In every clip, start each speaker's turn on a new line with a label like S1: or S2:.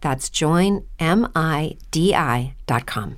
S1: That's joinmidi.com.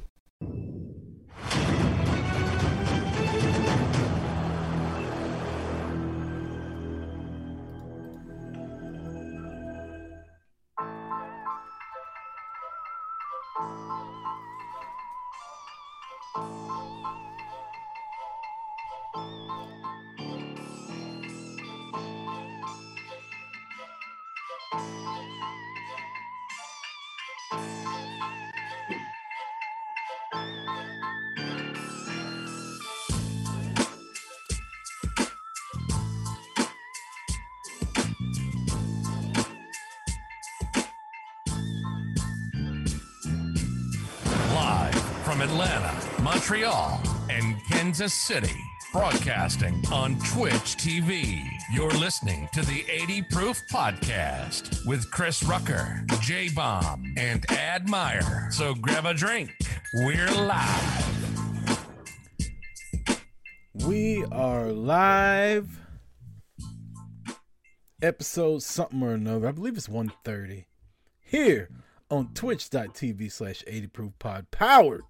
S2: Live from Atlanta, Montreal, and Kansas City. Broadcasting on Twitch TV. You're listening to the 80 Proof Podcast with Chris Rucker, J Bomb, and Ad Meyer. So grab a drink. We're live.
S3: We are live. Episode something or another. I believe it's 130. Here on twitch.tv slash 80 proof pod powered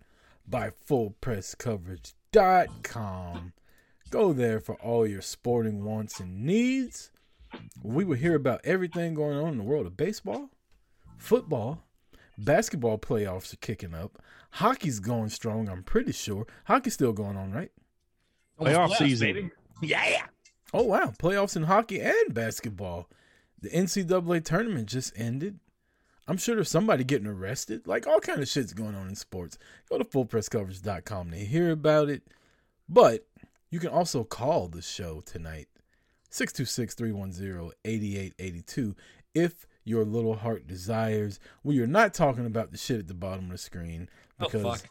S3: by fullpresscoverage.com. Go there for all your sporting wants and needs. We will hear about everything going on in the world of baseball, football, basketball playoffs are kicking up. Hockey's going strong, I'm pretty sure. Hockey's still going on, right?
S4: Playoff season.
S3: Oh wow, playoffs in hockey and basketball. The NCAA tournament just ended. I'm sure there's somebody getting arrested. Like all kind of shit's going on in sports. Go to fullpresscoverage.com to hear about it. But you can also call the show tonight. 626-310-8882 if your little heart desires. We are not talking about the shit at the bottom of the screen because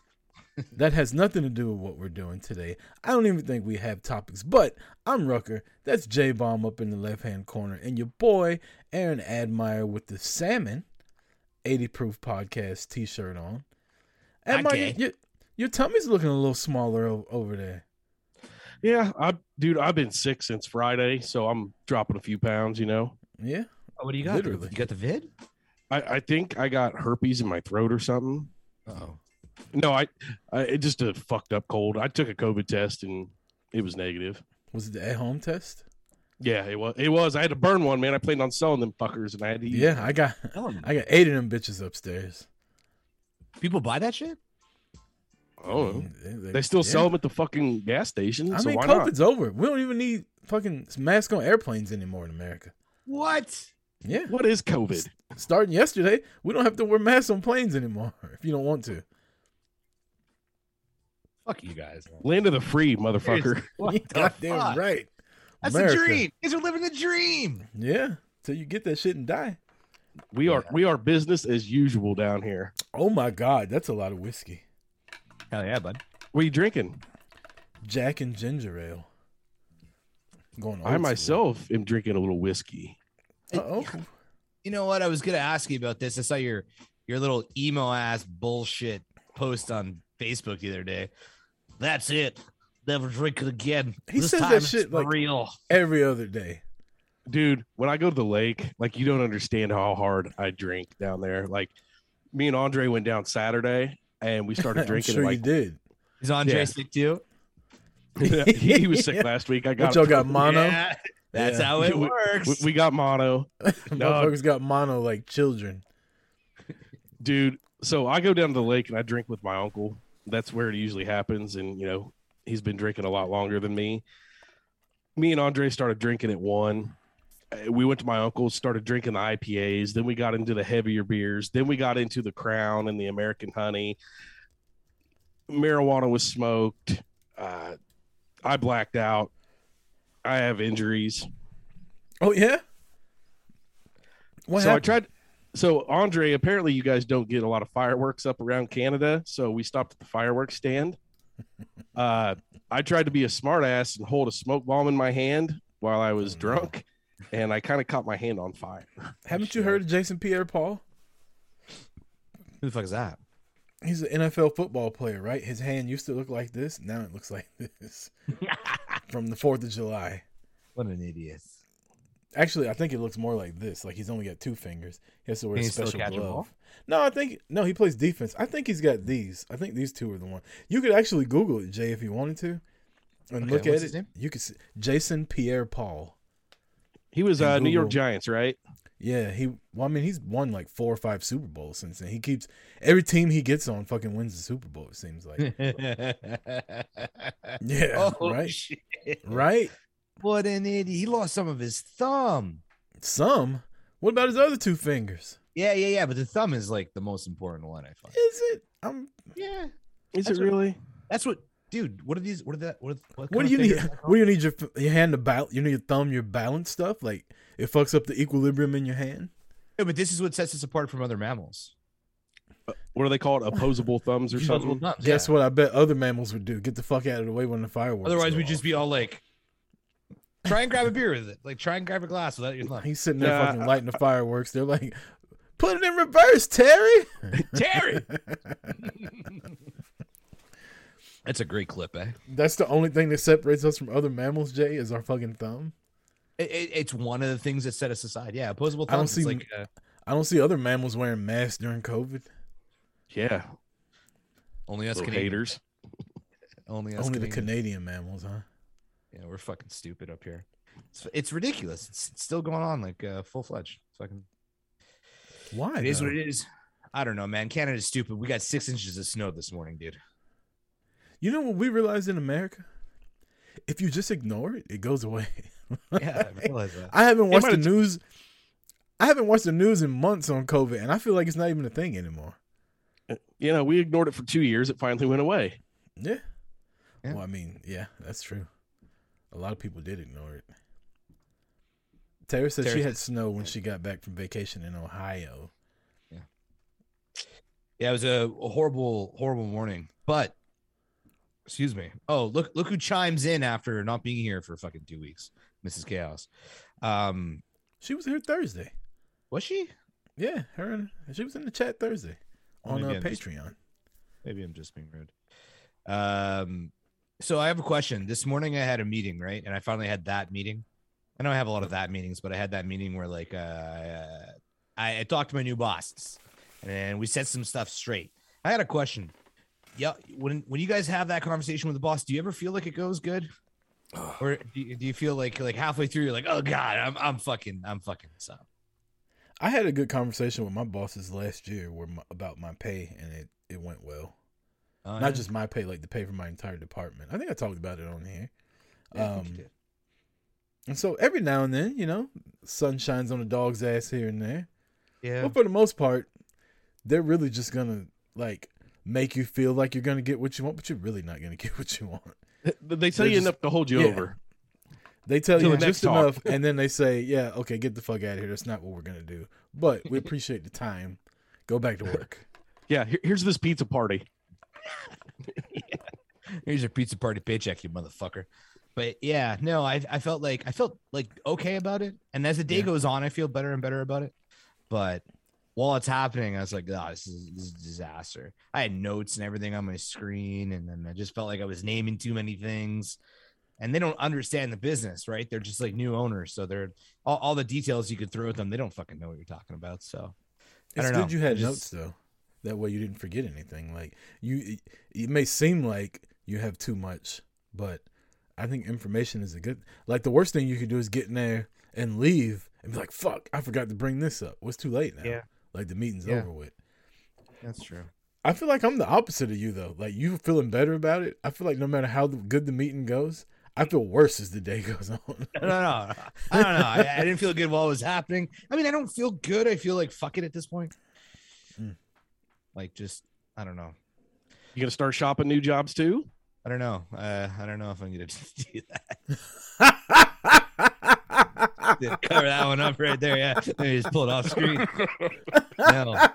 S3: that has nothing to do with what we're doing today. I don't even think we have topics, but I'm Rucker. That's J Bomb up in the left hand corner, and your boy Aaron Admire with the salmon, 80 proof podcast t shirt on. Admire,
S4: Okay.
S3: your, your tummy's looking a little smaller o- over there.
S4: Yeah, I dude, I've been sick since Friday, so I'm dropping a few pounds. You know,
S3: Yeah,
S5: Oh, what do you got?
S3: Literally.
S5: You got the vid?
S4: I, I think I got herpes in my throat or something.
S5: Oh,
S4: No, I, I it just a fucked up cold. I took a COVID test and it was negative.
S3: was it the at home test?
S4: Yeah, it was. It was. I had to burn one, man. I planned on selling them fuckers, and I had to. eat-
S3: Yeah, I got
S5: tell 'em.
S3: I got eight of them bitches upstairs.
S5: people buy that shit.
S4: I don't know.
S3: They,
S4: They still
S3: yeah.
S4: sell them at the fucking gas station.
S3: I
S4: so
S3: mean,
S4: why
S3: COVID's over. We don't even need fucking masks on airplanes anymore in America.
S5: What?
S3: Yeah.
S4: not? What is COVID?
S3: starting yesterday, we don't have to wear masks on planes anymore if you don't want to.
S5: Fuck you guys.
S4: Land of the free, motherfucker.
S5: Seriously, what the
S3: Goddamn
S5: fuck?
S3: right.
S5: That's
S3: America.
S5: the dream. You guys are living the dream.
S3: Yeah. Till you get that shit and die.
S4: We are we are business as usual down here.
S3: Oh my God, that's a lot of whiskey.
S5: Hell yeah, bud.
S4: What are you drinking?
S3: Jack and ginger ale. Going.
S4: I myself am drinking a little whiskey.
S3: Oh,
S5: You know what? I was gonna ask you about this. I saw your your little emo ass bullshit post on Facebook the other day. That's it. Never drink it again.
S3: He
S5: this
S3: says
S5: time
S3: that
S5: it's
S3: shit
S5: for
S3: like-
S5: real.
S3: every other day.
S4: Dude, when I go to the lake, like you don't understand how hard I drink down there. Like me and Andre went down Saturday and we started
S3: I'm
S4: drinking
S3: sure
S4: like
S3: you did.
S5: Is Andre
S4: Yeah.
S5: sick too?
S4: he, he was sick last week. I got
S3: But y'all got mono.
S5: Yeah, that's
S3: Yeah.
S5: how it
S4: We- we-
S5: works.
S4: we, we got mono. No,
S3: Motherfuckers got mono like children.
S4: dude. So I go down to the lake and I drink with my uncle. That's where it usually happens. And you know, he's been drinking a lot longer than me. Me and Andre started drinking at one. Uh, We went to my uncle's, started drinking the IPAs. Then we got into the heavier beers. Then we got into the Crown and the American Honey. Marijuana was smoked. Uh, I blacked out. I have injuries.
S3: Oh yeah. What
S4: so
S3: happened?
S4: I tried. So Andre, apparently you guys don't get a lot of fireworks up around Canada, so we stopped at the fireworks stand. Uh, I tried to be a smartass and hold a smoke bomb in my hand while I was drunk, and I kind of caught my hand on fire.
S3: Haven't you heard of Jason Pierre-Paul?
S5: Who the fuck is that?
S3: He's an NFL football player, right? His hand used to look like this. Now it looks like this. From the Fourth of July.
S5: What an idiot.
S3: Actually, I think it looks more like this. Like he's only got two fingers. He has to wear
S5: Can
S3: a
S5: he still
S3: special
S5: catch a
S3: glove.
S5: ball?
S3: No, I think no. He plays defense. I think he's got these. I think these two are the one. You could actually Google it, Jay, if you wanted to, and
S5: Okay,
S3: look
S5: what's
S3: at
S5: his
S3: it.
S5: name?
S3: You could see Jason Pierre-Paul.
S4: He was uh, New York
S3: Ooh.
S4: Giants, right?
S3: Yeah, he. Well, I mean, he's won like four or five Super Bowls since then. He keeps every team he gets on fucking wins the Super Bowl. It seems like. yeah.
S5: oh
S3: right.
S5: shit!
S3: Right.
S5: What an idiot. He lost some of his thumb.
S3: Some. What about his other two fingers?
S5: Yeah, yeah, yeah. But the thumb is like the most important one. I find.
S3: Is it? I'm.
S5: Yeah,
S4: Is
S5: That's
S4: it
S5: what-
S4: really?
S5: that's what, dude. What are these? What are that? What? What,
S3: What
S5: kind
S3: do you
S5: of
S3: need?
S5: fingers are
S3: What do you need your f- your hand to balance? You need your thumb, your balance stuff. Like it fucks up the equilibrium in your hand.
S5: Yeah, but this is what sets us apart from other mammals.
S4: What do they call it? Opposable thumbs or something?
S3: Guess what? I bet other mammals would do. Get the fuck out of the way when the fireworks.
S5: Otherwise,
S3: go
S5: we'd just
S3: off.
S5: be all like, try and grab a beer with it. Like, try and grab a glass without your thumb.
S3: He's sitting there
S4: Nah,
S3: fucking
S4: I-
S3: lighting the fireworks. They're like, put it in reverse, Terry.
S5: Terry. that's a great clip, eh?
S3: That's the only thing that separates us from other mammals. Jay is our fucking thumb.
S5: It, it- it's one of the things that set us aside. Yeah, opposable
S3: I don't
S5: thumbs.
S3: see-
S5: It's like uh,
S3: I don't see other mammals wearing masks during COVID.
S4: Yeah,
S5: only us
S4: little haters.
S5: Canadians. Only us.
S3: Only the
S5: Canadians.
S3: Canadian mammals, huh?
S5: Yeah, we're fucking stupid up here. It's, it's ridiculous. It's, it's still going on like uh, full fledged. Fucking.
S3: Why?
S5: It is
S3: though?
S5: what it is. I don't know, man. Canada's stupid. We got six inches of snow this morning, dude.
S3: You know what we realized in America? If you just ignore it, it goes away.
S5: Yeah, I realize that.
S3: I haven't watched the
S4: might've-
S3: news. I haven't watched the news in months on COVID, and I feel like it's not even a thing anymore.
S4: You know, we ignored it for two years. It finally went away.
S3: Yeah.
S5: Yeah.
S3: Well, I mean, yeah, that's true. A lot of people did ignore it. Tara said she
S5: Tara
S3: had snow when she got back from vacation in Ohio.
S5: Yeah, it was a, a horrible, horrible morning. But excuse me. Oh, look, look who chimes in after not being here for fucking two weeks, Mrs. Chaos. Um,
S3: She was here Thursday.
S5: was she?
S3: Yeah, her and she was in the chat Thursday on
S5: Maybe
S3: uh,
S5: I'm just-
S3: Patreon.
S5: Maybe I'm just being rude. Um, so I have a question. This morning I had a meeting, right? And I finally had that meeting. I know I have a lot of that meetings, but I had that meeting where like uh, I, I talked to my new bosses and we set some stuff straight. I had a question. Yeah, when when you guys have that conversation with the boss, do you ever feel like it goes good? Or do you, do you feel like like halfway through you're like, oh god, I'm I'm fucking I'm fucking this up.
S3: I had a good conversation with my bosses last year where my, about my pay, and it, it went well.
S5: Uh,
S3: Not just my pay, like the pay for my entire department. I think I talked about it on here.
S5: Yeah, I think you
S3: um,
S5: did.
S3: And so every now and then, you know, sun shines on a dog's ass here and there.
S5: yeah.
S3: But for the most part, they're really just gonna like make you feel like you're going to get what you want, but you're really not going to get what you want.
S4: They tell
S3: They're
S4: you
S3: just-
S4: enough to hold you
S3: yeah.
S4: over.
S3: They tell
S4: Till
S3: you
S4: the next
S3: just
S4: talk.
S3: enough, and then they say, "Yeah, okay, get the fuck out of here. That's not what we're going to do." But we appreciate the time. Go back to work.
S4: Yeah, here- here's this pizza party.
S5: Here's your pizza party paycheck, you motherfucker. But yeah, no, I I felt like I felt like okay about it. And as the day
S3: Yeah.
S5: goes on, I feel better and better about it. But while it's happening, I was like, oh, this is, this is a disaster. I had notes and everything on my screen, and then I just felt like I was naming too many things. And they don't understand the business, right? They're just like new owners, so they're all, all the details you could throw at them. They don't fucking know what you're talking about. So I
S3: It's
S5: don't
S3: good
S5: know.
S3: you had
S5: I just-
S3: notes though. That way you didn't forget anything. Like you, it, it may seem like you have too much, but I think information is a good. Like the worst thing you could do is get in there and leave and be like, "Fuck, I forgot to bring this up." What's too late now?
S4: Yeah.
S3: Like the meeting's
S5: Yeah.
S3: over with.
S5: that's true.
S3: I feel like I'm the opposite of you though. Like you feeling better about it. I feel like no matter how good the meeting goes, I feel worse as the day goes on.
S5: I don't know. I don't know. I, I didn't feel good while it was happening. I mean, I don't feel good. I feel like fuck it at this point.
S3: Mm.
S5: Like just I don't know.
S4: You gonna start shopping new jobs too?
S5: I don't know. Uh, I don't know if I'm gonna do that. Did Cover that one up right there. Yeah, Maybe just pull it off screen. No.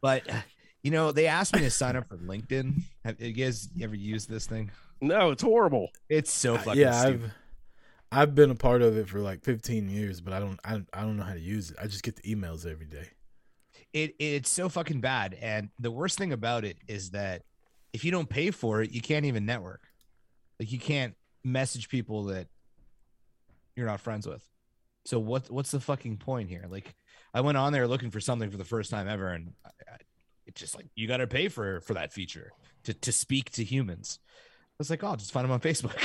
S5: But you know, they asked me to sign up for LinkedIn. Have you guys ever used this thing?
S4: No, it's horrible.
S5: It's so fucking
S3: Uh, yeah,
S5: stupid.
S3: I've I've been a part of it for like 15 years, but I don't I, I don't know how to use it. I just get the emails every day.
S5: it it's so fucking bad and the worst thing about it is that if you don't pay for it you can't even network like you can't message people that you're not friends with so what what's the fucking point here like i went on there looking for something for the first time ever and I, I, it's just like you got to pay for for that feature to to speak to humans i was like oh I'll just find them on facebook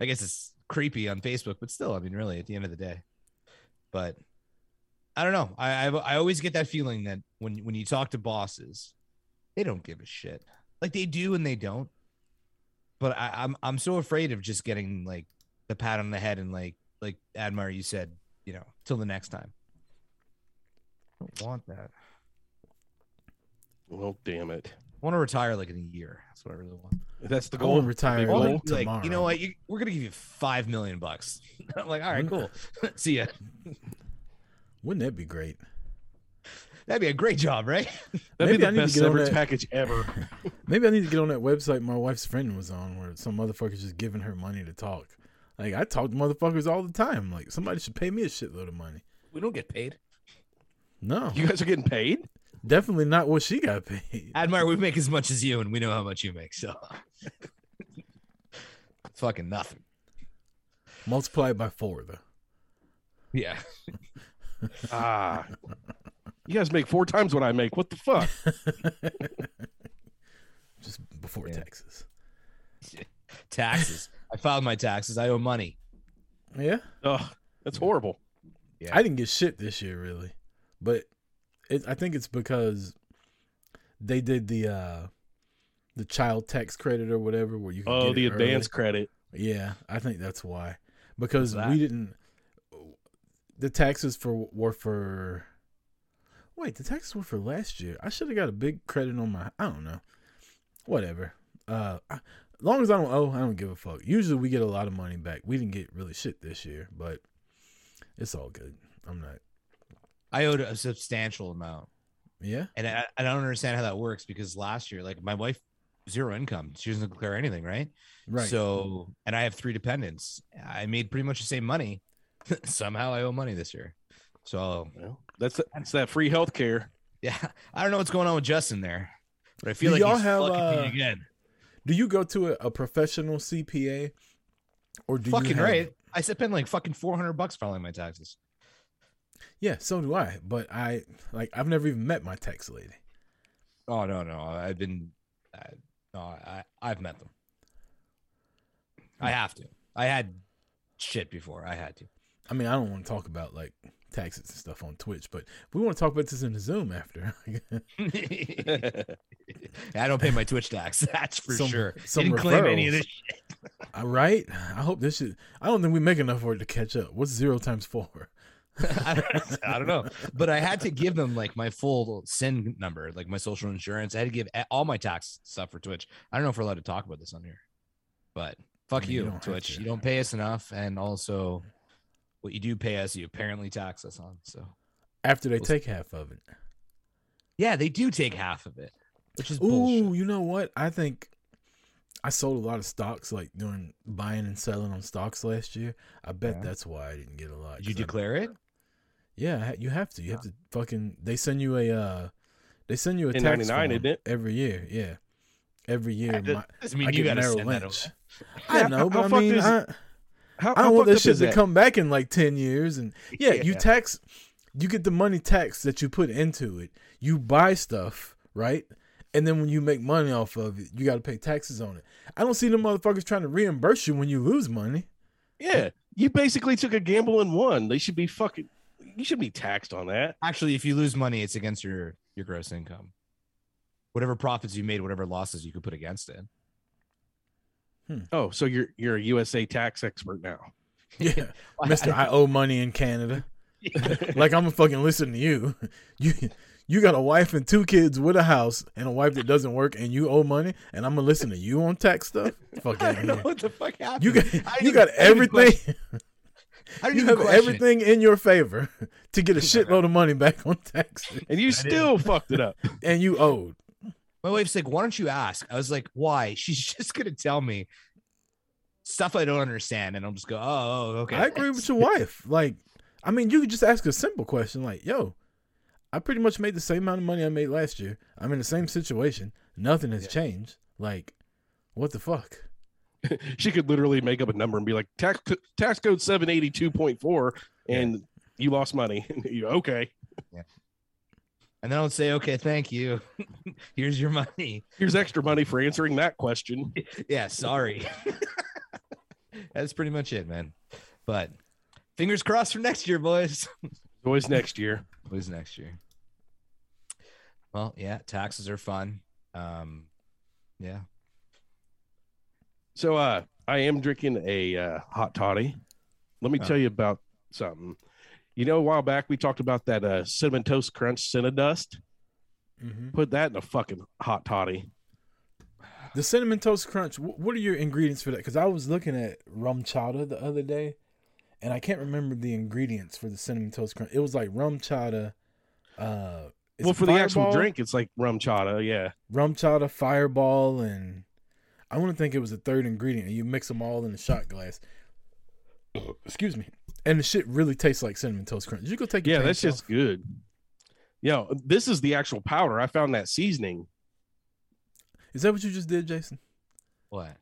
S5: I guess it's creepy on Facebook, but still, I mean, really, at the end of the day. But I don't know. I I've, I always get that feeling that when when you talk to bosses, they don't give a shit. Like they do and they don't. But I, I'm I'm so afraid of just getting like the pat on the head and like like Admar, you said, you know, till the next time. I don't want that. I
S4: Well, damn it.
S5: want to retire like in a year. That's what I really want.
S4: That's the
S3: I will
S4: goal.
S3: retire
S4: Big
S5: I wanna
S4: goal.
S5: be like, you know
S3: tomorrow.
S5: what? You, we're gonna give you five million bucks. I'm like, all right, cool. See ya.
S3: Wouldn't that be great?
S5: That'd be a great job, right?
S3: Maybe
S4: That'd be
S3: I
S4: the
S3: need to
S4: best
S3: get on
S4: severance
S3: that-
S4: package ever.
S3: Maybe I need to get on that website my wife's friend was on where some motherfuckers just giving her money to talk. Like I talk to motherfuckers all the time. Like somebody should pay me a shitload of money.
S5: We don't get paid.
S3: No.
S4: You guys are getting paid?
S3: Definitely not what she got paid.
S5: Admire, we make as much as you, and we know how much you make. So, fucking nothing.
S3: Multiply by four though.
S5: Yeah.
S4: Ah. You guys make four times what I make. What the fuck?
S3: Just before
S5: Yeah.
S3: taxes.
S5: Taxes. I filed my taxes. I owe money.
S3: Yeah.
S4: Ugh, that's horrible.
S5: Yeah.
S3: I didn't get shit this year really, but it, I think it's because they did the uh the child tax credit or whatever where you can
S4: Oh,
S3: get
S4: the
S3: it early.
S4: advance credit.
S3: Yeah, I think that's why because
S5: What's that?
S3: we didn't the taxes for were for wait the taxes were for last year. I should have got a big credit on my I don't know whatever. Uh, I, as long as I don't owe, I don't give a fuck. Usually we get a lot of money back. We didn't get really shit this year, but it's all good. I'm not.
S5: I owed a substantial amount,
S3: Yeah.
S5: and I, I don't understand how that works because last year, like my wife, zero income. She doesn't declare anything, right?
S3: Right.
S5: So, and I have three dependents. I made pretty much the same money. Somehow, I owe money this year. So,
S4: Well, that's that's that free health care.
S5: yeah, I don't know what's going on with Justin there, but I feel
S3: Do
S5: like
S3: y'all
S5: he's
S3: have,
S5: fucking me
S3: uh,
S5: again.
S3: do you go to a, a professional CPA or do you
S5: fucking
S3: have-
S5: right. I spent like fucking four hundred bucks filing my taxes.
S3: Yeah, so do I. But I like I've never even met my tax lady.
S5: Oh no, no, I've been, I, no, I, I've met them. I have to. I had shit before. I had to.
S3: I mean, I don't want to talk about like taxes and stuff on Twitch, but we want to talk about this in the Zoom after.
S5: I don't pay my Twitch tax. That's for
S3: Some-
S5: sure.
S3: some
S5: Didn't claim any of
S3: referrals.
S5: this. shit.
S3: uh, All right. I hope this is. I don't think we make enough for it to catch up. What's zero times four?
S5: I, don't, I don't know, but I had to give them like my full sin number, like my social insurance. I had to give a- all my tax stuff for Twitch. I don't know if we're allowed to talk about this on here, but fuck
S3: I mean, you
S5: you,
S3: don't have
S5: Twitch.
S3: to.
S5: You don't pay us enough, and also what you do pay us, you apparently tax us on. So
S3: After they
S5: Well,
S3: take half of it.
S5: yeah, they do take half of it, which is
S3: Ooh,
S5: bullshit.
S3: you know what? I think I sold a lot of stocks like during buying and selling on stocks last year. I bet
S5: Yeah.
S3: that's why I didn't get a lot.
S5: Did you
S3: 'cause I-
S5: declare it?
S3: Yeah, I ha- you have to. You have to fucking. They send you a. uh They send you a tax
S4: 1099,
S3: form
S4: isn't it?
S3: every year. Yeah, every year. My,
S5: Doesn't
S3: I,
S5: mean you
S3: get
S5: gotta
S3: Merrill
S5: send that
S3: Lynch.
S5: away.
S3: I
S4: Yeah,
S3: know,
S4: how-
S3: but
S4: how
S3: I
S4: fucked
S3: mean,
S4: is-
S3: I,
S4: How,
S3: I
S4: how
S3: don't want
S4: fucked
S3: this
S4: up
S3: shit
S4: is
S3: to
S4: that?
S3: come back in like ten years. And yeah, you
S4: Yeah.
S3: tax, you get the money tax that you put into it. You buy stuff, right? And then when you make money off of it, you got to pay taxes on it. I don't see the motherfuckers trying to reimburse you when you lose money.
S4: Yeah, you basically took a gamble and won. They should be fucking. You should be taxed on that.
S5: Actually, if you lose money, it's against your your gross income. Whatever profits you made, whatever losses you could put against it.
S4: Oh, so you're you're a USA tax expert now.
S3: Yeah, Mister, I owe money in Canada. like I'm gonna fucking listen to you. You you got a wife and two kids with a house and a wife that doesn't work and you owe money and I'm gonna listen to you on tax stuff. Fuck
S5: I
S3: out
S5: don't know
S3: here.
S5: what the fuck happened.
S3: You got
S5: I
S3: you
S5: didn't-
S3: got
S5: I didn't
S3: everything.
S5: I didn't
S3: You
S5: even
S3: have
S5: question it.
S3: everything in your favor to get a shitload of money back on taxes
S4: And you still fucked it up.
S3: and you owed.
S5: My wife's like, "Why don't you ask?" I was like, "Why?" She's just gonna tell me stuff I don't understand, and I'll just go, "Oh, oh, okay."
S3: I agree with your wife. Like, I mean, you could just ask a simple question like, "Yo, I pretty much made the same amount of money I made last year. I'm in the same situation. Nothing has changed. Like, what the fuck?"
S4: She could literally make up a number and be like tax co- tax code seven eighty two point four, and you lost money. you okay?
S5: And then I'll say, "Okay, thank you. Here's your money."
S4: Here's extra money for answering that question.
S5: Yeah, sorry. That's pretty much it, man. But fingers crossed for next year, boys.
S4: Always next year.
S5: Who's next year? Well, yeah, taxes are fun. Um, yeah.
S4: So uh, I am drinking a uh, hot toddy. Let me
S5: Oh.
S4: tell you about something. You know, a while back we talked about that uh, cinnamon toast crunch cinnamon dust.
S3: Mm-hmm.
S4: Put that in a fucking hot toddy.
S3: The cinnamon toast crunch. wh- What are your ingredients for that? Because I was looking at rum chowder the other day, and I can't remember the ingredients for the cinnamon toast crunch. It was like rum chowder. Uh, is
S4: well,
S3: it
S4: for the actual
S3: Fireball?
S4: drink, it's like rum chata. Yeah,
S3: rum chowder, fireball, and I want to think it was a third ingredient. You mix them all in a shot glass. Excuse me. And the shit really tastes like cinnamon toast crunch. You go take your
S4: yeah, that's
S3: pants
S4: just good. Yo, this is the actual powder. I found that seasoning.
S3: off. Is that what you just did, Jason?
S5: What?
S3: Did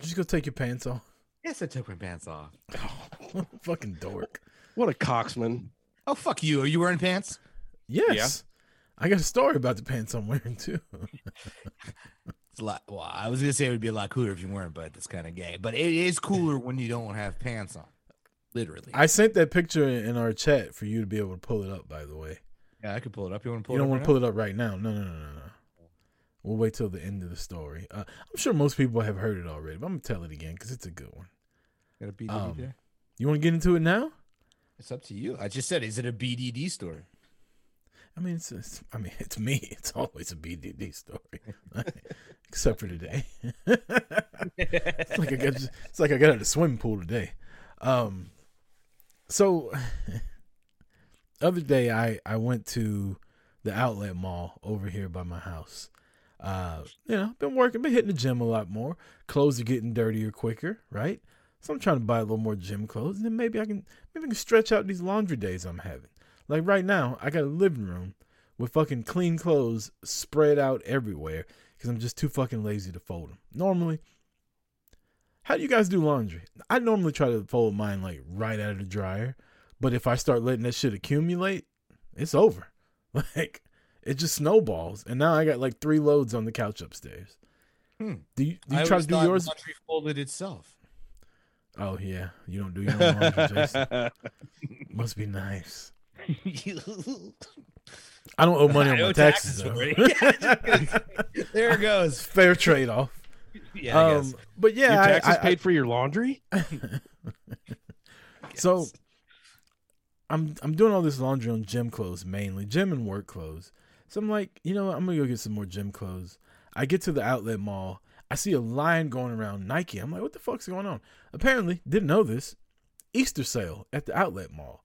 S3: you just go take your pants off.
S5: Yes, I took my pants off.
S3: Fucking dork.
S4: What a coxman!
S5: Oh fuck you! Are you wearing pants?
S3: Yes. I got a story about the pants I'm wearing too.
S5: It's a lot. Well, I was gonna say it would be a lot cooler if you weren't, but it's kind of gay. But it is cooler when you don't have pants on. Literally.
S3: I sent that picture in our chat for you to be able to pull it up. By the way,
S5: yeah, I could pull it up. You want to pull
S3: you
S5: it
S3: don't
S5: up?
S3: want to pull it up right now. No, no, no, no, no. We'll wait till the end of the story. Uh, I'm sure most people have heard it already, but I'm gonna tell it again because it's a good one.
S5: Got a BDD
S3: um,
S5: there?
S3: You want to get into it now?
S5: It's up to you. I just said, is it a BDD store?
S3: I mean, it's, it's I mean, it's me. It's always a BDD story, except for today. it's like I got it's like I got out of the swimming pool today. Um, so other day I I went to the outlet mall over here by my house. Uh, you know, been working, been hitting the gym a lot more. Clothes are getting dirtier quicker, right? So I'm trying to buy a little more gym clothes, and then maybe I can maybe I can stretch out these laundry days I'm having. Like right now, I got a living room with fucking clean clothes spread out everywhere because I'm just too fucking lazy to fold them. Normally, how do you guys do laundry? I normally try to fold mine like right out of the dryer, but if I start letting that shit accumulate, it's over. Like it just snowballs, and now I got like three loads on the couch upstairs.
S5: Hmm.
S3: Do you, do
S5: I
S3: you try
S5: always
S3: to do
S5: thought
S3: yours?
S5: Laundry folded itself.
S3: Oh yeah, you don't do your own laundry, Jason. Must be nice. I don't owe money
S5: I
S3: on
S5: owe
S3: my taxes.
S5: already.
S3: though.
S5: there it goes.
S3: Fair trade off.
S5: Yeah, I guess.
S3: Um, but yeah,
S4: your
S3: I- I,
S4: taxes
S3: I-
S4: paid for your laundry.
S3: so I'm I'm doing all this laundry on gym clothes mainly, gym and work clothes. So I'm like, you know, what? I'm gonna go get some more gym clothes. I get to the outlet mall. I see a line going around Nike. I'm like, what the fuck's going on? Apparently, didn't know this. Easter sale at the outlet mall.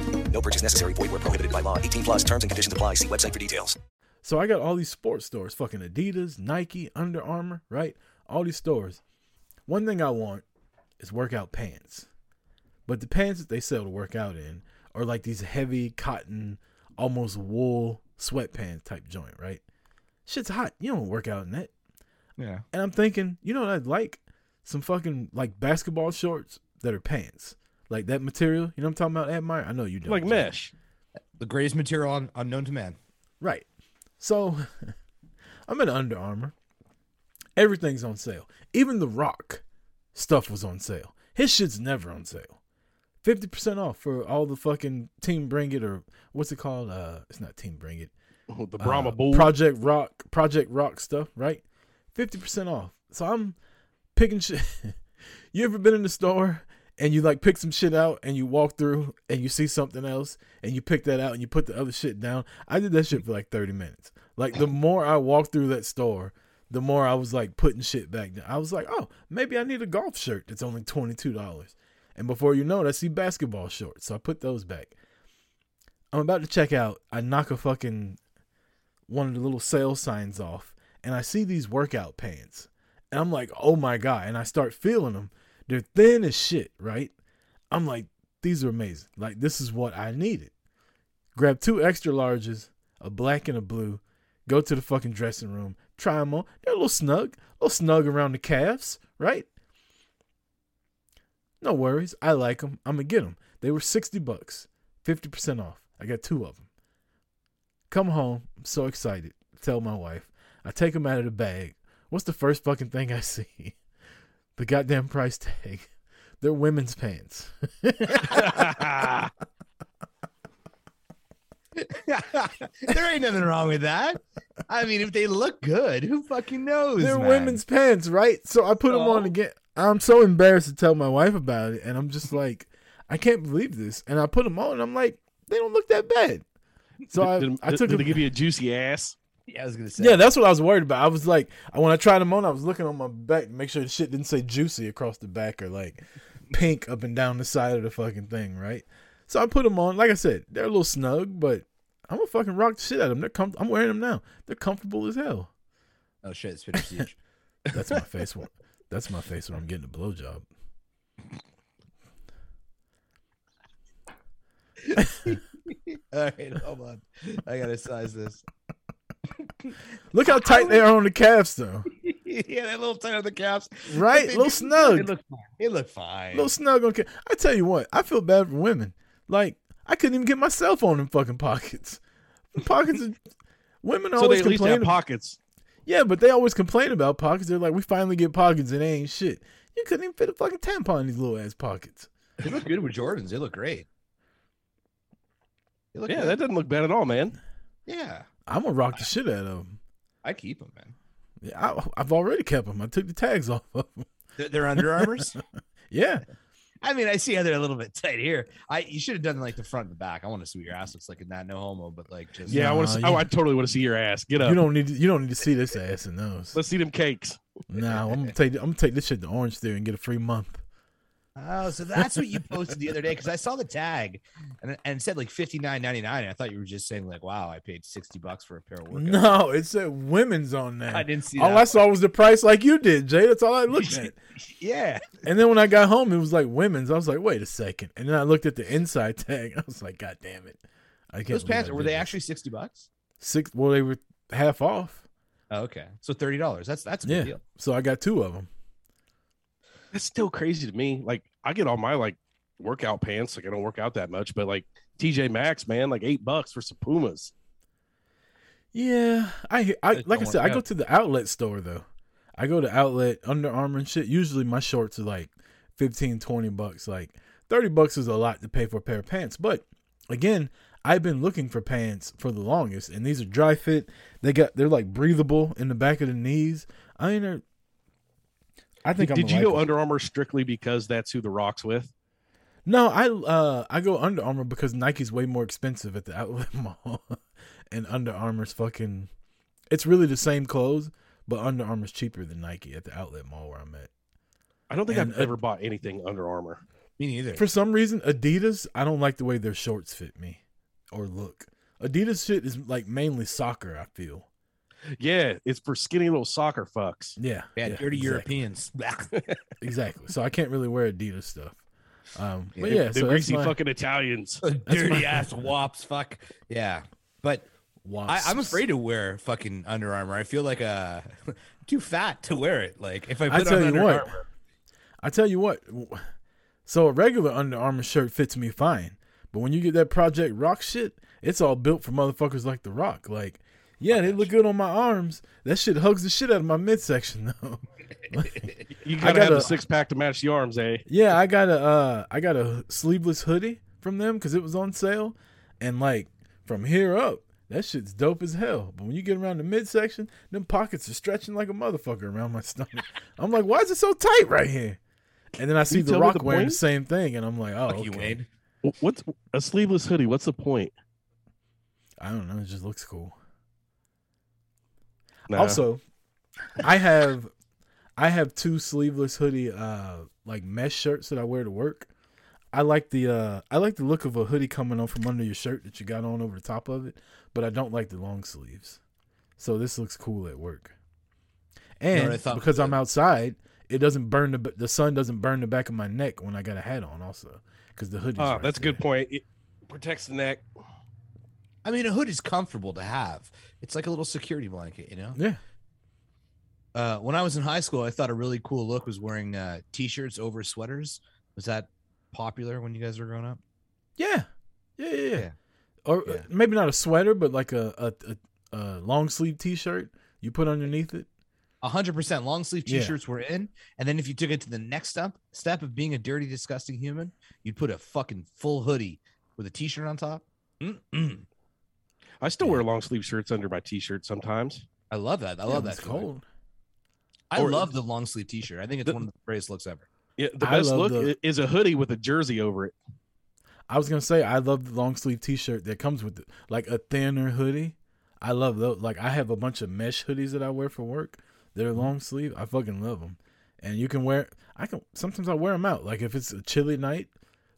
S6: No purchase necessary. Void where prohibited by law. 18 plus terms and conditions apply. See website for details.
S3: So I got all these sports stores, fucking Adidas, Nike, Under Armour, right? All these stores. One thing I want is workout pants. But the pants that they sell to work out in are like these heavy cotton, almost wool sweatpants type joint, right? Shit's hot. You don't work out in that.
S5: Yeah.
S3: And I'm thinking, you know what I'd like? Some fucking like basketball shorts that are pants. Like that material. You know what I'm talking about, Admire? I know you don't.
S4: like
S3: Jay.
S4: mesh.
S5: The greatest material un- unknown to man.
S3: Right. So I'm in Under Armour. Everything's on sale. Even the Rock stuff was on sale. His shit's never on sale. 50% off for all the fucking Team Bring It or what's it called? Uh it's not Team Bring It.
S4: Oh, The
S3: uh,
S4: Brahma Bull.
S3: Project Rock, Project Rock stuff, right? 50% off. So I'm picking shit. you ever been in the store and you like pick some shit out and you walk through and you see something else and you pick that out and you put the other shit down? I did that shit for like 30 minutes. Like the more I walked through that store, the more I was like putting shit back down. I was like, oh, maybe I need a golf shirt that's only $22. And before you know it, I see basketball shorts. So I put those back. I'm about to check out. I knock a fucking one of the little sale signs off and I see these workout pants. And I'm like, oh my God. And I start feeling them. They're thin as shit, right? I'm like, these are amazing. Like, this is what I needed. Grab two extra larges, a black and a blue, go to the fucking dressing room, try them on. They're a little snug, a little snug around the calves, right? No worries. I like them. I'm going to get them. They were 60 bucks, 50% off. I got two of them. Come home. I'm so excited. Tell my wife. I take them out of the bag. What's the first fucking thing I see? The goddamn price tag. They're women's pants.
S5: there ain't nothing wrong with that. I mean, if they look good, who fucking knows?
S3: They're
S5: man?
S3: women's pants, right? So I put them on
S4: Oh.
S3: again. I'm so embarrassed to tell my wife about it, and I'm just like, I can't believe this. And I put them on, and I'm like, they don't look that bad. So I,
S4: did,
S3: I took
S4: did- did
S3: them.
S4: they give you a juicy ass?
S5: Yeah, I was gonna say.
S3: yeah, that's what I was worried about. I was like, I- when I tried them on, I was looking on my back to make sure the shit didn't say juicy across the back or like pink up and down the side of the fucking thing, right? So I put them on. Like I said, they're a little snug, but I'm gonna fucking rock the shit out of them. They're com- I'm wearing them now. They're comfortable as hell.
S5: Oh shit, it's finished. siege.
S3: That's my face. When, that's my face when I'm getting a blowjob.
S5: All right, hold on. I gotta size this.
S3: Look how tight they are on the calves, though.
S5: yeah, that little tight on the caps.
S3: Right? Little snug.
S5: It looked fine. It looked fine.
S3: Little snug on calves. I tell you what, I feel bad for women. Like I couldn't even get my cell phone in fucking pockets. Pockets. Are, women
S4: So they
S3: always
S4: at least
S3: complain.
S4: have
S3: ab-
S4: pockets.
S3: yeah, but they always complain about pockets. They're like, we finally get pockets and they ain't shit. You couldn't even fit a fucking tampon in these little ass pockets.
S5: They look good with Jordans. They look great. They look
S4: Yeah,
S5: good.
S4: that doesn't look bad at all, man.
S5: yeah.
S3: I'm gonna rock the shit out of them.
S5: I keep them, man.
S3: Yeah, I, I've already kept them. I took the tags off of them.
S5: They're, they're Under Armours.
S3: Yeah,
S5: I mean, I see how they're a little bit tight here. I you should have done like the front and the back. I want to see what your ass looks like in that. No homo, but like just
S4: Yeah, I want
S3: Nah,
S4: to. See,
S3: you-
S4: oh, I totally want to see your ass. Get
S3: you
S4: up.
S3: don't need to, you don't need to see this ass in those.
S4: Let's see them cakes.
S3: Nah, I'm gonna take I'm gonna take this shit to Orange Theory and get a free month.
S5: Oh, so that's what you posted the other day because I saw the tag and, and it said like fifty nine ninety nine. I thought you were just saying like, wow, I paid sixty bucks for a pair of
S4: Oh
S5: workouts.
S3: No, it said women's on there.
S5: I didn't see
S3: all
S5: that.
S3: I saw was the price, like you did, Jay. That's all I looked at.
S5: yeah,
S3: And then when I got home, it was like women's. I was like, wait a second. And then I looked at the inside tag. I was like, God damn it! I can't
S5: those
S3: believe
S5: pants
S3: I
S5: were
S3: did
S5: they
S3: this.
S5: actually sixty bucks?
S3: six? Well, they were half off.
S5: Oh, okay, so thirty dollars. That's that's a good
S3: Yeah,
S5: deal.
S3: so I got two of them.
S4: That's still crazy to me. Like I get all my like workout pants. Like I don't work out that much, but like TJ Maxx, man, like eight bucks for some Pumas.
S3: Yeah, I, hear- I
S5: Just
S3: like I
S5: don't
S3: said,
S5: work
S3: I go
S5: out.
S3: to the outlet store though. I go to outlet Under Armour and shit. Usually my shorts are like 15, 20 bucks. Like 30 bucks is a lot to pay for a pair of pants. But again, I've been looking for pants for the longest and these are dry fit. They got they're like breathable in the back of the knees. I ain't er- I think
S4: Did,
S3: I'm
S4: you
S3: like
S4: go
S3: it.
S4: Under Armour strictly because that's who the rocks with?
S3: No, I uh I go Under Armour because Nike's way more expensive at the outlet mall, and Under Armour's fucking. It's really the same clothes, but Under Armour's cheaper than Nike at the outlet mall where I'm at.
S4: I don't think
S3: And,
S4: I've
S3: uh,
S4: ever bought anything Under Armour.
S5: Me neither.
S3: For some reason, Adidas I don't like the way their shorts fit me or look. Adidas shit is like mainly soccer. I feel.
S4: Yeah, it's for skinny little soccer fucks.
S3: Yeah.
S5: yeah, dirty
S3: exact-
S5: Europeans.
S3: Exactly. So I can't really wear Adidas stuff. Um, but
S5: Yeah,
S3: yeah,
S4: the
S3: so that's
S4: greasy
S3: my-
S4: fucking Italians.
S5: dirty ass wops. Fuck yeah, but I, I'm
S3: Wasps.
S5: afraid to wear fucking Under Armour. I feel like uh too fat to wear it. Like if I
S3: I
S5: put
S3: tell
S5: on
S3: you
S5: Under
S3: what.
S5: Armour,
S3: I tell you what. w- So a regular Under Armour shirt fits me fine, but when you get that Project Rock shit, it's all built for motherfuckers like The Rock. Like, yeah, they look good on my arms. That shit hugs the shit out of my midsection though.
S4: You
S3: I
S4: gotta have
S3: gotta-
S4: the six pack to match the arms, eh?
S3: yeah, I got a uh, I got a sleeveless hoodie from them because it was on sale, and like from here up, that shit's dope as hell. But when you get around the midsection, them pockets are stretching like a motherfucker around my stomach. I'm like, why is it so tight right here? And then I see
S4: you
S3: The
S4: tell me
S3: Rock
S4: the
S3: wearing
S4: point?
S3: the same thing, and I'm like, oh,
S5: fuck
S3: okay.
S5: you, Wayne.
S4: Wh- What's a sleeveless hoodie? What's the point?
S3: I don't know. It just looks cool.
S4: Nah.
S3: Also, I have I have two sleeveless hoodie uh like mesh shirts that I wear to work. I like the uh I like the look of a hoodie coming on from under your shirt that you got on over the top of it, but I don't like the long sleeves. So this looks cool at work.
S5: know
S3: And
S5: what I thought was
S3: because I'm
S5: good?
S3: outside, it doesn't burn the the sun doesn't burn the back of my neck when I got a hat on also cuz the hoodie
S4: Ah, that's a good point. It protects the neck.
S5: I mean, a hood is comfortable to have. It's like a little security blanket, you know.
S3: Yeah.
S5: Uh, when I was in high school, I thought a really cool look was wearing uh, t-shirts over sweaters. Was that popular when you guys were growing up?
S3: Yeah. Yeah, yeah, yeah.
S5: Yeah.
S3: Or uh,
S5: Yeah.
S3: maybe not a sweater, but like a a, a, a long sleeve t shirt you put underneath it.
S5: hundred percent long sleeve
S3: Yeah.
S5: t-shirts were in, and then if you took it to the next step step of being a dirty, disgusting human, you'd put a fucking full hoodie with a t-shirt on top. Mm-mm.
S4: I still wear long sleeve shirts under my t-shirt sometimes.
S5: I love that. I
S3: Yeah,
S5: love
S3: when
S5: that.
S3: It's
S5: feeling.
S3: cold.
S5: I
S4: Or-
S5: love the long sleeve t-shirt. I think it's
S4: The-
S5: one of the greatest looks ever.
S4: Yeah, the
S3: I
S4: best
S3: love
S4: look
S3: the-
S4: i- is a hoodie with a jersey over it.
S3: I was gonna say I love the long sleeve t shirt that comes with it, like a thinner hoodie. I love those. Like I have a bunch of mesh hoodies that I wear for work. They're
S5: Mm-hmm.
S3: long sleeve. I fucking love them. And you can wear. I can sometimes I wear them out. Like if it's a chilly night,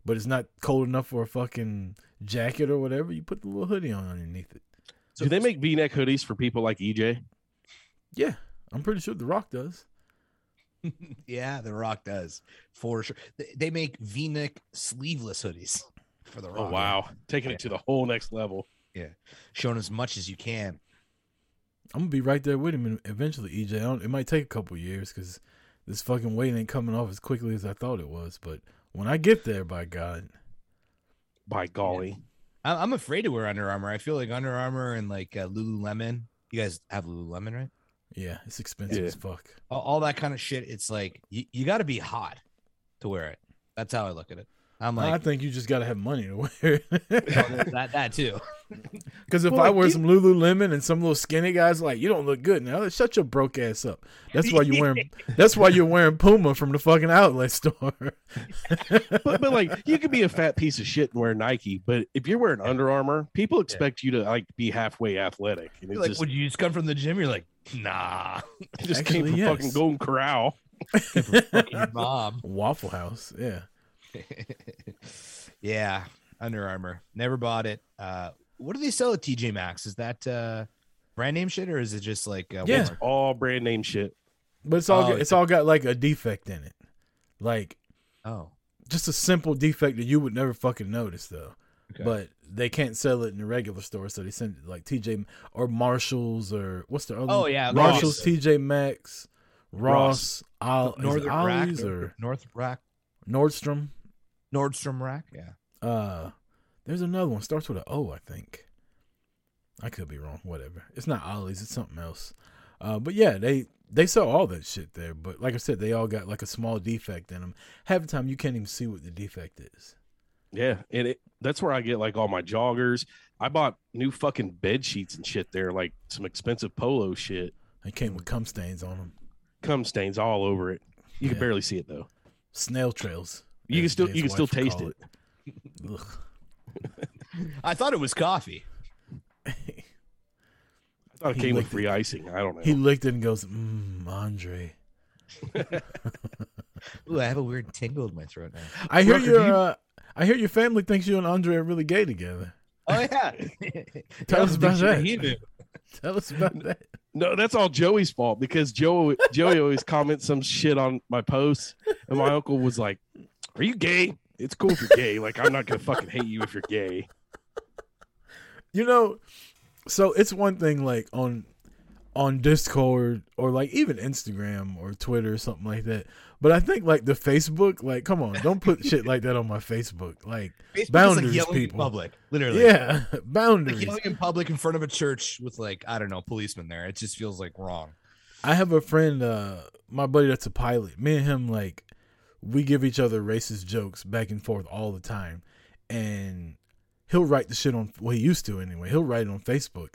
S3: but it's not cold enough for a fucking jacket or whatever, you put the little hoodie on underneath it.
S4: Do they make V-neck hoodies for people like E EJ?
S3: Yeah, I'm pretty sure The Rock does.
S5: Yeah, The Rock does for sure. They- They make V-neck sleeveless hoodies for The
S4: Oh
S5: Rock.
S4: wow, taking it to the whole next level.
S5: showing as much as you can.
S3: I'm gonna be right there with him eventually, EJ. I don't, it might take a couple years because this fucking weight ain't coming off as quickly as I thought it was. But when I get there, by God,
S4: By golly,
S5: I- I'm afraid to wear Under Armour. I feel like Under Armour and like uh, Lululemon. You guys have Lululemon, right?
S3: yeah, it's expensive
S4: Yeah.
S3: as fuck.
S5: all, all that kind of shit. It's like you, you got to be hot to wear it. That's how I look at it. I'm
S3: I
S5: like
S3: think you just got to have money to wear.
S5: that that too.
S3: Because if
S4: Well,
S3: I
S4: like,
S3: wear
S4: you-
S3: some Lululemon and some little skinny guys like you don't look good now, shut your broke ass up. That's why you wearing. that's why you're wearing Puma from the fucking outlet store.
S4: but, but like you could be a fat piece of shit and wear Nike, but if you're wearing Under Armour, people expect you to like be halfway athletic. And it
S5: You're like,
S4: just,
S5: would you just come from the gym? You're like, nah.
S4: it just came
S3: Actually,
S4: from fucking
S3: yes.
S4: Golden Corral.
S5: Fucking mom.
S3: Waffle House, yeah.
S5: yeah, Under Armour. Never bought it. Uh, what do they sell at TJ Maxx? Is that uh, brand name shit or is it just like uh,
S3: Yeah.
S5: Walmart?
S4: All brand name shit.
S3: But it's all
S5: Oh,
S3: got- it's all got like a defect in it, like
S5: Oh,
S3: just a simple defect that you would never fucking notice though.
S5: Okay.
S3: But they can't sell it in the regular store, so they send it to, like TJ or Marshalls or what's the other?
S5: Oh,
S3: one?
S5: yeah,
S3: Marshalls,
S5: Ross.
S3: TJ Maxx, Ross, Ross.
S5: Northern Rack
S3: Ollie's or
S5: North Rack,
S3: Nordstrom.
S5: Nordstrom Rack. Yeah,
S3: Uh, there's another one. Starts with an O, I think. I could be wrong. Whatever. It's not Ollie's. It's something else. Uh, but yeah, they they sell all that shit there. But like I said, they all got like a small defect in them. Half the time, you can't even see what the defect is.
S4: Yeah, and it, that's where I get like all my joggers. I bought new fucking bed sheets and shit there, like some expensive polo shit,
S3: They came with cum stains on them,
S4: cum stains all over it. You
S3: Yeah.
S4: can barely see it though.
S3: snail trails.
S4: You can
S3: as-
S4: still
S3: as
S4: you can
S3: wife
S4: still
S3: would
S4: taste
S3: call
S4: it.
S3: it. Ugh.
S5: I thought it was coffee.
S4: I thought it
S3: He
S4: came with
S3: licked
S4: free icing. I don't know.
S3: He licked it and goes, "Mmm, Andre."
S5: Ooh, I have a weird tingle in my throat now.
S3: I hear
S5: Rucker, do
S3: your
S5: you-
S3: uh, I hear your family thinks you and Andre are really gay together.
S5: Oh yeah,
S3: Tell
S5: Yeah,
S3: us
S5: the
S3: about
S5: picture
S3: that.
S5: he knew.
S3: Tell us about that.
S4: No, that's all Joey's fault because Joe Joey always comments some shit on my posts, and my uncle was like, "Are you gay? It's cool if you're gay. Like I'm not gonna fucking hate you if you're gay."
S3: you know so it's one thing like on on discord or like even instagram or twitter or something like that but i think like the facebook like come on don't put shit like that on my facebook like
S5: Facebook is
S3: boundaries
S5: yelling
S3: people.
S5: in public, literally.
S3: yeah
S5: Like
S3: boundaries
S5: yelling in public in front of a church with like I don't know policemen there. It just feels like wrong.
S3: i have a friend uh my buddy that's a pilot me and him like we give each other racist jokes back and forth all the time and he'll write the shit on well he used to anyway he'll write it on facebook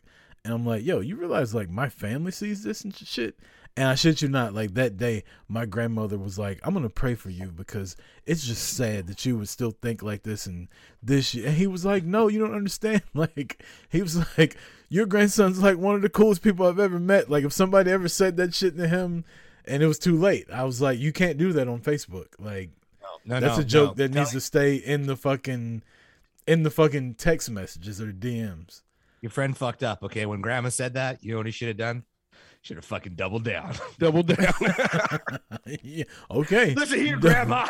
S3: and i'm like yo you realize like my family sees this and sh- shit and i shit you not like that day my grandmother was like i'm gonna pray for you because it's just sad that you would still think like this and this shit. and he was like no you don't understand like he was like your grandson's like one of the coolest people i've ever met like if somebody ever said that shit to him and it was too late i was like you can't do that on facebook like
S5: No,
S3: that's
S5: no,
S3: a joke
S5: no.
S3: that needs to stay in the fucking in the fucking text messages or DMs.
S5: Your friend fucked up. Okay, when grandma said that, you know what he should have done? Should have fucking doubled down.
S4: Double down.
S3: yeah, okay.
S5: Listen here,
S3: Dou-
S5: grandma.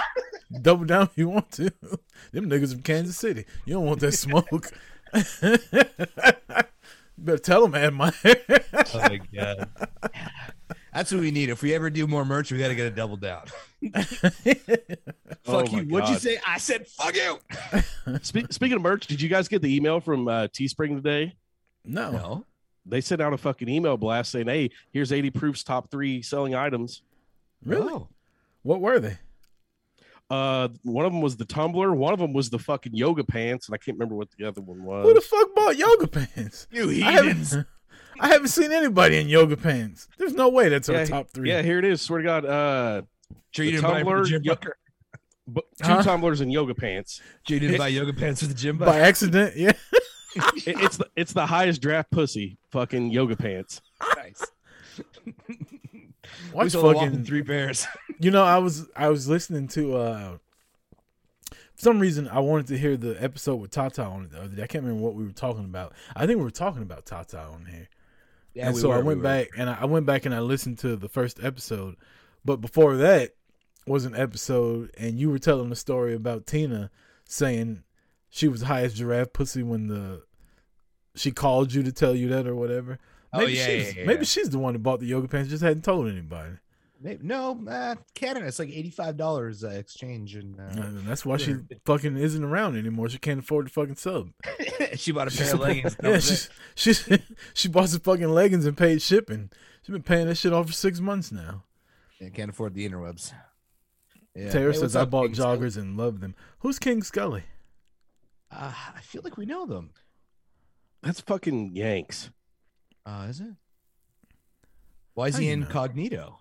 S3: Double down if you want to. Them niggas from Kansas City. You don't want that smoke. Better tell them, man. My
S5: oh my god. That's what we need. If we ever do more merch, we gotta get a double down.
S4: Oh
S5: Fuck
S4: my
S5: you. What'd you
S4: God.
S5: say? I said fuck you.
S4: Spe- speaking of merch, did you guys get the email from uh, Teespring today?
S3: no.
S5: No.
S4: They sent out a fucking email blast saying, "Hey, here's 80 Proof's top three selling items."
S3: Really?
S5: Oh.
S3: What were they?
S4: Uh, one of them was the tumbler. One of them was the fucking yoga pants, and I can't remember what the other one was.
S3: Who the fuck bought yoga pants?
S5: You
S3: I
S5: heathens.
S3: haven't, I haven't seen anybody in yoga pants. There's no way that's our
S4: Yeah,
S3: top three.
S4: yeah, here it is. Swear to God, uh,
S5: Sure you
S4: The
S5: didn't buy it for
S4: tumbler,
S5: the gym
S4: yo-
S5: bucket?
S4: bu- two
S3: Huh?
S4: tumblers and yoga pants.
S5: Sure you didn't buy yoga pants for the gym
S3: By
S5: bucket?
S3: accident, yeah.
S4: It- it's the, it's the highest draft pussy fucking yoga pants.
S5: Nice. we
S3: Watch
S5: sold a whopping
S3: fucking
S5: three pairs.
S3: you know i was i was listening to uh for some reason i wanted to hear the episode with tata on it the other day i can't remember what we were talking about i think we were talking about tata on here and so i went back and I, I went back and i listened to the first episode but before that was an episode and you were telling the story about tina saying she was high as giraffe pussy when the she called you to tell you that or whatever
S5: Oh,
S3: maybe
S5: yeah,
S3: she's
S5: yeah, yeah,
S3: maybe
S5: yeah.
S3: she's the one that bought the yoga pants just hadn't told anybody
S5: Maybe, no, uh, Canada. It's like eighty-five dollars uh, exchange, and
S3: Uh,
S5: uh,
S3: and that's why she fucking isn't around anymore. She can't afford the fucking sub.
S5: she bought a pair of leggings. That
S3: yeah,
S5: was it.
S3: she's, she's, she bought some fucking leggings and paid shipping. She's been paying that shit off for six months now.
S5: Yeah, can't afford the interwebs. Yeah.
S3: Taylor
S5: Hey, what's
S3: says I
S5: up,
S3: bought
S5: King Scully?"
S3: joggers and love them. Who's King Scully?
S5: Uh, I feel like we know them.
S4: That's fucking Yanks.
S5: Uh, is it? Why is
S3: How
S5: he
S3: you know?
S5: incognito?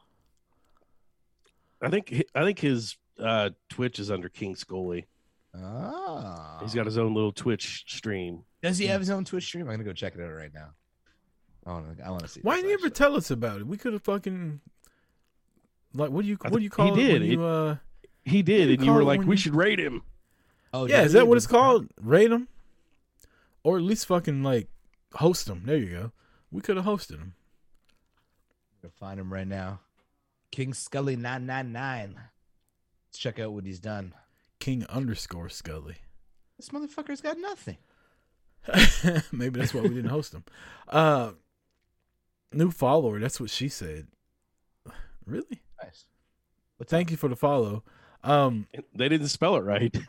S4: I think hi- I think his uh, Twitch is under King Scully.
S5: Ah.
S4: He's got his own little Twitch stream.
S5: Does he have his own Twitch stream? I'm gonna go check it out right now. I want to. I want to see.
S3: Why
S5: this,
S3: didn't you ever
S5: actually.
S3: tell us about it? We could have fucking like what do you
S4: I
S3: what do
S4: thi-
S3: you call
S4: he
S3: it? when
S4: did.
S3: you, uh,
S4: He did,
S3: you
S4: and you were
S3: call it
S4: like,
S3: when
S4: "We
S3: you-
S4: should rate him."
S5: Oh,
S3: yeah, is that
S5: he
S3: what it's
S5: was-
S3: called? Rate them, or at least fucking like host them. There you go. We could have hosted them.
S5: I'm gonna find him right now. King Scully nine nine nine. Let's check out what he's done.
S3: King underscore Scully.
S5: This motherfucker's got nothing.
S3: Maybe that's why we didn't host them. Uh, new follower. That's what she said. Really?
S5: Nice. What's
S3: Thank you for the follow. Um,
S4: They didn't spell it right.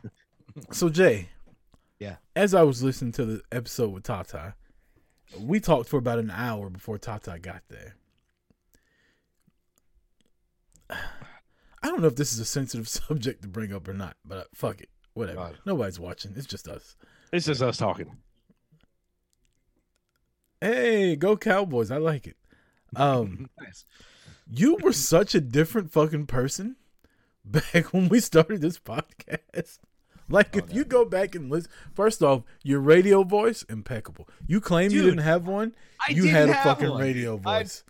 S3: So Jay,
S5: Yeah.
S3: as I was listening to the episode with Tata, we talked for about an hour before Tata got there. I don't know if this is a sensitive subject to bring up or not, but fuck it, whatever.
S5: God.
S3: Nobody's watching. It's just us.
S4: it's just us talking.
S3: Hey, go Cowboys! I like it. Um,
S5: Nice.
S3: you were such a different fucking person back when we started this podcast. Like,
S5: Oh,
S3: if you go back and listen, first off, your radio voice impeccable. You claim you
S5: Dude,
S3: didn't have one.
S5: I
S3: you
S5: didn't
S3: had a
S5: have
S3: fucking
S5: one.
S3: radio
S5: I-
S3: voice.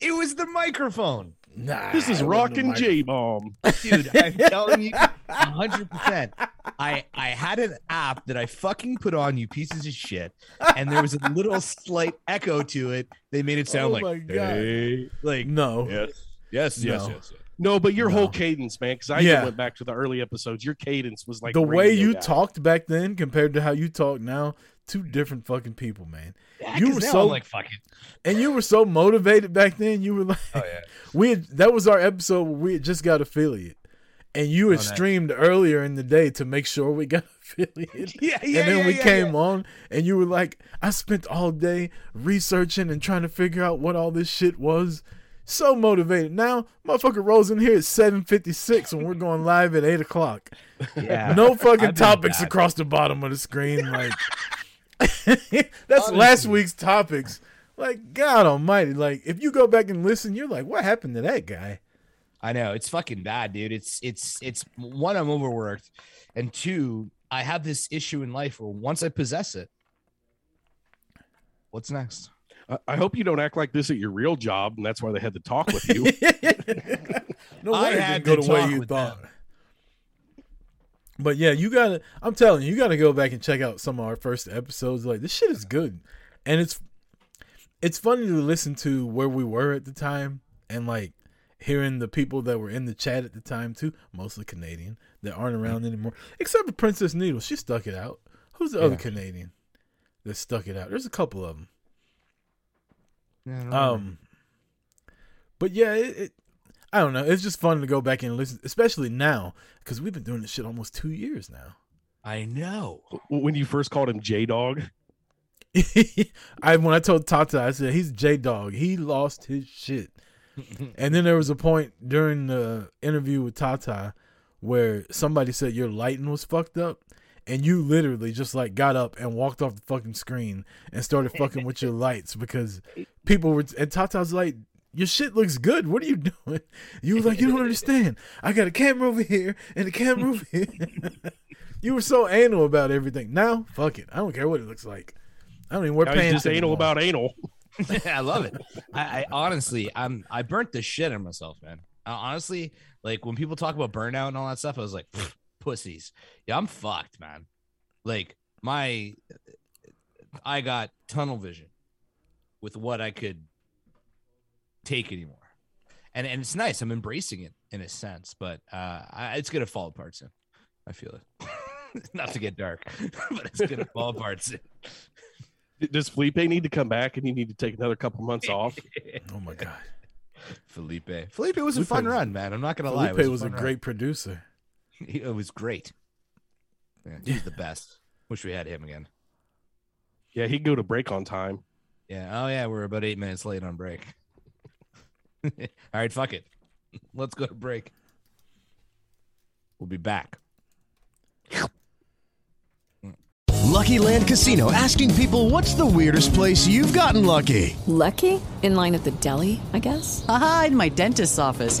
S5: It was the microphone,
S3: nah,
S4: This is
S3: it wasn't a
S4: rockin'
S3: mic-
S4: J bomb.
S5: dude. I'm telling you, hundred percent. I I had an app that I fucking put on you pieces of shit, and there was a little slight echo to it. They made it sound
S3: Oh
S5: like
S3: my God.
S5: "Hey," like
S3: No,
S5: yes, yes,
S3: No.
S5: yes, yes.
S4: No, but your whole
S3: No.
S4: cadence, man. Because I
S3: Yeah.
S4: even went back to the early episodes. Your cadence was like
S3: the way
S4: radio
S3: you
S4: guy.
S3: talked back then compared to how you talk now, two different fucking people, man.
S5: Yeah,
S3: You
S5: 'cause
S3: were
S5: now
S3: so-
S5: I'm like fucking.
S3: And you were so motivated back then. You were like,
S5: Oh yeah.
S3: we had, that was our episode where we had just got affiliate, and you had
S5: Oh, nice.
S3: streamed earlier in the day to make sure we got affiliate.
S5: Yeah, yeah.
S3: and then
S5: yeah,
S3: we
S5: yeah,
S3: came on, and you were like, I spent all day researching and trying to figure out what all this shit was. So motivated. Now, motherfucker rolls in here at 7.56 and we're going live at 8 o'clock.
S5: Yeah. yeah.
S3: No
S5: been
S3: fucking topics
S5: bad.
S3: across the bottom of the screen. Like, that's last week's topics. Like, God almighty. Like, if you go back and listen, you're like, what happened to that guy?
S5: I know it's fucking bad, dude. It's it's it's one, I'm overworked, and two, I have this issue in life where once I possess it, what's next?
S4: I, I hope you don't act like this at your real job, and that's why they had to talk with you.
S3: no
S5: I
S3: wonder it
S5: had
S3: didn't go
S5: to
S3: the way
S5: talk
S3: you
S5: with
S3: thought. But yeah, you gotta. I'm telling you, you gotta go back and check out some of our first episodes. Like this shit is good, and it's it's funny to listen to where we were at the time and like hearing the people that were in the chat at the time too, mostly Canadian that aren't
S5: Mm-hmm.
S3: around anymore, except for Princess Needle. She stuck it out. Who's the other Canadian that stuck it out? There's a couple of them. Um, but yeah, it, it, I don't know. It's just fun to go back and listen, especially now because we've been doing this shit almost two years now.
S5: I know.
S4: when you first called him J Dog,
S3: I when I told Tata, I said he's J Dog. He lost his shit. and then there was a point during the interview with Tata where somebody said your lighting was fucked up, and you literally just like got up and walked off the fucking screen and started fucking with your lights because people were. And Tata's like, "Your shit looks good. What are you doing?" You was like, "You don't understand. I got a camera over here and a camera over here." you were so anal about everything. Now, fuck it. I don't care what it looks like. I don't even wear
S4: now he's
S3: pants.
S4: just anal
S3: anymore.
S4: about anal.
S5: I love it. I, I honestly, I'm I burnt the shit out of myself, man. I, honestly, like when people talk about burnout and all that stuff, I was like, "Pfft, pussies. Yeah, I'm fucked, man. Like my, I got tunnel vision with what I could take anymore, and and it's nice. I'm embracing it in a sense, but uh, I, it's gonna fall apart soon. I feel it. Not to get dark, but it's gonna fall apart soon.
S4: Does Felipe need to come back, and you need to take another couple months off?
S3: Oh my god.
S5: Felipe. Felipe was a fun
S3: Felipe-
S5: run, man. I'm not gonna lie.
S3: Felipe
S5: It
S3: was a
S5: fun run.
S3: great producer.
S5: He- It was great. Yeah, he was the best. Wish we had him again.
S4: Yeah, he'd go to break on time.
S5: Yeah. Oh yeah, we're about eight minutes late on break. All right, fuck it. Let's go to break. We'll be back.
S7: Lucky Land Casino asking people what's the weirdest place you've gotten lucky?
S8: Lucky? In line at the deli, I guess?
S9: Aha, in my dentist's office.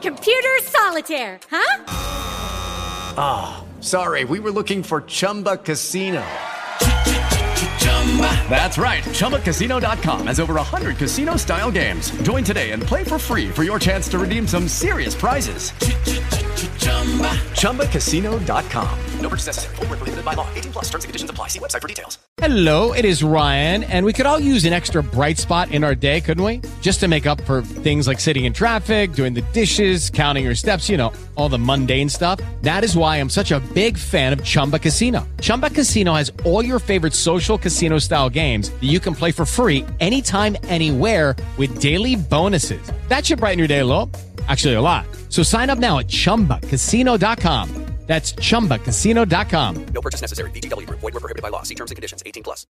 S10: Computer solitaire, huh?
S11: Ah, oh, sorry. We were looking for Chumba Casino. That's right. ChumbaCasino.com has over 100 casino style games. Join today and play for free for your chance to redeem some serious prizes. ChumbaCasino.com. No purchase necessary. Full prohibited by law. 18 plus terms and conditions apply. See website for details.
S12: Hello, it is Ryan, and we could all use an extra bright spot in our day, couldn't we? Just to make up for things like sitting in traffic, doing the dishes, counting your steps, you know, all the mundane stuff. That is why I'm such a big fan of Chumba Casino. Chumba Casino has all your favorite social casino style games that you can play for free anytime, anywhere with daily bonuses. That should brighten your day, lol. Actually, a lot. So sign up now at ChumbaCasino.com. That's ChumbaCasino.com.
S11: No purchase necessary. BGW. Void were prohibited by law. See terms and conditions. 18 plus.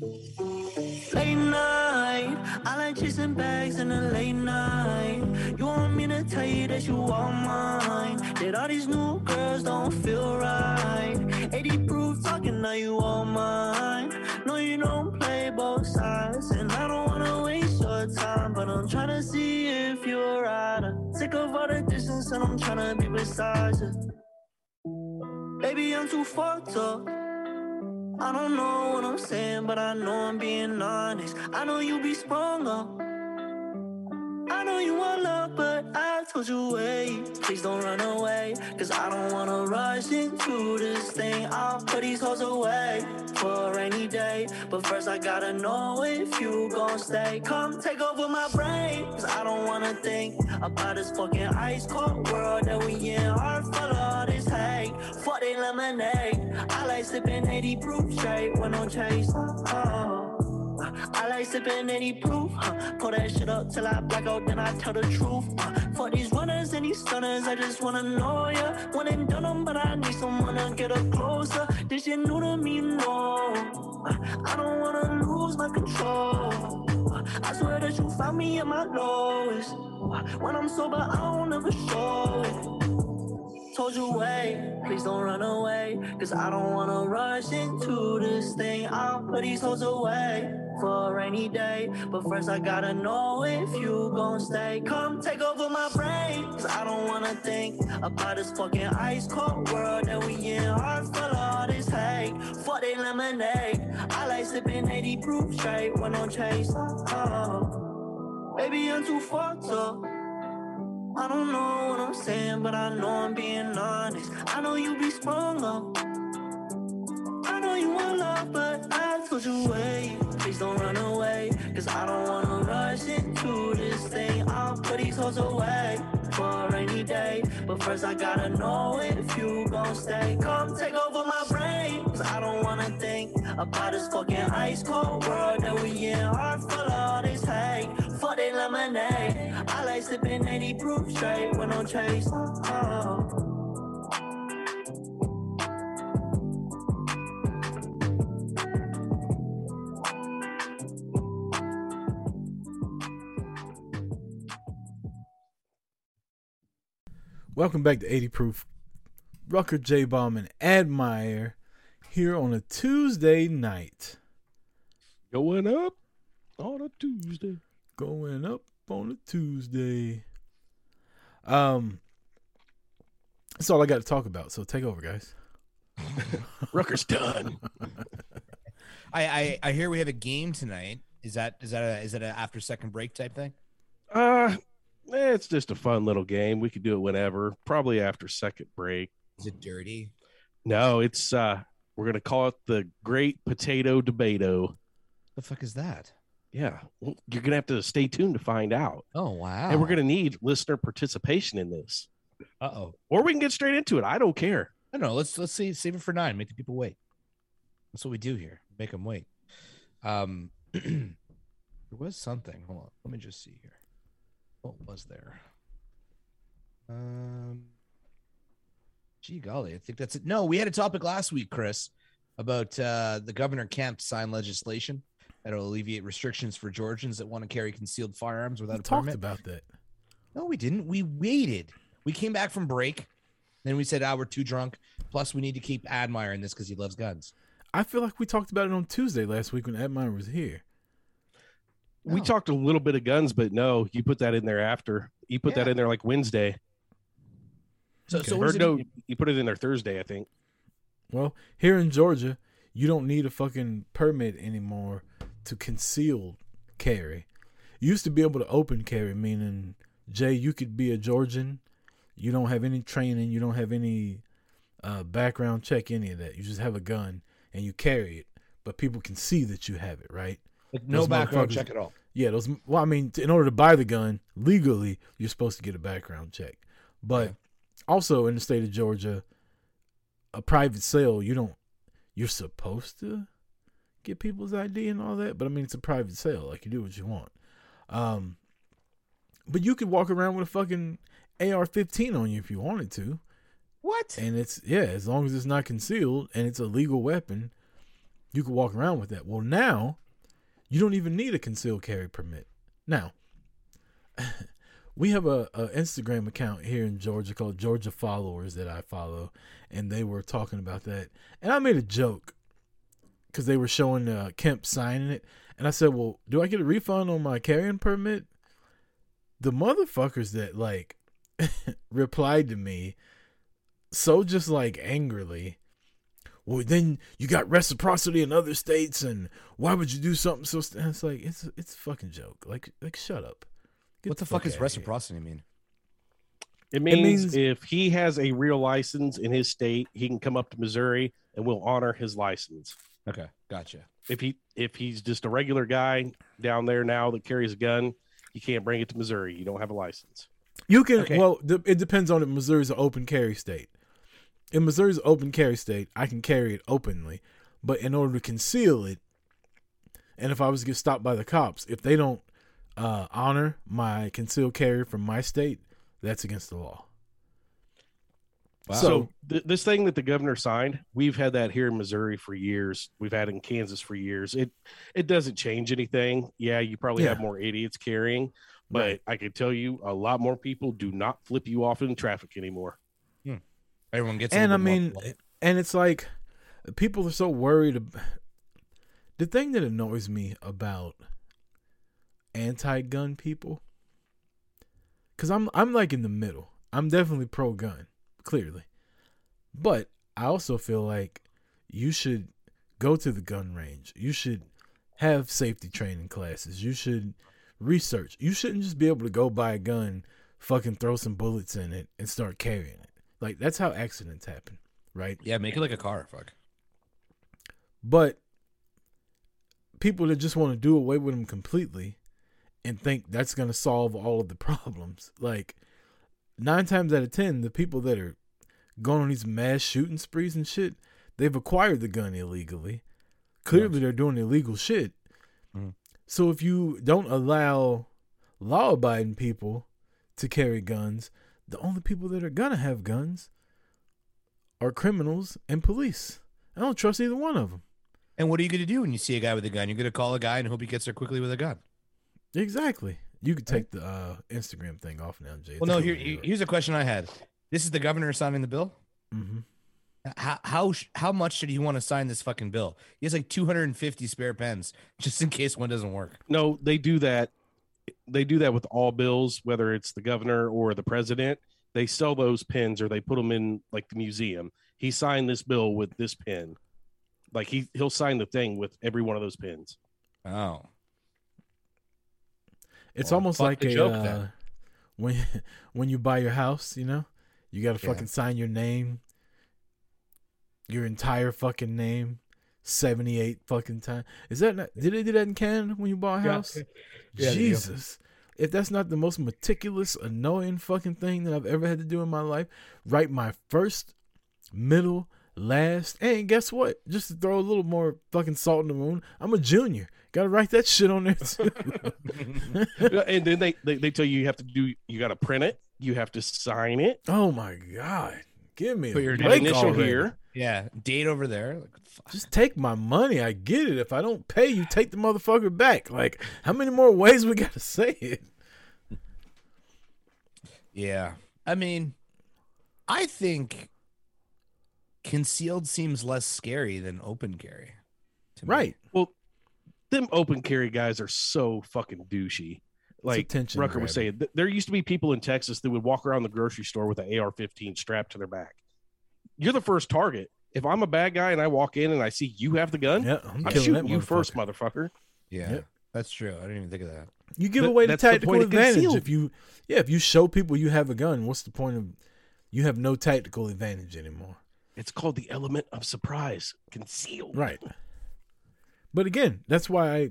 S13: Late night, I like chasing bags in the late night. You want me to tell you that you are mine? That all these new girls don't feel right. 80 proof talking, now you all mine. No, you don't play both sides, and I don't wanna waste your time, but I'm trying to see if you're right. I'm Sick of all the distance, and I'm trying to be beside you. Baby, I'm too fucked up. I don't know what I'm saying, but I know I'm being honest. I know you be sprung up. I know you want love, but I told you wait. Please don't run away, cause I don't wanna rush into this thing. I'll put these hoes away for a rainy day. But first, I gotta know if you gon' stay. Come take over my brain, cause I don't wanna think about this fucking ice cold world that we in. Heart full of this hate, for they lemonade. I like sipping 80 proof straight when I'm chased. Oh. I like sipping any proof. Huh? Pull that shit up till I black out, then I tell the truth. Huh? For these runners and these stunners, I just wanna know ya. When I'm done 'em, but I need someone to get up closer. This shit new to me, no. I don't wanna lose my control. I swear that you found me at my lowest. When I'm sober, I don't ever show it told you wait, please don't run away. Cause I don't wanna rush into this thing. I'll put these hoes away for a rainy day. But first I gotta know if you gon' stay. Come take over my brain. Cause I don't wanna think about this fucking ice cold world that we in. Heart full of this hate. For they lemonade. I like sipping 80 proof straight when I'm chased. Oh, baby, I'm too fucked up. I don't know what I'm saying, but I know I'm being honest. I know you be sprung up. I know you want love, but I told you wait. Please don't run away, cause I don't wanna rush into this thing. I'll put these hoes away for a rainy day. But first, I gotta know if you gon' stay. Come take over my brain, cause I don't wanna think about this fucking ice cold world that we in. Heart full of this hate for they lemonade. I like sipping 80 proof straight when I'm chased. Oh.
S3: Welcome back to 80 Proof. Rucker J Bomb and Admire here on a Tuesday night.
S4: Going up on a Tuesday
S3: going up on a Tuesday. Um, that's all I got to talk about. So take over, guys.
S4: Rucker's done.
S5: I, I I hear we have a game tonight. Is that is that a, is that an after second break type thing?
S4: Uh, eh, it's just a fun little game. We could do it whenever. Probably after second break.
S5: Is it dirty?
S4: No, it's uh we're gonna call it the Great Potato Debato.
S5: The fuck is that?
S4: Yeah, well, you're gonna have to stay tuned to find out.
S5: Oh wow!
S4: And we're gonna need listener participation in this.
S5: Uh oh.
S4: Or we can get straight into it. I don't care.
S5: I don't know. Let's let's see save it for nine. Make the people wait. That's what we do here. Make them wait. Um, there was something. Hold on. Let me just see here. What was there? Um, gee golly, I think that's it. No, we had a topic last week, Chris, about uh, the governor Kemp signed legislation that'll alleviate restrictions for Georgians that want to carry concealed firearms without a
S3: talked
S5: permit.
S3: about that.
S5: No, we didn't. We waited. We came back from break. Then we said, ah, we're too drunk. Plus, we need to keep admiring this because he loves guns.
S3: I feel like we talked about it on Tuesday last week when Admire was here.
S4: We talked a little bit of guns, but no, you put that in there after. You put that in there like Wednesday.
S5: So, so
S4: Or
S5: what is it-
S4: no, you put it in there Thursday, I think.
S3: Well, here in Georgia, you don't need a fucking permit anymore to conceal carry. You used to be able to open carry, meaning Jay, you could be a Georgian. You don't have any training. You don't have any uh, background check. Any of that. You just have a gun and you carry it, but people can see that you have it, right?
S5: Like no background
S3: motherfuckers-
S5: check at all.
S3: Yeah, those. Well, I mean, t- in order to buy the gun legally, you're supposed to get a background check. But also in the state of Georgia, a private sale, you don't. You're supposed to get people's ID and all that, but I mean, it's a private sale. Like you do what you want. Um, but you could walk around with a fucking AR-15 on you if you wanted to.
S5: What?
S3: And it's yeah, as long as it's not concealed and it's a legal weapon, you could walk around with that. Well, now you don't even need a concealed carry permit. Now, we have a, a Instagram account here in Georgia called Georgia Followers that I follow, and they were talking about that, and I made a joke because they were showing uh, Kemp signing it, and I said, "Well, do I get a refund on my carrying permit?" The motherfuckers that like replied to me so just like angrily. Well, then you got reciprocity in other states, and why would you do something so? St-? and It's like it's it's a fucking joke. Like like shut up. Get
S5: What the fuck,
S3: outta
S5: is
S3: here.
S5: reciprocity mean?
S4: It means,
S3: means-
S4: if he has a real license in his state, he can come up to Missouri and we'll honor his license.
S5: Okay, gotcha.
S4: If he if he's just a regular guy down there now that carries a gun, you can't bring it to Missouri. You don't have a license.
S3: You can
S4: Okay.
S3: well, de- it depends on if Missouri's an open carry state. In Missouri's an open carry state, I can carry it openly, but in order to conceal it, and if I was to get stopped by the cops, if they don't uh, honor my concealed carry from my state, that's against the law.
S4: So th- this thing that the governor signed, we've had that here in Missouri for years. We've had it in Kansas for years. It it doesn't change anything. Yeah, you probably have
S2: Yeah.
S4: more idiots carrying, but I can tell you a lot more people do not flip you off in traffic anymore.
S5: Everyone gets. a
S3: and I
S5: little bit more
S3: mean,
S5: polite.
S3: and it's like people are so worried. About, the thing that annoys me about anti-gun people, because I'm I'm like in the middle. I'm definitely pro-gun, clearly, but I also feel like you should go to the gun range. You should have safety training classes. You should research. You shouldn't just be able to go buy a gun, fucking throw some bullets in it, and start carrying it. Like that's how accidents happen, right?
S5: yeah, make it like a car. Fuck.
S3: But people that just want to do away with them completely and think that's going to solve all of the problems, like nine times out of ten, the people that are going on these mass shooting sprees and shit, they've acquired the gun illegally. Clearly, they're doing illegal shit.
S5: Mhm.
S3: So if you don't allow law-abiding people to carry guns, the only people that are gonna have guns are criminals and police. I don't trust either one of them.
S5: And what are you going to do when you see a guy with a gun? You're going to call a guy and hope he gets there quickly with a gun.
S3: Exactly. You could take the uh, Instagram thing off now, Jay.
S5: Well, no. Here, here's a question I had. This is the governor signing the bill.
S3: Mhm.
S5: How how sh- how much did he want to sign this fucking bill? He has like 250 spare pens just in case one doesn't work.
S4: No, they do that. They do that with all bills, whether it's the governor or the president. They sell those pins or they put them in like the museum. He signed this bill with this pin. Like he he'll sign the thing with every one of those pins.
S5: Oh.
S3: It's
S4: Well,
S3: almost
S4: fuck
S3: like
S4: the
S3: a
S4: joke,
S3: uh,
S4: then.
S3: when when you buy your house, you know, you got to
S5: Yeah.
S3: fucking sign your name. your entire fucking name 78 fucking times. Is that not, did they do that in Canada when you bought a
S14: Yeah.
S3: house?
S14: Yeah, they do.
S3: Jesus. If that's not the most meticulous, annoying fucking thing that I've ever had to do in my life, write my first, middle, last, and guess what? Just to throw a little more fucking salt in the wound, I'm a junior. Gotta write that shit on there too.
S4: Yeah, and then they, they they tell you you have to do you got to print it, you have to sign it.
S3: Oh my god, give me
S4: Put
S3: a
S4: your
S3: break
S4: initial
S3: already.
S4: here.
S5: Yeah, date over there.
S3: Just take my money. I get it. If I don't pay you, take the motherfucker back. Like, how many more ways we gotta say it?
S5: Yeah. I mean, I think concealed seems less scary than open carry.
S3: Right.
S4: Well, them open carry guys are so fucking douchey. Like
S3: attention
S4: Rucker was
S3: grabbing.
S4: saying, th- there used to be people in Texas that would walk around the grocery store with an AR-15 strapped to their back. You're the first target. If I'm a bad guy and I walk in and I see you have the gun,
S3: Yeah, I'm
S4: I'm,
S3: killing
S4: shooting
S3: that
S4: you first, motherfucker.
S5: Yeah. That's true. I didn't even think of that.
S3: You give
S4: Th-
S3: away the
S4: that's the
S3: tactical
S4: point of
S3: advantage
S4: concealed.
S3: if you, yeah, if you show people you have a gun. What's the point of? You have no tactical advantage anymore.
S4: It's called the element of surprise, concealed.
S3: Right. But again, that's why I,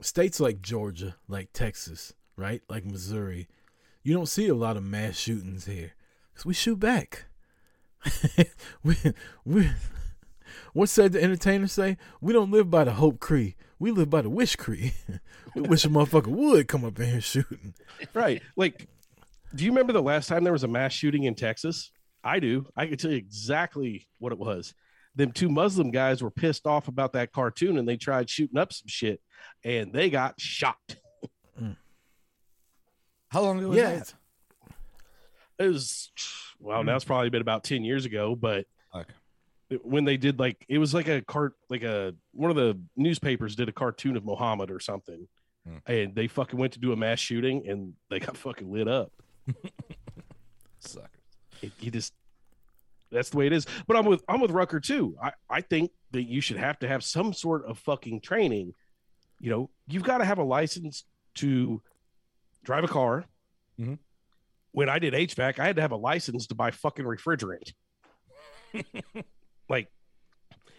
S3: states like Georgia, like Texas, right, like Missouri, you don't see a lot of mass shootings here because we shoot back. we, we, what said the entertainer say? We don't live by the hope cree. We live by the wish cree. we wish a motherfucker would come up in here shooting.
S4: Right. Like, do you remember the last time there was a mass shooting in Texas? I do. I can tell you exactly what it was. Them two Muslim guys were pissed off about that cartoon and they tried shooting up some shit and they got shot.
S5: How long ago
S4: was Yeah, that? it's- It was, well, now it's probably been about 10 years ago, but it- when they did like, it was like a cart, like a, one of the newspapers did a cartoon of Muhammad or something. And they fucking went to do a mass shooting and they got fucking lit up.
S5: Suckers.
S4: It, you just that's the way it is. But I'm with I'm with Rucker too. I, I think that you should have to have some sort of fucking training. You know, you've got to have a license to drive a car.
S5: Mhm.
S4: When I did HVAC, I had to have a license to buy fucking refrigerant. like,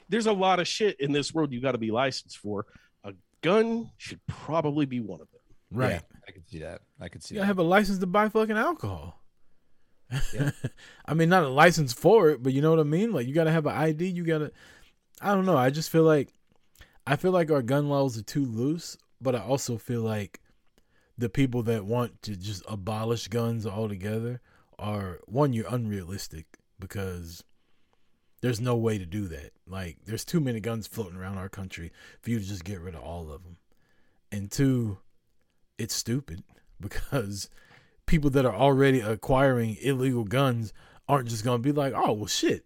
S4: there's a lot of shit in this world you got to be licensed for. A gun should probably be one of them.
S3: Right.
S5: Yeah, I can see that. I can see
S3: You gotta
S5: that.
S3: have a license to buy fucking alcohol. I mean, not a license for it, but you know what I mean. Like, you gotta have an ID. You gotta. I don't know. I just feel like, I feel like our gun laws are too loose, but I also feel like the people that want to just abolish guns altogether are one. You're unrealistic because there's no way to do that. Like, there's too many guns floating around our country for you to just get rid of all of them. And two, it's stupid because people that are already acquiring illegal guns aren't just gonna be like, oh well, shit,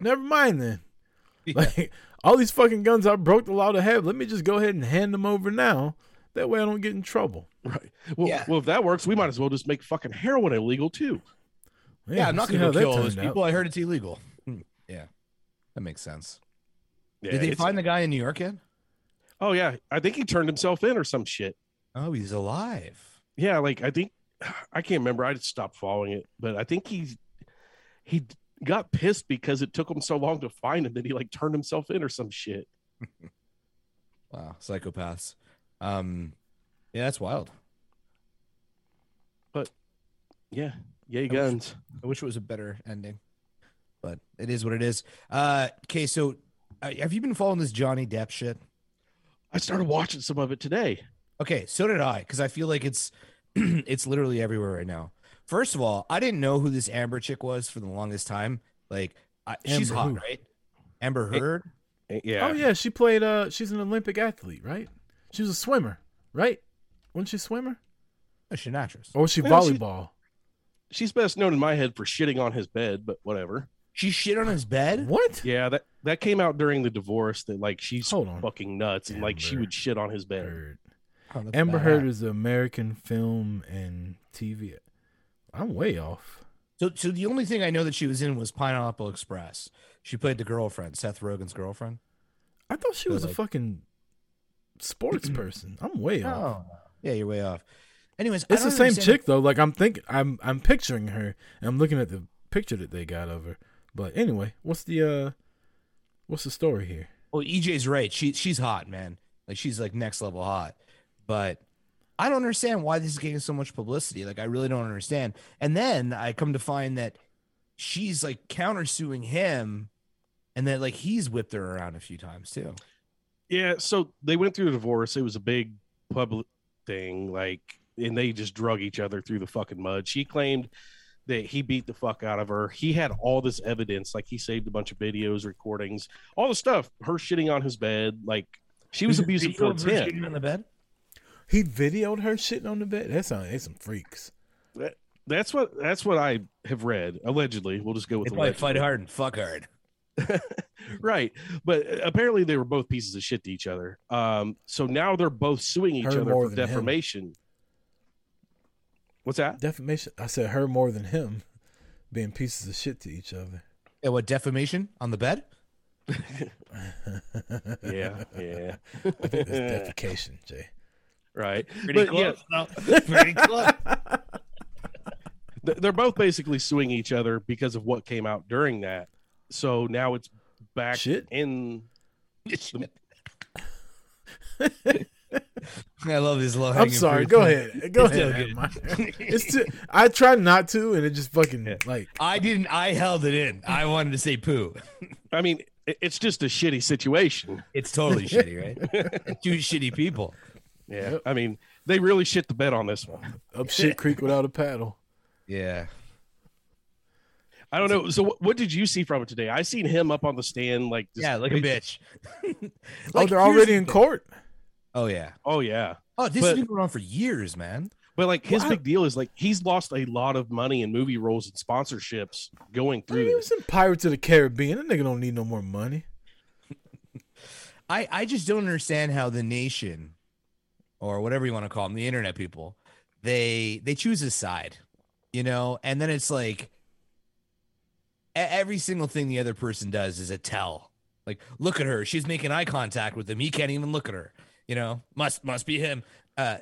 S3: never mind then. Like all these fucking guns I broke the law to have, let me just go ahead and hand them over now. That way I don't get in trouble.
S4: Right. Well, well, if that works, we might as well just make fucking heroin illegal too.
S5: Yeah, I'm not going to kill all those people. I heard it's illegal. Mm, Yeah, that makes sense. Did they find the guy in New York yet?
S4: Oh yeah, I think he turned himself in or some shit.
S5: Oh, he's alive.
S4: Yeah, like I think I can't remember. I just stopped following it, but I think he he got pissed because it took him so long to find him that he like turned himself in or some shit.
S5: Wow, psychopaths. Um, yeah, that's wild.
S4: But yeah, yay
S5: guns. I wish it was a better ending, but it is what it is. Uh, okay, so uh, have you been following this Johnny Depp shit?
S4: I started watching some of it today.
S5: Okay, so did I, because I feel like it's it's literally everywhere right now. First of all, I didn't know who this Amber chick was for the longest time. Like, I, she's
S3: Amber
S5: hot,
S3: who?
S5: right? Amber
S3: Eh,
S5: Heard.
S3: Oh yeah, she played. Uh, she's an Olympic athlete, right? She was a swimmer, right? Wasn't she a swimmer?
S5: No, Oh, she's an actress.
S3: Or was she
S4: Well, she-
S3: volleyball?
S4: She's best known in my head for shitting on his bed, but whatever.
S5: She shit on his bed.
S3: What?
S4: Yeah, that that came out during the divorce that like she's fucking nuts and like she
S3: Amber
S4: would shit on his bed.
S5: Oh, that's
S3: Amber
S5: badass.
S3: Heard is an American film and TV. I'm way off.
S5: So, so the only thing I know that she was in was Pineapple Express. She played the girlfriend, Seth Rogen's girlfriend.
S3: I thought she
S5: So,
S3: was a
S5: like-
S3: fucking sports person. I'm way off.
S5: Oh, yeah, you're way off. Anyways, I
S3: It's the
S5: don't
S3: same
S5: understand-
S3: chick though. Like I'm thinking, I'm I'm picturing her, and I'm looking at the picture that they got of her. But anyway, what's the uh what's the story here?
S5: Well, EJ's oh, E right. She she's hot, man. Like she's like next level hot. But I don't understand why this is getting so much publicity. Like I really don't understand. And then I come to find that she's like countersuing him and that like he's whipped her around a few times too.
S4: Yeah, so they went through a divorce. It was a big public thing, like, and they just drug each other through the fucking mud. She claimed that he beat the fuck out of her. He had all this evidence, like he saved a bunch of videos, recordings, all the stuff. Her shitting on his bed, like she was abusive towards him.
S5: on the bed.
S3: He videoed her shitting on the bed. That's on. That's some freaks.
S4: That- That's what that's what I have read. Allegedly, we'll just go with
S5: They probably
S4: allegedly.
S5: fight hard and fuck hard.
S4: right. But apparently they were both pieces of shit to each other. Um, so now they're both suing each
S3: Her
S4: other
S3: more
S4: for
S3: than him.
S4: defamation. What's that?
S3: Defamation. I said her more than him, being pieces of shit to each other.
S5: Yeah, what defamation on the bed?
S4: Yeah, yeah.
S3: I think that's defecation, Jay.
S4: Right.
S3: Pretty close, though.
S5: Pretty close.
S4: They're both basically suing each other because of what came out during that. So now it's back in the,
S5: I love these low
S3: I'm sorry. Go ahead. Go ahead. Mike. it's too, I try not to, and it just fucking like
S5: I didn't. I held it in. I wanted to say poo.
S4: I mean, it- it's just a shitty situation.
S5: It's totally shitty, right? Two shitty people.
S4: Yeah. I mean, they really shit the bed on this one.
S3: up shit creek without a paddle.
S5: Yeah.
S4: I don't know. So, what, what did you see from it today? I seen him up on the stand, like just-
S5: Yeah, like a bitch.
S3: oh,
S4: Like,
S3: they're
S4: here's
S3: already
S4: the
S3: in
S4: thing.
S3: court.
S5: Oh yeah.
S4: Oh yeah.
S5: Oh, this
S4: But-
S5: has been going on for years, man.
S4: But like his
S5: Wow.
S4: big deal is like he's lost a lot of money in movie roles and sponsorships going through
S3: He was
S4: this.
S3: in Pirates of the Caribbean. That nigga don't need no more money.
S5: I I just don't understand how the nation, or whatever you want to call them, the internet people, they they choose a side, you know, and then it's like e- every single thing the other person does is a tell. Like, look at her, she's making eye contact with him. He can't even look at her, you know. Must must be him. Uh,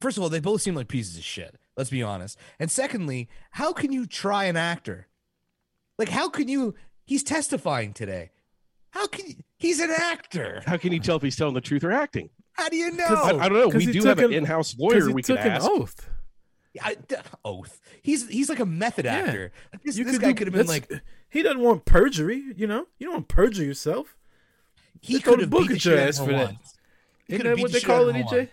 S5: first of all, they both seem like pieces of shit. Let's be honest. And secondly, how can you try an actor? Like, how can you? He's testifying today. How can you? He's an actor.
S4: How can you tell if he's telling the truth or acting?
S5: How do you know?
S4: I, I don't know.
S3: 'Cause
S4: We
S3: he
S4: do
S3: took
S4: have an,
S3: an-
S4: in-house
S3: 'cause
S4: lawyer.
S3: he
S4: We can
S3: took an
S4: ask.
S3: oath.
S5: I- d- oath. He's he's like a method actor. Like, this this
S3: could
S5: guy
S3: do-
S5: could have been
S3: that's-
S5: like
S3: he doesn't want perjury. You know, you don't want to perjure yourself.
S5: he
S3: They throw
S5: could
S3: the
S5: have
S3: book
S5: beat the
S3: at your
S5: shit out
S3: ass
S5: of her
S3: for that.
S5: once. He
S3: Isn't
S5: could have
S3: that
S5: beat
S3: what
S5: the
S3: they
S5: shit out
S3: call
S5: of
S3: it, E
S5: her
S3: EJ?
S5: once.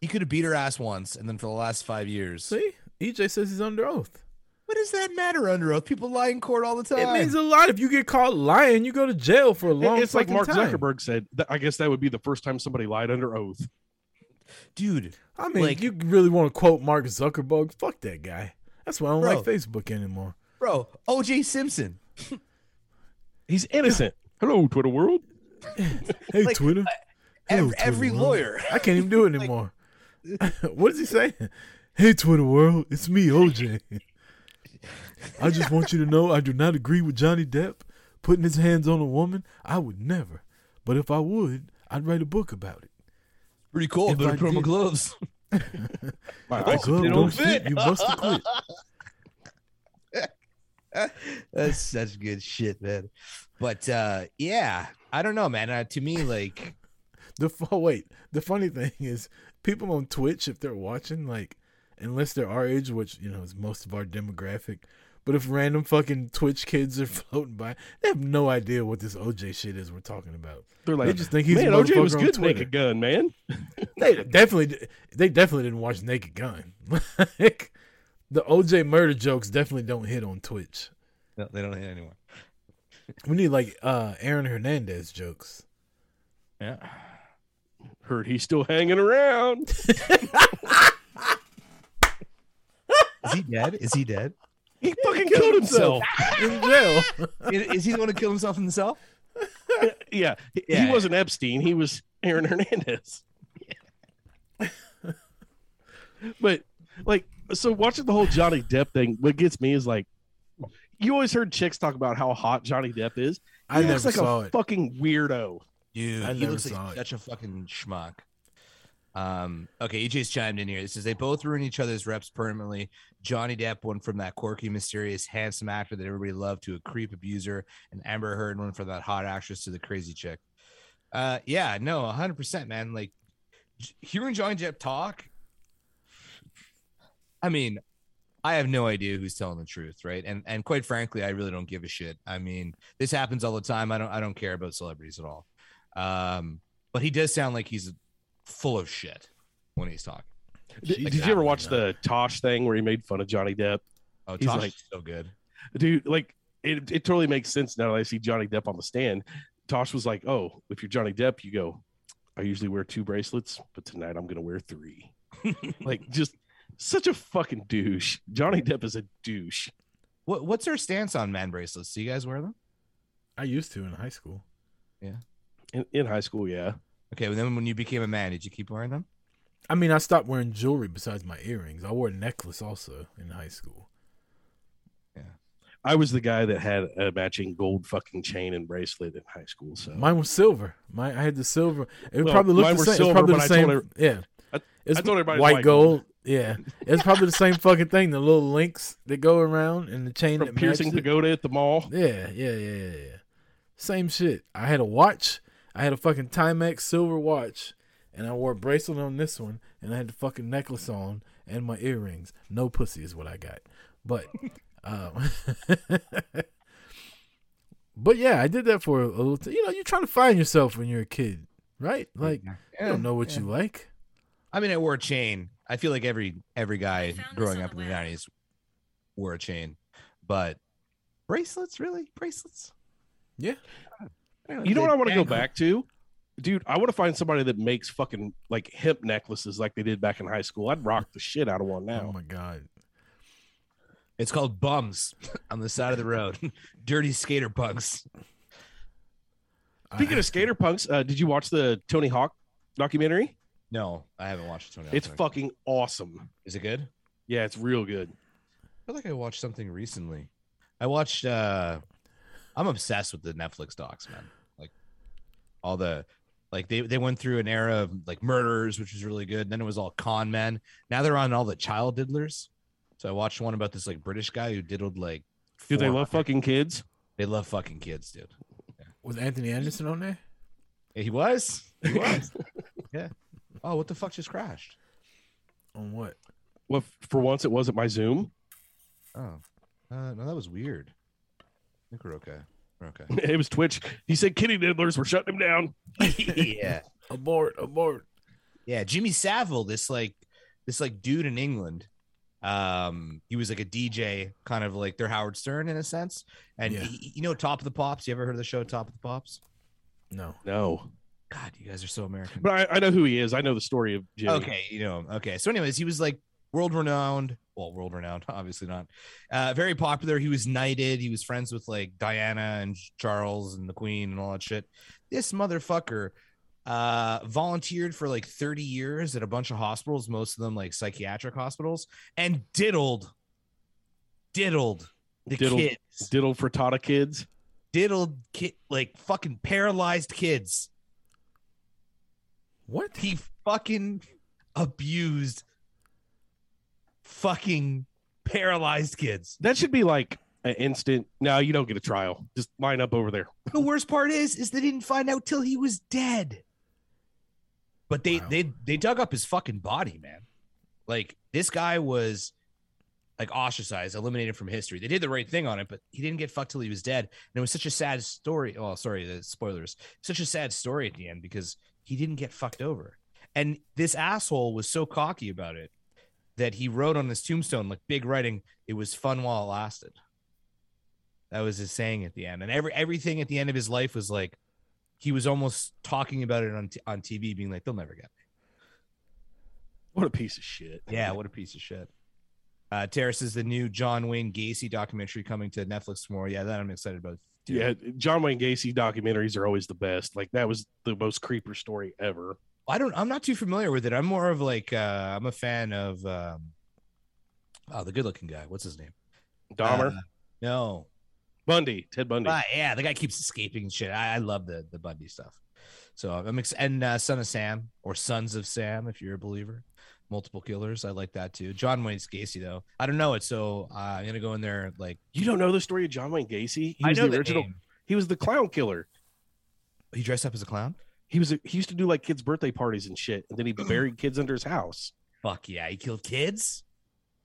S5: He could have beat her ass once, and then for the last five years.
S3: See, EJ says he's under oath.
S5: What does that matter under oath? People lie in court all the time.
S3: It means a lot. If you get caught lying, you go to jail for a
S4: It-
S3: long.
S4: it's like
S3: fucking
S4: Mark
S3: time.
S4: Zuckerberg said. Th- I guess that would be the first time somebody lied under oath.
S5: dude.
S3: I mean,
S5: like-
S3: you really want to quote Mark Zuckerberg? Fuck that guy. That's why I don't like
S5: Bro.
S3: Facebook anymore.
S5: Bro, OJ Simpson.
S4: He's innocent. Hello, Twitter world.
S3: Hey,
S5: Like,
S3: Twitter.
S5: ev-
S3: Twitter
S5: every
S3: world.
S5: lawyer.
S3: I can't even do it anymore. what does he say? Hey, Twitter world, it's me, OJ. I just want you to know I do not agree with Johnny Depp putting his hands on a woman. I would never. But if I would, I'd write a book about it.
S5: Pretty cool.
S3: If I
S5: Better put on my
S3: did-
S5: gloves.
S4: My
S3: If the
S4: eyes
S3: glove
S4: didn't
S3: don't
S4: fit.
S3: fit, You must have quit.
S5: That's such good shit, man. But uh yeah, I don't know, man. Uh, to me, like
S3: The fu- wait. The funny thing is, people on Twitch, if they're watching, like, unless they're our age, which you know is most of our demographic, but if random fucking Twitch kids are floating by, they have no idea what this OJ shit is we're talking about.
S4: They're like,
S3: they just think he's
S4: man,
S3: a
S4: OJ was
S3: motherfucker
S4: good.
S3: on
S4: Make a
S3: Twitter.
S4: gun, man.
S3: They definitely, di- they definitely didn't watch Naked Gun. like, the OJ murder jokes definitely don't hit on Twitch.
S5: no, they don't hit anyone.
S3: We need like uh Aaron Hernandez jokes.
S5: Yeah.
S4: Heard he's still hanging around.
S5: Is he dead? Is he dead?
S4: He fucking killed himself.
S3: in jail.
S5: Is is he the one who killed himself in the cell?
S4: yeah, he-
S5: Yeah.
S4: he wasn't Epstein. He was Aaron Hernandez. but like, so watching the whole Johnny Depp thing, what gets me is like, you always heard chicks talk about how hot Johnny Depp is. He
S3: I
S4: looks
S3: never
S4: like
S3: saw
S4: a
S3: it.
S4: fucking weirdo.
S5: Dude,
S3: I
S5: he
S3: never
S5: looks
S3: saw
S5: like
S3: it.
S5: such a fucking E schmuck. Um, okay, EJ's chimed in here. It says they both ruin each other's reps permanently Johnny Depp went from that quirky, mysterious, handsome actor that everybody loved to a creep abuser, and Amber Heard went from that hot actress to the crazy chick. Uh, yeah, no, hundred percent, man. Like j- hearing Johnny Depp talk, I mean, I have no idea who's telling the truth, right? And and quite frankly, I really don't give a shit. I mean, this happens all the time. I don't I don't care about celebrities at all. Um, but he does sound like he's full of shit when he's talking.
S4: Did,
S5: Like
S4: did
S5: that
S4: you ever
S5: one,
S4: watch
S5: though.
S4: the Tosh thing where he made fun of Johnny Depp?
S5: Oh,
S4: He's
S5: Tosh
S4: like-
S5: is so good.
S4: dude, like it, it totally makes sense now that I see Johnny Depp on the stand. Tosh was like, "Oh, if you're Johnny Depp, you go. I usually wear two bracelets, but tonight I'm gonna wear three. like just such a fucking douche. Johnny Depp is a douche.
S5: What what's her stance on man bracelets? Do you guys wear them?
S3: I used to in high school.
S5: Yeah.
S4: In, in high school, yeah.
S5: Okay, well, then when you became a man, did you keep wearing them?
S3: I mean, I stopped wearing jewelry besides my earrings. I wore a necklace also in high school.
S4: I was the guy that had a matching gold fucking chain and bracelet in high school. So
S3: Mine was silver. My I had the silver. It
S4: Well,
S3: probably
S4: mine
S3: looked the
S4: were
S3: same.
S4: silver,
S3: it's probably
S4: but
S3: the
S4: I
S3: same.
S4: told every-
S3: yeah,
S4: I- I told everybody it's
S3: white,
S4: white
S3: gold.
S4: gold.
S3: Yeah, it's probably the same fucking thing. The little links that go around and the chain that
S4: piercing
S3: matches it.
S4: pagoda at the mall.
S3: Yeah, yeah, yeah, yeah, yeah. Same shit. I had a watch. I had a fucking Timex silver watch, and I wore a bracelet on this one, and I had the fucking necklace on and my earrings. No pussy is what I got, but, um, but yeah, I did that for a little. T- you know, you're trying to find yourself when you're a kid, right? Like you
S5: Yeah,
S3: don't know what you
S5: yeah.
S3: like.
S5: I mean, I wore a chain. I feel like every every guy growing up in the nineties wore a chain, but bracelets, really, bracelets.
S3: Yeah.
S4: You know what I want to go back to? Dude, I want to find somebody that makes fucking like hemp necklaces like they did back in high school. I'd rock the shit out of one now.
S3: Oh my god.
S5: It's called bums on the side of the road. Dirty skater punks.
S4: Speaking of skater punks, uh, did you watch the Tony Hawk documentary?
S5: No, I haven't watched Tony. Hawk
S4: It's
S5: Doc.
S4: fucking awesome.
S5: Is it good?
S4: Yeah, it's real good.
S5: I feel like I watched something recently. I watched. uh I'm obsessed with the Netflix docs, man. Like all the, like they they went through an era of like murderers, which was really good. Then it was all con men. Now they're on all the child diddlers. So I watched one about this like British guy who diddled like.
S4: Dude, they
S5: 400
S4: love fucking kids.
S5: They love fucking kids, dude.
S3: Was Anthony Anderson on there?
S5: Yeah, He was. He was. yeah. Oh, what the fuck just crashed?
S3: On what?
S4: Well, for once, it wasn't my Zoom.
S5: Oh, uh, no, that was weird. I think we're okay. We're okay.
S4: It was Twitch. He said kitty diddlers were shutting him down.
S5: yeah.
S3: Abort, abort.
S5: Yeah, Jimmy Savile, this like this like dude in England. Um, he was like a DJ, kind of like their Howard Stern in a sense. And
S3: Yeah.
S5: he- you know, Top of the Pops. You ever heard of the show Top of the Pops?
S3: No.
S4: No.
S5: God, you guys are so American.
S4: But I, I know who he is. I know the story of Jimmy.
S5: Okay, you know him. Okay, so anyways, he was like world renowned. Well, world renowned, obviously not. Uh, very popular. He was knighted. He was friends with like Diana and Charles and the Queen and all that shit. This motherfucker uh volunteered for like 30 years at a bunch of hospitals most of them like psychiatric hospitals and diddled diddled the
S4: diddle,
S5: kid
S4: diddle for Tata kids.
S5: diddled kid like fucking paralyzed kids
S3: What?
S5: He fucking abused fucking paralyzed kids.
S4: That should be like an instant. No, you don't get a trial. Just line up over there.
S5: The worst part is is they didn't find out till he was dead. But they they they dug up his fucking body, man. Like this guy was like ostracized, eliminated from history. They did the right thing on it, but he didn't get fucked till he was dead. And it was such a sad story. Oh, sorry, the spoilers. Such a sad story at the end because he didn't get fucked over. And this asshole was so cocky about it that he wrote on his tombstone, like big writing, it was fun while it lasted. That was his saying at the end. And every everything at the end of his life was like he was almost talking about it on t- on TV, being like, "They'll never get
S4: What a piece of shit.
S5: me." Yeah, what a piece of shit. Uh, Terrace is the new John Wayne Gacy documentary coming to Netflix tomorrow. Yeah, that I'm excited about. too.
S4: Yeah, John Wayne Gacy documentaries are always the best. Like that was the most creeper story ever.
S5: I don't. I'm not too familiar with it. I'm more of like uh, I'm a fan of um, oh the good looking guy. What's his name?
S4: Dahmer,
S5: Uh, no,
S4: Bundy, Ted Bundy.
S5: Ah, yeah, the guy keeps escaping and shit. I, I love the the Bundy stuff. So I'm ex- and uh, Son of Sam or Sons of Sam if you're a believer. multiple killers. I like that too. John Wayne Gacy though, I don't know it, so uh, I'm gonna go in there like
S4: You don't know the story of John Wayne Gacy? He
S5: I
S4: was
S5: know
S4: the
S5: the
S4: original.
S5: name.
S4: He was the clown killer.
S5: He dressed up as a clown.
S4: He was. A, he used to do like kids' birthday parties and shit, and then he buried kids under his house.
S5: Fuck yeah, he killed kids.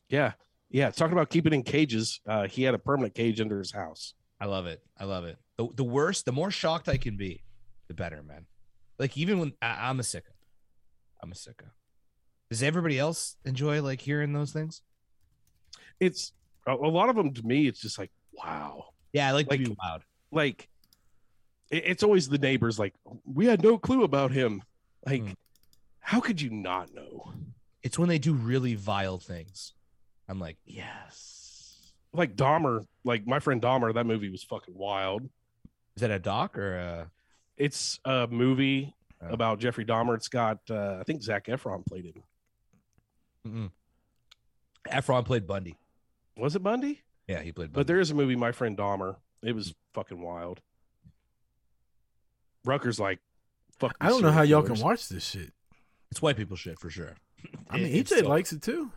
S4: Yeah, yeah. Talking about keeping in cages, uh, he had a permanent cage under his house.
S5: I love it. I love it. The, the worse, the more shocked I can be, the better, man. Like even when I, I'm a sicko, I'm a sicko. Does everybody else enjoy like hearing those things?
S4: It's a, a lot of them to me. It's just like wow.
S5: Yeah, I like,
S4: like
S5: to be loud.
S4: Like it- it's always the neighbors. Like we had no clue about him. Like
S3: Hmm.
S4: how could you not know?
S5: It's when they do really vile things. I'm like, yes.
S4: Like Dahmer. Like my friend Dahmer. That movie was fucking wild.
S5: Is that a doc or a?
S4: It's a movie
S3: Oh.
S4: about Jeffrey Dahmer. It's got uh, I think Zach Efron played him.
S5: Mm-mm. Efron played Bundy.
S4: Was it Bundy?
S5: Yeah, he played. Bundy.
S4: But there is a movie, My Friend Dahmer. It was fucking wild. Rucker's like, fuck.
S3: I don't know how y'all can watch this shit.
S5: It's white people shit for sure.
S3: I mean,
S5: It's
S3: EJ
S5: so-
S3: likes it too.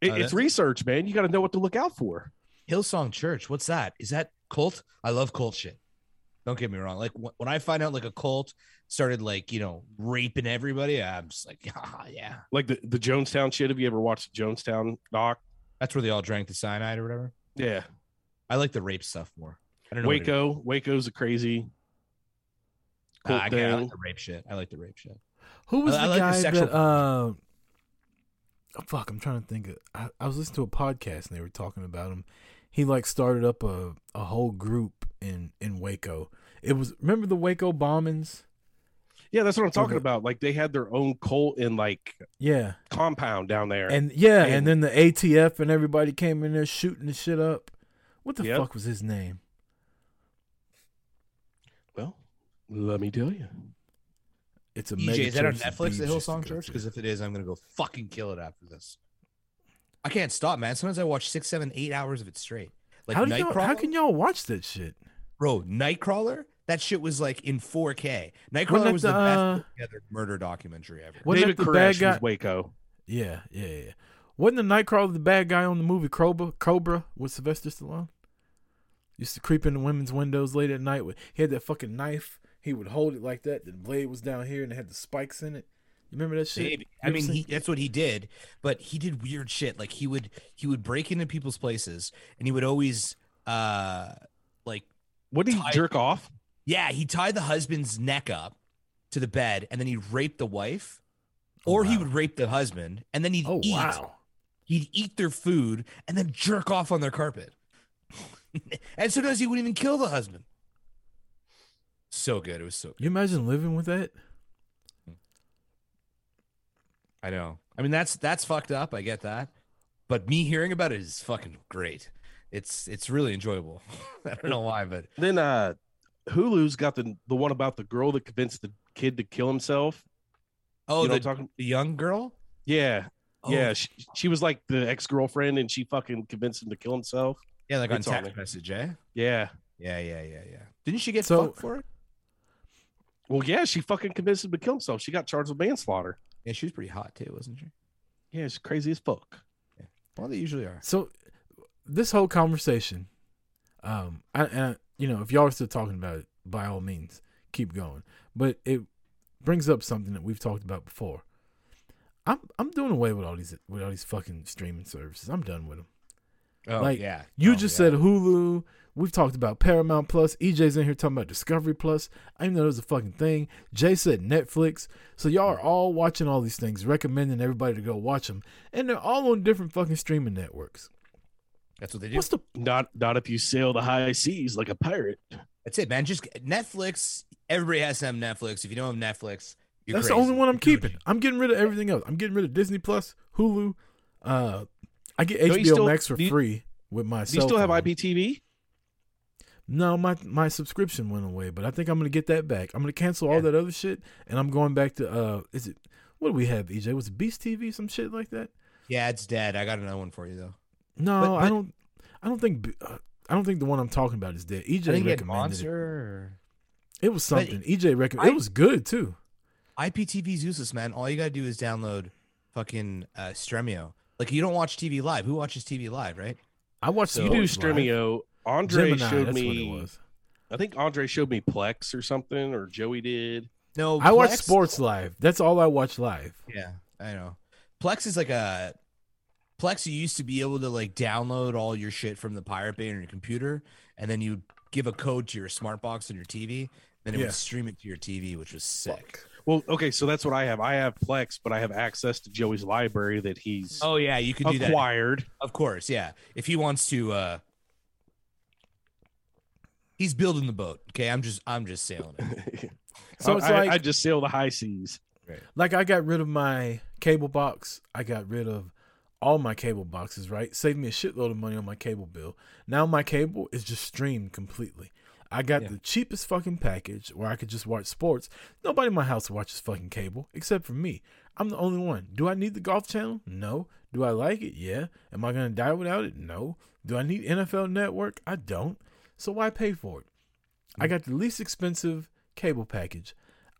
S4: It,
S5: Oh,
S4: it's
S5: that-
S4: research, man. You got to know what to look out for.
S5: Hillsong Church. What's that? Is that cult? I love cult shit. Don't get me wrong. Like wh- when I find out like a cult started like you know raping everybody, I'm just like, ah, yeah.
S4: Like the, the Jonestown shit. Have you ever watched the Jonestown doc?
S5: That's where they all drank the cyanide or whatever.
S4: Yeah.
S5: I like the rape stuff more. I don't know. what it
S4: Waco. Waco's a crazy.
S5: is. Uh, I,
S4: cult
S5: I like
S4: thing.
S5: the rape shit. I like the rape shit.
S3: Who was
S5: I- I
S3: the
S5: like the
S3: guy
S5: sexual-
S3: that? Uh, oh, fuck, I'm trying to think. Of, I, I was listening to a podcast and they were talking about him. He like started up a, a whole group in in Waco. It was remember the Waco bombings?
S4: Yeah, that's what I'm talking
S3: Okay.
S4: about. Like they had their own cult in like
S3: Yeah,
S4: compound down there.
S3: and yeah, and, then the ATF and everybody came in there shooting the shit up. What the
S4: Yep.
S3: fuck was his name?
S4: well, let me tell you.
S3: It's a
S5: EJ, E is that on
S3: megachurch that
S5: Netflix? The
S3: dudes used to
S5: Hillsong
S3: go
S5: Church?
S3: to.
S5: Because if it is, I'm gonna go fucking kill it after this. I can't stop, man. Sometimes I watch six, seven, eight hours of it straight. Like
S3: how, do y'all,
S5: Nightcrawler,
S3: how can y'all watch that shit?
S5: bro. Nightcrawler. That shit was like in 4K.
S3: Wasn't
S5: Nightcrawler
S3: that
S5: was the,
S3: the, uh,
S5: best put together murder documentary ever.
S3: Wasn't
S4: David
S3: that the bad
S4: Koresh
S3: guy?
S4: was Waco.
S3: Yeah, yeah, yeah. Wasn't the Nightcrawler the bad guy on the movie Cobra? Cobra with Sylvester Stallone. Used to creep into women's windows late at night. With he had that fucking knife. He would hold it like that. The blade was down here and it had the spikes in it. You remember that shit?
S5: Maybe.
S3: You
S5: I
S3: ever
S5: mean,
S3: seen-
S5: he, that's what he did, but he did weird shit. Like he would he would break into people's places, and he would always uh like
S4: What did he
S5: tie-
S4: jerk off?
S5: Yeah, he tied the husband's neck up to the bed, and then he raped the wife,
S4: Oh,
S5: or he would rape the husband, and then he'd
S3: Oh
S5: eat.
S3: wow!
S5: He'd eat their food and then jerk off on their carpet. and sometimes he wouldn't even kill the husband. So good. It was so good.
S3: You imagine living with that?
S5: I know. I mean, that's that's fucked up. I get that, but me hearing about it is fucking great. It's it's really enjoyable. I don't know why, but
S4: Then uh Hulu's got the the one about the girl that convinced the kid to kill himself.
S5: oh,
S4: You know what
S5: the,
S4: I'm talking-
S5: the young girl.
S4: Yeah.
S5: Oh,
S4: Yeah. She, she was like the ex girlfriend and she fucking convinced him to kill himself.
S5: yeah, like on
S4: It's on
S5: text
S4: it.
S5: message, eh?
S4: Yeah.
S5: Yeah, yeah, yeah, yeah. Didn't she get
S3: So-
S5: fucked for it?
S4: Well, yeah, she fucking convinced him to kill himself. She got charged with manslaughter.
S5: Yeah, she was pretty hot too, wasn't she?
S4: Yeah, she's crazy as fuck.
S5: Well, they usually are.
S3: So this whole conversation, um, I, and I, you know, if y'all are still talking about it, by all means, keep going. But it brings up something that we've talked about before. I'm I'm doing away with all these with all these fucking streaming services. I'm done with them.
S5: Oh,
S3: like
S5: yeah.
S3: you
S5: Oh,
S3: just
S5: yeah.
S3: said Hulu. We've talked about Paramount Plus. EJ's in here talking about Discovery Plus. I didn't know there was a fucking thing. Jay said Netflix. So y'all are all watching all these things, recommending everybody to go watch them, and they're all on different fucking streaming networks.
S5: That's what they do.
S3: What's the
S4: Not not if you sail the high seas like a pirate.
S5: That's it, man. Just Netflix. Everybody has to have Netflix. If you don't have Netflix, you're
S3: That's
S5: crazy.
S3: the only one I'm
S5: You're doing
S3: keeping.
S5: it.
S3: I'm getting rid of everything else. I'm getting rid of Disney Plus, Hulu. Uh, I get
S4: Don't
S3: HBO
S4: you still-
S3: Max for
S4: do you-
S3: free with my.
S4: Do you still have IPTV?
S3: No, my my subscription went away, but I think I'm gonna get that back. I'm gonna cancel all that other shit, and I'm going back to uh, is it what do we have? EJ was it Beast TV, some shit like that.
S5: Yeah, it's dead. I got another one for you though.
S3: No,
S5: But-
S3: I
S5: but-
S3: don't. I don't think. Uh, I don't think the one I'm talking about is dead. EJ
S5: I think you had
S3: recommended
S5: Monster.
S3: it.
S5: or-
S3: It was E
S5: But-
S3: something. EJ recommended.
S5: I-
S3: It was good too.
S5: IPTV's useless, man. All you gotta do is download fucking uh, Stremio. Like you don't watch TV live. Who watches TV live, right?
S3: I watch
S5: So-
S4: you do Stremio. Andre
S5: Gemini,
S4: showed
S5: that's what it
S4: me.
S5: was.
S4: I think Andre showed me Plex or something, or Joey did.
S5: No,
S3: I watch
S5: Plex-
S3: sports live. That's all I watch live.
S5: Yeah, I know. Plex is like a Plex. You used to be able to like download all your shit from the Pirate Bay on your computer, and then you give a code to your smart box on your TV, then it
S4: Yeah.
S5: would stream it to your TV, which was sick.
S4: Well, okay, so that's what I have. I have Plex, but I have access to Joey's library that he's.
S5: Oh yeah, you could do that.
S4: acquired.
S5: Of course, yeah. If he wants to, uh he's building the boat. Okay, I'm just I'm just sailing it.
S3: So it's
S4: Oh, I, I-
S3: like-
S4: I just sail the high seas.
S3: Like I got rid of my cable box. I got rid of all my cable boxes, right? Saved me a shitload of money on my cable bill. Now my cable is just streamed completely. I got the cheapest fucking package where I could just watch sports. Nobody in my house watches fucking cable except for me. I'm the only one. Do I need the golf channel? No. Do I like it? Yeah. Am I going to die without it? No. Do I need NFL network? I don't. So why pay for it? I
S5: Mm.
S3: got the least expensive cable package.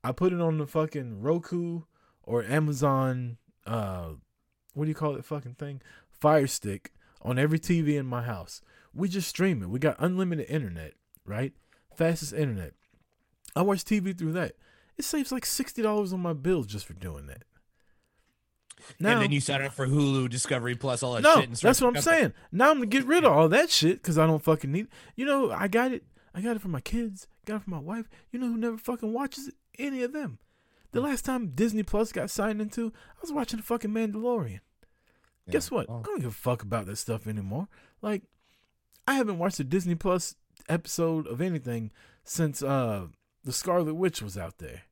S3: I put it on the fucking Roku or Amazon. Uh, what do you call it? Fucking thing. Fire Stick on every TV in my house. We just stream it. We got unlimited internet, right? Fastest internet. I watch TV through that. It saves like sixty dollars on my bill just for doing that.
S5: and then you sign up for Hulu, Discovery Plus, all that
S3: no,
S5: shit. and start
S3: that's what I'm
S5: shopping.
S3: saying. Now I'm gonna get rid of all that shit because I don't fucking need. You know, I got it. I got it for my kids. Got it for my wife. You know who never fucking watches it? any of them. The last time Disney Plus got signed into, I was watching the fucking Mandalorian. Guess what? I don't give a fuck about that stuff anymore. Like, I haven't watched a Disney Plus episode of anything since uh the Scarlet Witch was out there.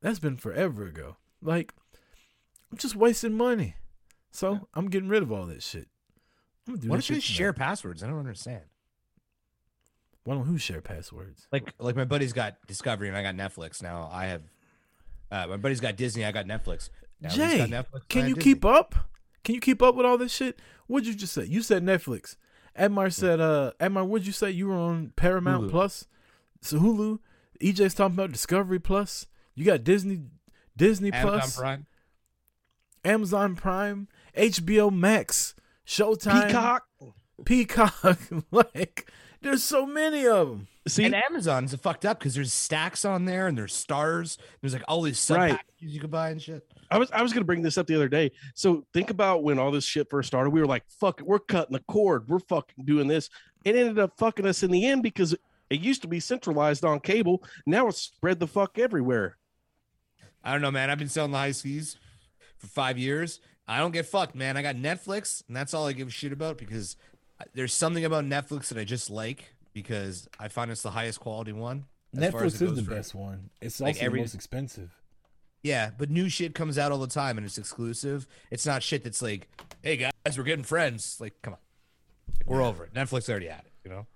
S3: That's been forever ago. Like, I'm just wasting money. So I'm getting rid of all that shit. I'm gonna do
S5: Why
S3: that
S5: don't you
S3: shit
S5: guys share passwords? I don't understand.
S3: tonight. Why don't who share passwords?
S5: Like like my buddy's got Discovery and I got Netflix. Now I have uh my buddy's got Disney, I got Netflix. Now he's got
S3: Jay,
S5: Netflix, and I
S3: can
S5: have
S3: you
S5: Disney.
S3: keep up? Can you keep up with all this shit? What'd you just say? You said Netflix. Edmar said, uh, Edmar, what'd you say? You were on Paramount
S5: Hulu.
S3: Plus, so Hulu. EJ's talking about Discovery Plus. You got Disney, Disney
S5: Amazon
S3: Plus,
S5: Prime?
S3: Amazon Prime, HBO Max, Showtime,
S5: Peacock.
S3: Peacock. like, there's so many of them.
S5: See, and Amazon's fucked up because there's stacks on there and there's stars. There's like all these sub
S4: Right.
S5: packages you could buy and shit.
S4: I was I was gonna bring this up the other day. So think about when all this shit first started. We were like, "Fuck it, we're cutting the cord. We're fucking doing this." It ended up fucking us in the end because it used to be centralized on cable. Now it's spread the fuck everywhere.
S5: I don't know, man. I've been selling the high skis for five years. I don't get fucked, man. I got Netflix, and that's all I give a shit about because I- there's something about Netflix that I just like because I find it's the highest quality one. as far
S3: Netflix
S5: as it
S3: is
S5: goes
S3: the
S5: for-
S3: best one. It's
S5: like
S3: also
S5: every-
S3: the most expensive.
S5: Yeah, but new shit comes out all the time and it's exclusive. It's not shit that's like, hey guys, we're getting friends. Like, come on, we're over it. Netflix already had it, you know.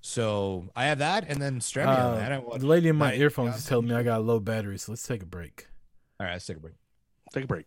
S5: So I have that, and then Stremio.
S3: Uh,
S5: man. I watch
S3: the lady in my
S5: Night-
S3: earphones is telling me I got low battery, so let's take a break.
S5: All right, let's take a break.
S4: Take a break.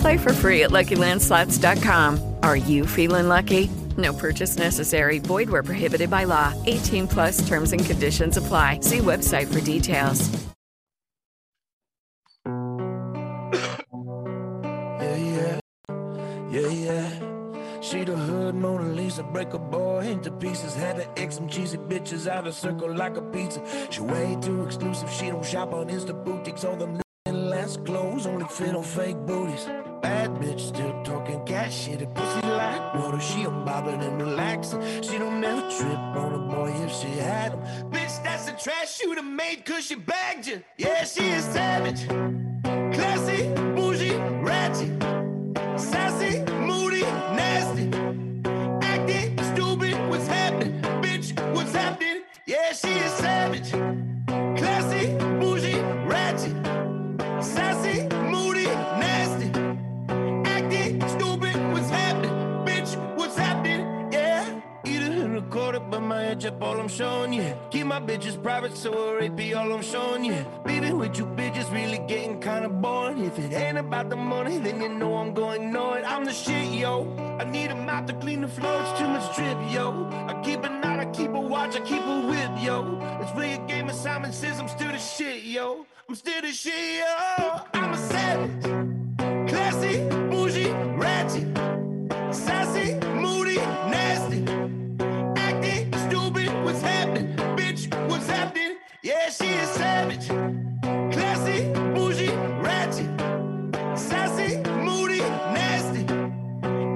S15: Play for free at LuckyLandSlots.com. Are you feeling lucky? No purchase necessary. Void where prohibited by law. 18 plus terms and conditions apply. See website for details.
S13: yeah, yeah, yeah. She the hood Mona Lisa, break a boy into pieces. Had to X some cheesy bitches out of circle like a pizza. She way too exclusive, she don't shop on Insta boutiques, all them ass clothes only fit on fake booties. Bad bitch still talking cat shit. If pussy like water, she a bobbing and relaxing. She don't never trip on a boy if she had him. Bitch, that's the trash you done made cause she bagged you. Yeah, she is savage. Classy, bougie, ratchet. Sassy, moody, nasty. Acting stupid, what's happening? Bitch, what's happening? Yeah, she is savage. Classy, bougie, ratchet. Sassy, moody, nasty. Acting stupid, what's happening? Bitch, what's happening? Yeah. Eat it and record it, but my edge up, all I'm showing you. Keep my bitches private, so her AP, all I'm showing you. Leaving with you bitches really getting kinda boring. If it ain't about the money, then you know I'm going know it. I'm the shit, yo. I need a mop to clean the floor, it's too much drip, yo. I keep a knot, I keep a watch, I keep a whip, yo. It's really a game of Simon Says, I'm still the shit, yo. I'm still the shit, yo. I'm a savage. Classy, bougie, ratchet. Sassy, moody, nasty. Acting stupid, what's happening? Bitch, what's happening? Yeah, she is savage. Classy, bougie, ratchet. Sassy, moody, nasty.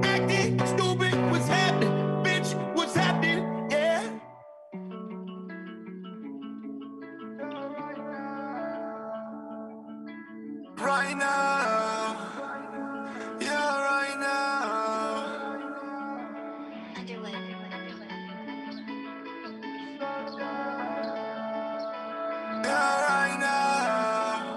S13: Acting stupid, what's happening? Bitch, what's happening? Yeah.
S16: Right now. Yeah, right now. Yeah, right now.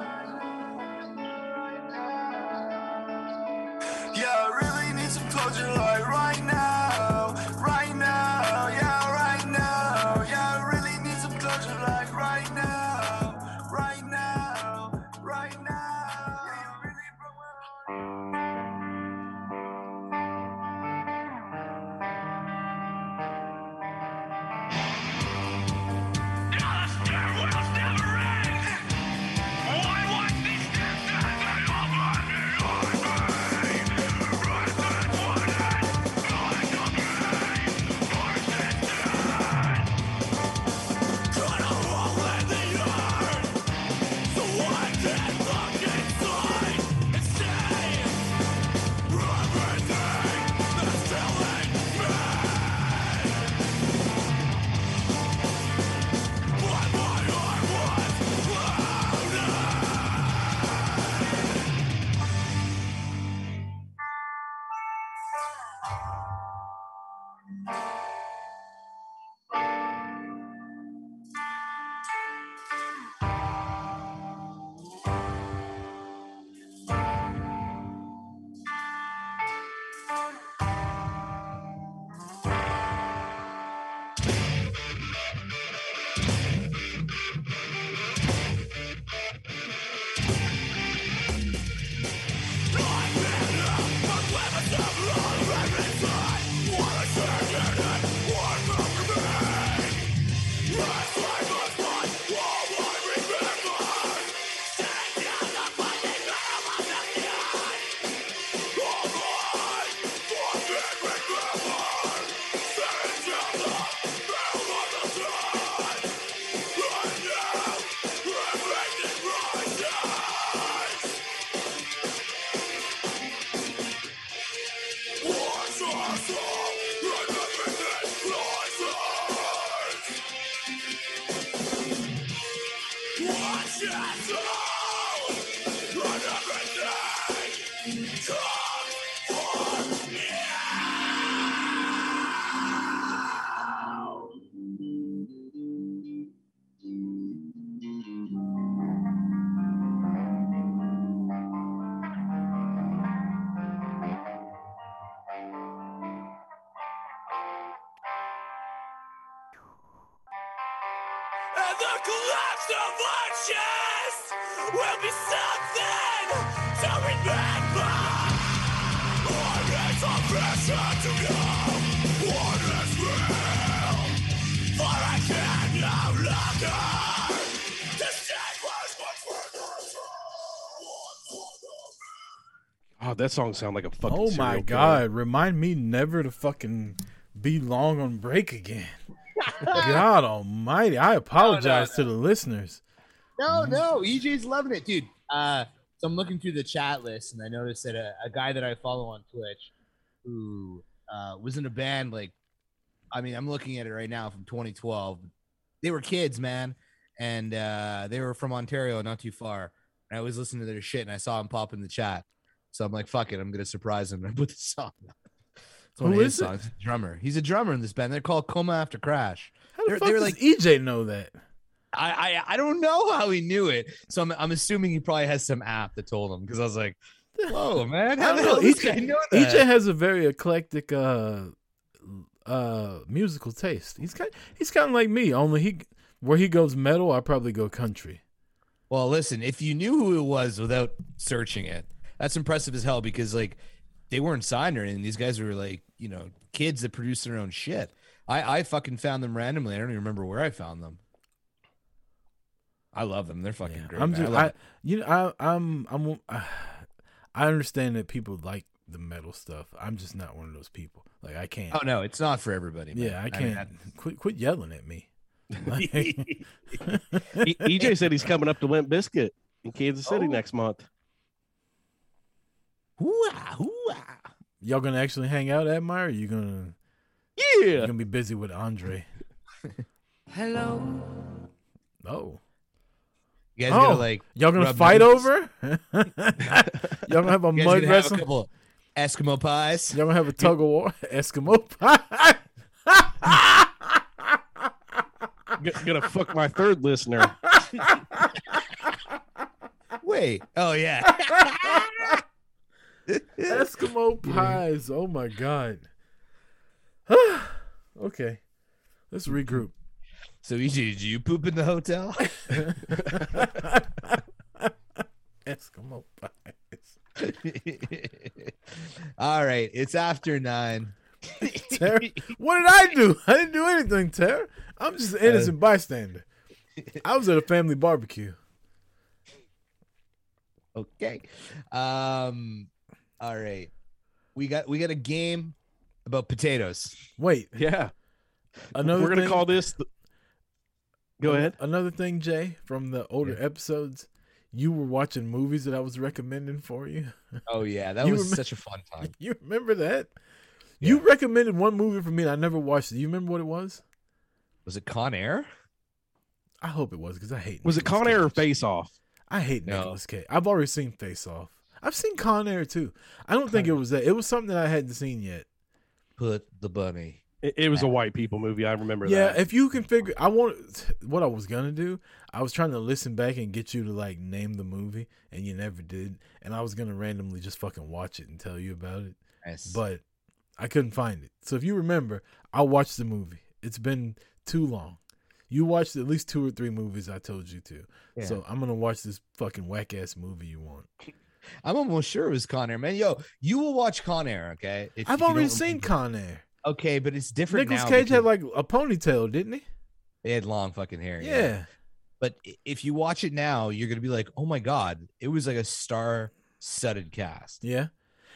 S16: Yeah, I really need some closure, like right now. Right now. Yeah, right now. Yeah, I really need some closure, like right now. Right now. Right now.
S13: And the collapse of arches will be something to remember. What is a mission to know? What is real? For I can no longer. distinguish
S4: Oh, that song sounds like a fucking.
S3: oh
S4: serial
S3: my
S4: killer.
S3: god! Remind me never to fucking be long on break again. god Almighty! I apologize to the listeners.
S5: E
S17: No, no, EJ's loving it, dude. Uh,
S5: So I'm looking through the chat list, and I noticed that a, a guy that I follow on Twitch, who uh, was in a band, like, I mean, I'm looking at it right now from 2012. They were kids, man, and uh, they were from Ontario, not too far. And I was listening to their shit, and I saw him pop in the chat. So I'm like, fuck it, I'm gonna surprise him. And I put the song. on. It's one
S3: Who
S5: of his
S3: is it?
S5: songs. Drummer. He's a drummer in this band. They're called Coma After Crash.
S3: How the
S5: They're-
S3: fuck
S5: they're
S3: does EJ know that?
S5: I, I I don't know how he knew it. So I'm I'm assuming he probably has some app that told him because I was like, whoa man, how the hell does this guy know that?
S3: EJ has a very eclectic uh uh musical taste. He's kind he's kind of like me, only he where he goes metal, I probably go country.
S5: Well, listen, if you knew who it was without searching it, that's impressive as hell because like they weren't signed or anything. These guys were like, you know, kids that produce their own shit. I, I fucking found them randomly. I don't even remember where I found them. I love them. They're fucking great.
S3: I'm
S5: man. I
S3: just
S5: love
S3: I, you know I I'm I'm I understand that people like the metal stuff. I'm just not one of those people. Like I can't.
S5: Oh no, it's not for everybody. man.
S3: Yeah, I
S5: mean,
S3: can't.
S5: that-
S3: quit quit yelling at me.
S4: E- EJ said he's coming up to Limp Biscuit in Kansas
S3: Oh.
S4: City next month.
S3: Y'all gonna actually hang out at my? Or you gonna?
S4: Yeah.
S3: You're gonna be busy with Andre.
S5: Hello.
S3: Oh.
S5: You guys gonna
S3: Oh,
S5: like
S3: y'all gonna
S5: rub
S3: fight
S5: noses?
S3: over? y'all gonna have a
S5: You guys
S3: mud
S5: gonna have
S3: wrestling?
S5: couple Eskimo pies.
S3: Y'all gonna have a tug of war? Eskimo pie?
S4: G- gonna fuck my third listener.
S5: Wait. Oh yeah.
S3: Eskimo pies. Oh my god. okay, let's regroup.
S5: So EJ, did you poop in the hotel?
S3: Eskimo pies.
S5: All right, it's after nine.
S3: Tara, what did I do? I didn't do anything, Tara. I'm just an innocent bystander. I was at a family barbecue.
S5: Okay. Um. All right. We got we got a game about potatoes.
S3: Wait.
S4: Yeah.
S3: Another
S4: We're gonna
S3: thing-
S4: call this. The, go ahead.
S3: Another thing, Jay, from the older episodes, you were watching movies that I was recommending for you.
S5: Oh yeah, that
S3: You
S5: was
S3: remem-
S5: such a fun time.
S3: You remember that? You recommended one movie for me and I never watched it. You remember what it was?
S5: Was it Con Air?
S3: I hope it was because I hate
S4: Was it
S3: Nicolas
S4: Con Air or
S3: Cage.
S4: Face Off?
S3: I hate Nicolas Cage. I've already seen Face Off. I've seen Con Air too. I don't think it was that. It was something that I hadn't seen yet.
S5: Put the bunny.
S4: It, it was a white people movie. I remember
S3: yeah,
S4: that.
S3: if you can figure, I want what I was gonna do. I was trying to listen back and get you to like name the movie, and you never did. And I was gonna randomly just fucking watch it and tell you about it.
S5: Nice.
S3: But I couldn't find it. So if you remember, I watched the movie. It's been too long. You watched at least two or three movies I told you to.
S5: Yeah.
S3: So I'm gonna watch this fucking whack ass movie you want.
S5: I'm almost sure it was Con Air, man. Yo, you will watch Con Air, okay? If
S3: I've
S5: you
S3: already
S5: don't-
S3: seen Con Air.
S5: Okay, but it's different.
S3: Nicholas
S5: now
S3: Cage
S5: because
S3: had like a ponytail, didn't he?
S5: they had long fucking hair.
S3: Yeah.
S5: But i- if you watch it now, you're gonna be like, oh my god, it was like a star-studded cast.
S3: Yeah.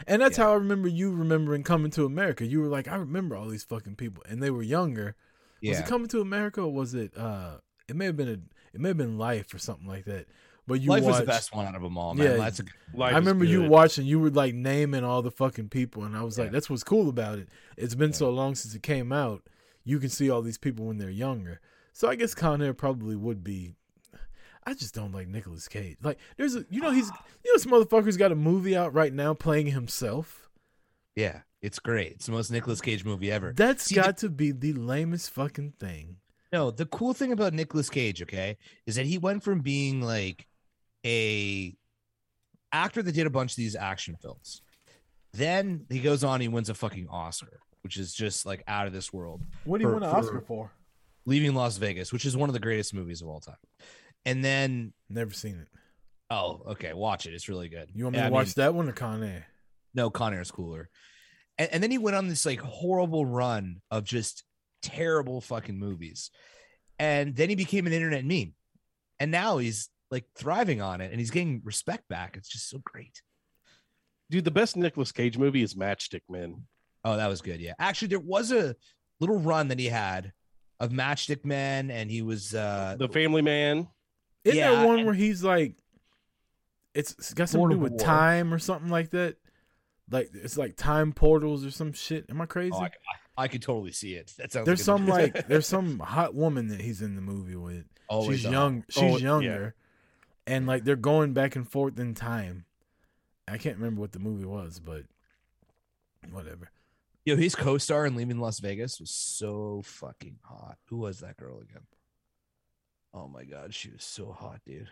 S3: And that's how I remember you remembering coming to America. You were like, I remember all these fucking people, and they were younger. Was
S5: Yeah.
S3: it coming to America or was it? uh It may have been a, it may have been Life or something like that. But you
S5: Life was
S3: watched,
S5: the best one out of 'em all, man. That's a good- Life
S3: I
S5: is
S3: remember you
S5: good.
S3: watching. You were like naming all the fucking people, and I was like, that's what's cool about it. It's been so long since it came out. You can see all these people when they're younger. So I guess Con Air probably would be. I just don't like Nicolas Cage. Like, there's a, you know, he's, you know, this motherfucker's got a movie out right now playing himself.
S5: Yeah, it's great. It's the most Nicolas Cage movie ever.
S3: That's
S5: See, the-
S3: got to be the lamest fucking thing.
S5: No, the cool thing about Nicolas Cage, okay, is that he went from being like a actor that did a bunch of these action films. Then he goes on, he wins a fucking Oscar, which is just like out of this world.
S3: What do you
S5: for-
S3: want an
S5: for
S3: Oscar for?
S5: Leaving Las Vegas, which is one of the greatest movies of all time. And then
S3: Never seen it.
S5: Oh, okay, watch it. It's really good.
S3: You want me
S5: Yeah,
S3: to
S5: I
S3: watch
S5: mean-
S3: that one or Con Air?
S5: No, Con Air's cooler. And, and then he went on this like horrible run of just terrible fucking movies. And then he became an internet meme. And now he's like thriving on it and he's getting respect back. It's just so great.
S4: Dude, the best Nicolas Cage movie is Matchstick Men.
S5: Oh, that was good. Yeah. Actually, there was a little run that he had of Matchstick Men and he was uh
S4: The Family Man.
S3: Isn't
S5: Yeah,
S3: there one where he's like It's, it's got something to do
S17: Portable
S3: with
S17: world.
S3: time or something like that. Like it's like time portals or some shit. Am I crazy?
S5: Oh, I, I, I could totally see it. That sounds
S3: there's
S5: like a-
S3: some like there's some hot woman that he's in the movie with.
S5: Always
S3: she's
S5: a hot-
S3: young. She's
S5: Oh, yeah.
S3: younger, and like they're going back and forth in time. I can't remember what the movie was, but whatever.
S5: Yo, his co-star in Leaving Las Vegas was so fucking hot. Who was that girl again? Oh my god, she was so hot, dude.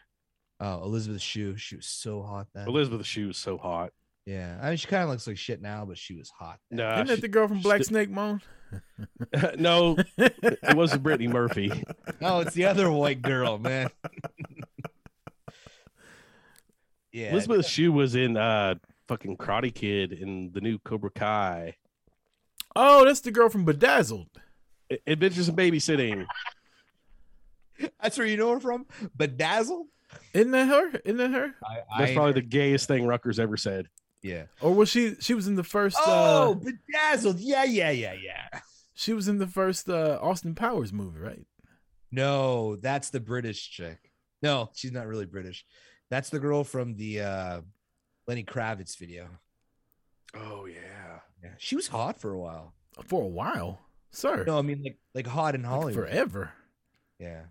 S5: Oh, Elizabeth Shue, she was so hot then.
S4: Elizabeth Shue was so hot.
S5: Yeah, I mean, she kind of looks like shit now, but Uh, she was hot. then.
S4: Nah,
S3: Isn't that
S4: she-
S3: the girl from Black
S4: she-
S3: Snake Moan?
S4: no, it wasn't Brittany Murphy.
S5: No, it's the other white girl, man. yeah,
S4: Elizabeth Shue was in uh fucking Karate Kid in the new Cobra Kai.
S3: Oh, that's the girl from Bedazzled.
S4: A- Adventures in Babysitting.
S5: that's where you know her from. Bedazzled.
S3: Isn't that her? Isn't that her?
S5: Uh,
S4: That's probably the gayest thing Rucker's ever said.
S5: Yeah.
S3: Or was she? She was in the first.
S5: Oh,
S3: uh,
S5: bedazzled. Yeah, yeah, yeah, yeah.
S3: she was in the first uh, Austin Powers movie, right?
S5: No, that's the British chick. No, she's not really British. That's the girl from the uh Lenny Kravitz video.
S4: Oh yeah.
S5: Yeah, she was hot for a while.
S3: For a while, sir.
S5: No, I mean like like hot in Hollywood.
S3: forever.
S5: Yeah.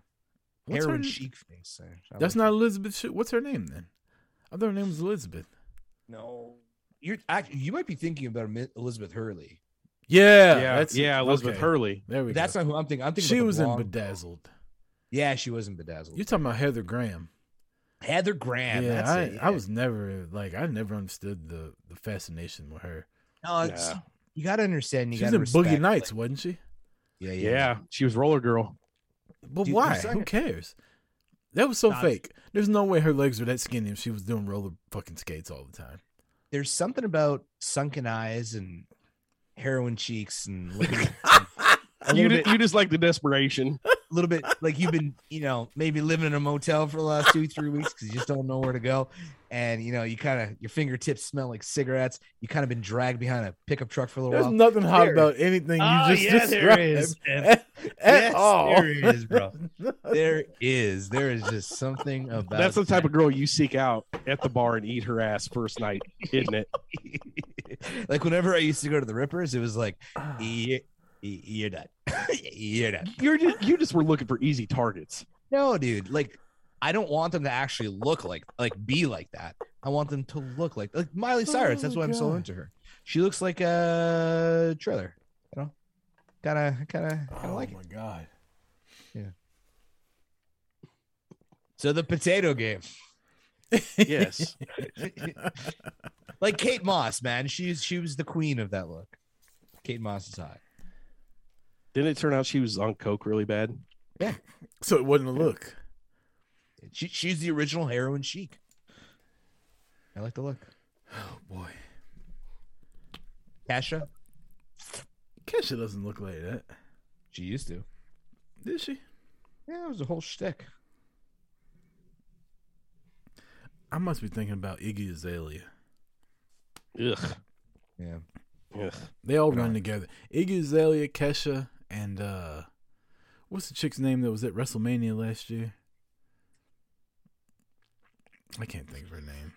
S3: What's her
S5: Heroin
S3: n-
S5: chic face. eh? I
S3: That's
S5: like-
S3: not Elizabeth. Shue. What's her name then? I thought her name was Elizabeth.
S5: No. You're actually you might be thinking about Mi- Elizabeth Hurley.
S3: Yeah,
S4: Yeah,
S3: that's,
S4: yeah, Elizabeth
S3: okay.
S4: Hurley.
S3: There we
S5: That's
S3: go.
S5: not who I'm thinking. I'm thinking
S3: she
S5: about the
S3: was in
S5: blonde girl.
S3: Bedazzled.
S5: Yeah, she was in Bedazzled.
S3: You're talking about Heather Graham.
S5: Heather Graham.
S3: yeah,
S5: that's
S3: I,
S5: it,
S3: I
S5: yeah.
S3: was never like I never understood the the fascination with her.
S5: No, it's,
S4: Yeah.
S5: you gotta understand. You
S3: She was
S5: gotta
S3: in Boogie
S5: respect,
S3: Nights,
S5: like-
S3: wasn't she?
S5: yeah,
S4: yeah,
S5: yeah,
S4: She was Roller Girl.
S3: But
S5: Dude, I'm
S3: why?
S5: sorry.
S3: Who cares? That was so
S5: Nah,
S3: fake. There's no way her legs were that skinny if she was doing roller fucking skates all the time.
S5: There's something about sunken eyes and heroin cheeks and looking a
S4: You,
S5: little
S4: ju-
S5: bit,
S4: you just like the desperation.
S5: a little bit like you've been, you know, maybe living in a motel for the last two, three weeks because you just don't know where to go, and you know, you kind of your fingertips smell like cigarettes. You kind of been dragged behind a pickup truck for a little
S3: There's
S5: while.
S3: nothing hot
S5: There-
S3: about anything you
S5: Oh,
S3: just
S5: yeah, there
S3: described
S5: is, man.
S3: at,
S4: eh,
S3: at
S5: Yes,
S4: oh.
S3: all.
S5: There is, bro. There is. There is just something about.
S4: That's the type of girl you seek out at the bar and eat her ass first night, isn't it?
S5: like whenever I used to go to the Rippers, it was like, "You're, you're done. you're done."
S4: You're just, you just were looking for easy targets.
S5: No, dude. Like, I don't want them to actually look like, like, be like that. I want them to look like, like Miley Cyrus. That's
S3: Oh my
S5: why I'm so
S3: God.
S5: into her. She looks like a trailer. You know, kind of, kind of, kind of
S3: Oh
S5: like it.
S3: my god.
S5: So the potato game,
S4: Yes.
S5: like Kate Moss, man. She's she was the queen of that look. Kate Moss is hot.
S4: Didn't it turn out she was on coke really bad?
S3: So it wasn't a look.
S5: She, she's the original heroin chic. I like the look.
S3: Oh boy.
S5: Kasha,
S3: Kesha doesn't look like that.
S5: she used to.
S3: Did she?
S5: Yeah, it was a whole shtick.
S3: I must be thinking about Iggy Azalea.
S4: Ugh.
S5: Yeah.
S4: Ugh.
S3: They all
S5: Right.
S3: run together. Iggy Azalea, Kesha, and uh what's the chick's name that was at WrestleMania last year? I can't think of her name.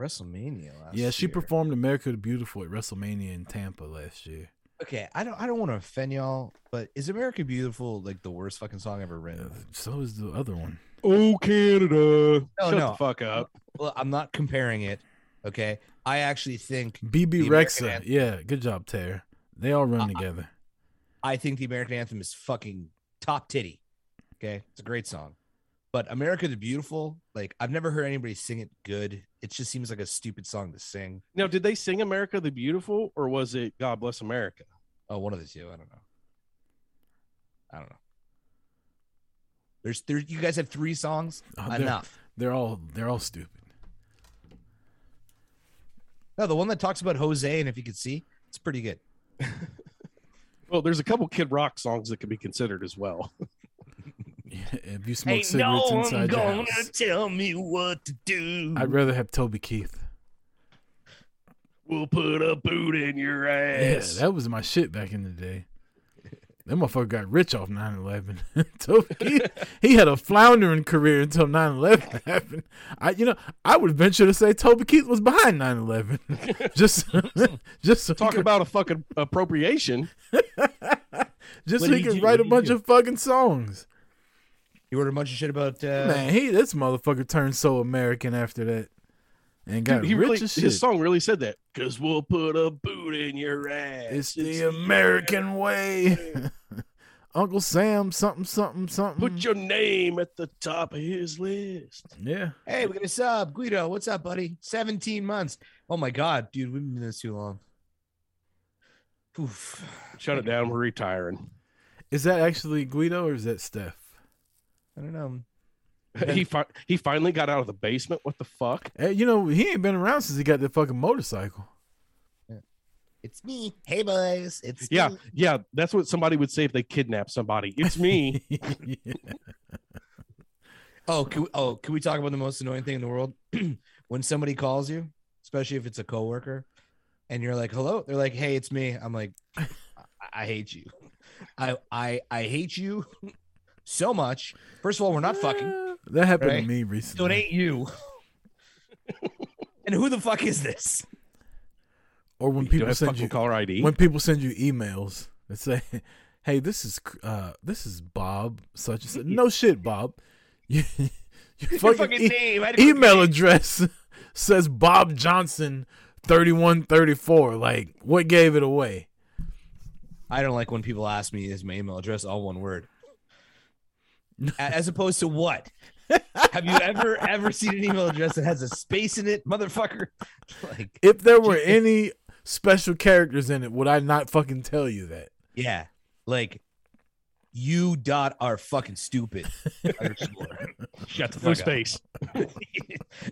S5: WrestleMania last
S3: yeah, she
S5: year.
S3: performed America the Beautiful at WrestleMania in Tampa last year.
S5: Okay, I don't I don't want to offend y'all, but is America Beautiful like the worst fucking song ever written?
S3: So is the other one.
S4: Oh, Canada.
S5: No,
S4: Shut
S5: no.
S4: the fuck up.
S5: Well, I'm not comparing it. Okay. I actually think
S3: BB
S5: The American
S3: Rexa.
S5: Anthem.
S3: Yeah, good job, Tara. They all
S4: Uh,
S3: run together.
S5: I think the American anthem is fucking top titty. Okay. It's a great song. But America the Beautiful, like I've never heard anybody sing it good. It just seems like a stupid song to sing.
S4: Now, did they sing America the Beautiful or was it God Bless America?
S5: Oh, one of the two. I don't know. I don't know. There's there you guys have three songs?
S4: uh,
S3: Oh, they're-
S5: Enough.
S3: They're all they're all stupid.
S5: No, the one that talks about Jose and if you could see, it's pretty good.
S4: Well, there's a couple Kid Rock songs that could be considered as well.
S3: if you smoke cigarettes inside your house,
S5: tell me what to do.
S3: I'd rather have Toby Keith.
S4: We'll put a boot in your ass.
S3: Yeah, that was my shit back in the day. That motherfucker got rich off 9 11. he, he had a floundering career until 9 11 happened. I, you know, I would venture to say Toby Keith was behind 9 11. just, just so he
S4: Talk
S3: could-
S4: about a fucking appropriation.
S3: just
S4: What
S3: so
S4: did
S3: he could
S4: he do? What
S3: write a
S4: did he
S3: bunch
S4: do?
S3: of fucking songs.
S5: You wrote a bunch of shit about. Uh,
S3: Man, he this motherfucker turned so American after that, and got
S4: Dude, he
S3: rich
S4: really,
S3: as
S4: his
S3: shit.
S4: song really said that. Cause we'll put a boot in your ass. It's,
S3: the American way. Uncle Sam, something, something, something.
S4: Put your name at the top of his list.
S3: yeah.
S5: Hey, we got a sub. Guido, what's up, buddy? 17 months. Oh my God, dude, we've been doing this too long. Oof.
S4: Shut it down. We're retiring.
S3: Is that actually Guido or is that Steph?
S5: I don't know.
S4: he fi- he finally got out of the basement. What the fuck?
S3: Hey, Eh, you know he ain't been around since he got that fucking motorcycle.
S5: It's me. Hey, boys. It's
S4: Yeah,
S5: me.
S3: Mm.
S4: yeah. That's what somebody would say if they kidnapped somebody. It's me.
S5: Oh, can we, oh, can we talk about the most annoying thing in the world? when somebody calls you, especially if it's a coworker, and you're like, "Hello," they're like, "Hey, it's me." I'm like, I, I hate you. I I I hate you so much. First of all, we're not fucking.
S3: That happened
S5: Right.
S3: to me
S5: So it
S3: recently.
S5: ain't you. and who the fuck is this?
S3: Or when
S4: You don't
S3: people
S4: have
S3: send
S4: fucking
S3: you
S4: caller
S5: E?
S4: ID?
S3: When people send you emails that say, "Hey, this is uh this is Bob such and such." No shit, Bob. You, you e-,
S5: fucking name, I didn't
S3: email address says Bob Johnson thirty one thirty four. Like, what gave it away?
S5: I don't like when people ask me is my email address all one word. A- As opposed to what? Have you ever ever seen an email address that has a space in it, motherfucker? Like,
S3: If there were any special characters in it, would I not fucking tell you that?
S5: yeah, like you dot are fucking stupid. underscore. Shut the fuck
S4: No
S5: up.
S4: space.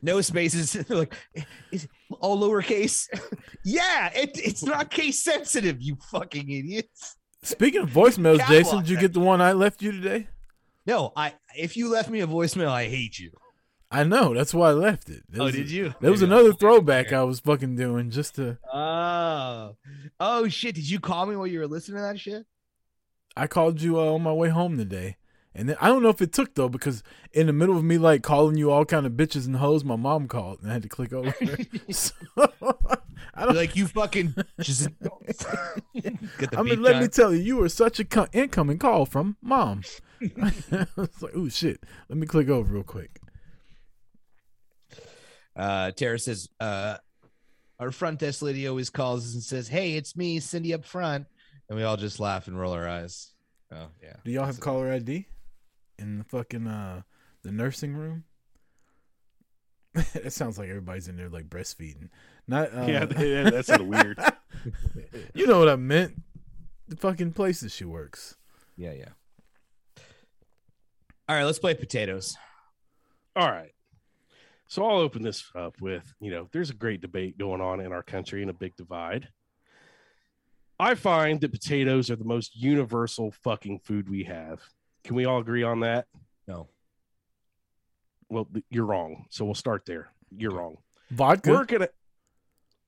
S5: no spaces. They're like, is all lowercase? yeah, it, it's not case sensitive. You fucking idiots.
S3: Speaking of voicemails,
S5: Catwalk
S3: Jason, did you
S5: that
S3: get the one I left you today?
S5: No, I. If you left me a voicemail, I hate you.
S3: I know. That's why I left it. That
S5: Oh,
S3: was-
S5: did you?
S3: There was
S5: Maybe
S3: another throwback I was fucking doing just to.
S5: Oh, oh shit! Did you call me while you were listening to that shit?
S3: I called you uh, on my way home today, and then I don't know if it took though because in the middle of me like calling you all kind of bitches and hoes, my mom called and I had to click over. so, I don't
S5: like you fucking just. Get the
S3: I mean,
S5: beat
S3: let
S5: down.
S3: me tell you, you were such a co- incoming call from mom. I was like, oh shit, let me click over real quick.
S5: Uh, Tara says, uh, our front desk lady always calls us and says, "Hey, it's me, Cindy up front," and we all just laugh and roll our eyes. Oh yeah.
S3: Do y'all have caller ID in the fucking uh the nursing room? that sounds like everybody's in there like breastfeeding. Not uh,
S4: Yeah, yeah, that sounded weird.
S3: you know what I meant? The fucking places she works.
S5: Yeah, yeah. All right, let's play potatoes.
S4: All right. So I'll open this up with, you know, there's a great debate going on in our country and a big divide. I find that potatoes are the most universal fucking food we have. Can we all agree on that?
S5: No.
S4: Well, th- you're wrong. So we'll start there. You're wrong.
S3: Vodka.
S4: We're gonna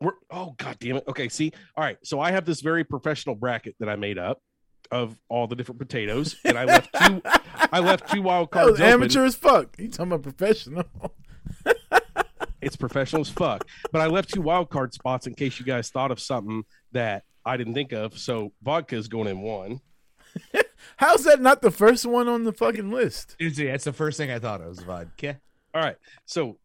S4: we're oh god damn it. Okay, see. All right. So I have this very professional bracket that I made up of all the different potatoes, and I left two I left two wild
S3: That
S4: cards.
S3: was amateur
S4: open.
S3: as fuck. You talking about professional?
S4: It's professional as fuck. But I left two wild card spots in case you guys thought of something that I didn't think of. So vodka is going in one.
S3: How's that not the first one on the fucking list?
S5: Dude, that's the first thing I thought of was vodka.
S4: All right. So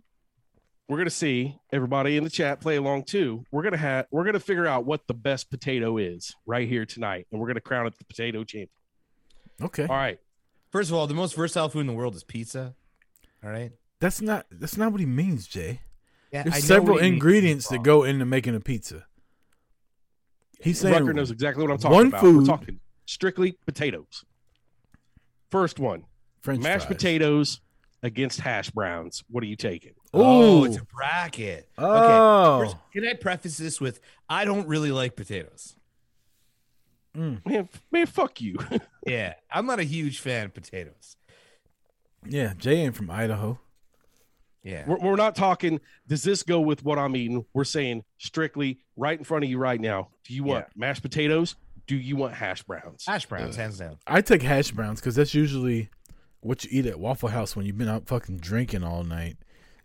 S4: we're gonna see everybody in the chat play along too. We're gonna have we're gonna figure out what the best potato is right here tonight, and we're gonna crown it the potato champion.
S3: Okay.
S4: All right.
S5: First of all, the most versatile food in the world is pizza. All right.
S3: That's not that's not what he means, Jay.
S5: Yeah,
S3: There's
S5: I know
S3: several
S5: what he means.
S3: ingredients that go into making a pizza. He's saying
S4: Rucker knows exactly what I'm talking
S3: one
S4: about.
S3: Food,
S4: We're talking strictly potatoes. First one,
S3: French
S4: mashed
S3: fries.
S4: potatoes against hash browns. What are you taking?
S5: Oh, it's
S3: Ooh.
S5: a bracket.
S3: Oh.
S5: Okay. First, can I preface this with I don't really like potatoes.
S4: Man, f- man, fuck you.
S5: Yeah, I'm not a huge fan of potatoes.
S3: Yeah, Jay ain't from Idaho.
S5: Yeah.
S4: We're, we're not talking. Does this go with what I'm eating? We're saying strictly right in front of you right now. Do you want mashed potatoes, do you want hash browns?
S17: Hash browns, hands down.
S3: I take hash browns because that's usually what you eat at Waffle House when you've been out fucking drinking all night.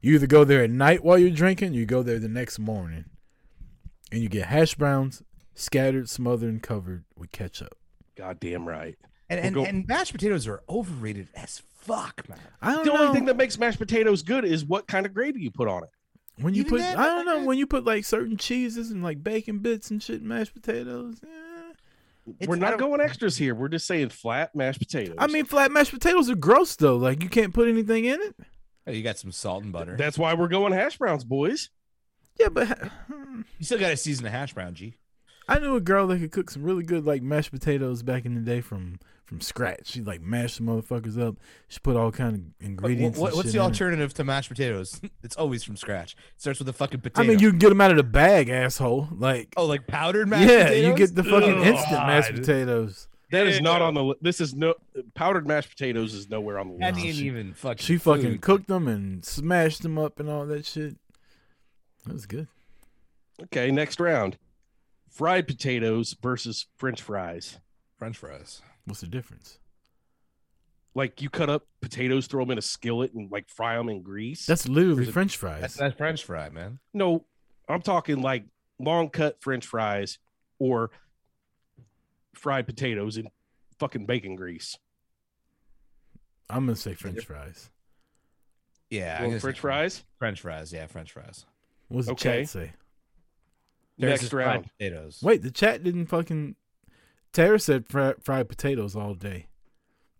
S3: You either go there at night while you're drinking, you go there the next morning, and you get hash browns scattered, smothered, and covered with ketchup.
S4: Goddamn right.
S5: And and, and mashed potatoes are overrated as fuck, man.
S3: I don't
S4: the
S3: know.
S4: only thing that makes mashed potatoes good is what kind of gravy you put on it.
S3: When you
S4: Even
S3: put,
S4: that,
S3: I don't know, when you put like certain cheeses and like bacon bits and shit, mashed potatoes. eh.
S4: We're not going extras here. We're just saying flat mashed potatoes.
S3: I mean, flat mashed potatoes are gross though. Like you can't put anything in it.
S5: Oh, you got some salt and butter.
S4: That's why we're going hash browns, boys.
S3: Yeah, but ha-
S5: You still got to season the hash brown, G.
S3: I knew a girl that could cook some really good like mashed potatoes back in the day from from scratch. She like mashed the motherfuckers up. She put all kind of ingredients.
S5: What-
S3: and
S5: what's
S3: shit
S5: the
S3: in it.
S5: alternative to mashed potatoes? It's always from scratch. It starts with a fucking
S3: I
S5: potato.
S3: mean, you can get them out of the bag, asshole. Like
S5: oh, like powdered mashed
S3: yeah,
S5: potatoes.
S3: you get the fucking
S4: Ugh.
S3: instant mashed
S4: God.
S3: potatoes.
S4: That is
S3: uh,
S4: not on the. li- This is no powdered mashed potatoes is nowhere on the list.
S5: That ain't even fucking.
S3: She fucking
S5: food.
S3: cooked them and smashed them up and all that shit. That was good.
S4: Okay, next round. Fried potatoes versus french fries.
S5: French fries.
S3: What's the difference?
S4: Like you cut up potatoes, throw them in a skillet, and like fry them in grease.
S3: That's literally French fries.
S5: That's, that's French fry, man.
S4: no, I'm talking like long cut french fries or fried potatoes in fucking bacon grease.
S3: I'm gonna say French fries.
S5: Yeah, I
S4: Well,
S5: guess-
S4: french fries?
S5: French fries, yeah, French fries.
S3: What's the
S4: Okay.
S3: chat say?
S5: There's
S4: Next
S5: fried
S4: round.
S5: potatoes.
S3: Wait, the chat didn't fucking. Tara said fri- fried potatoes all day.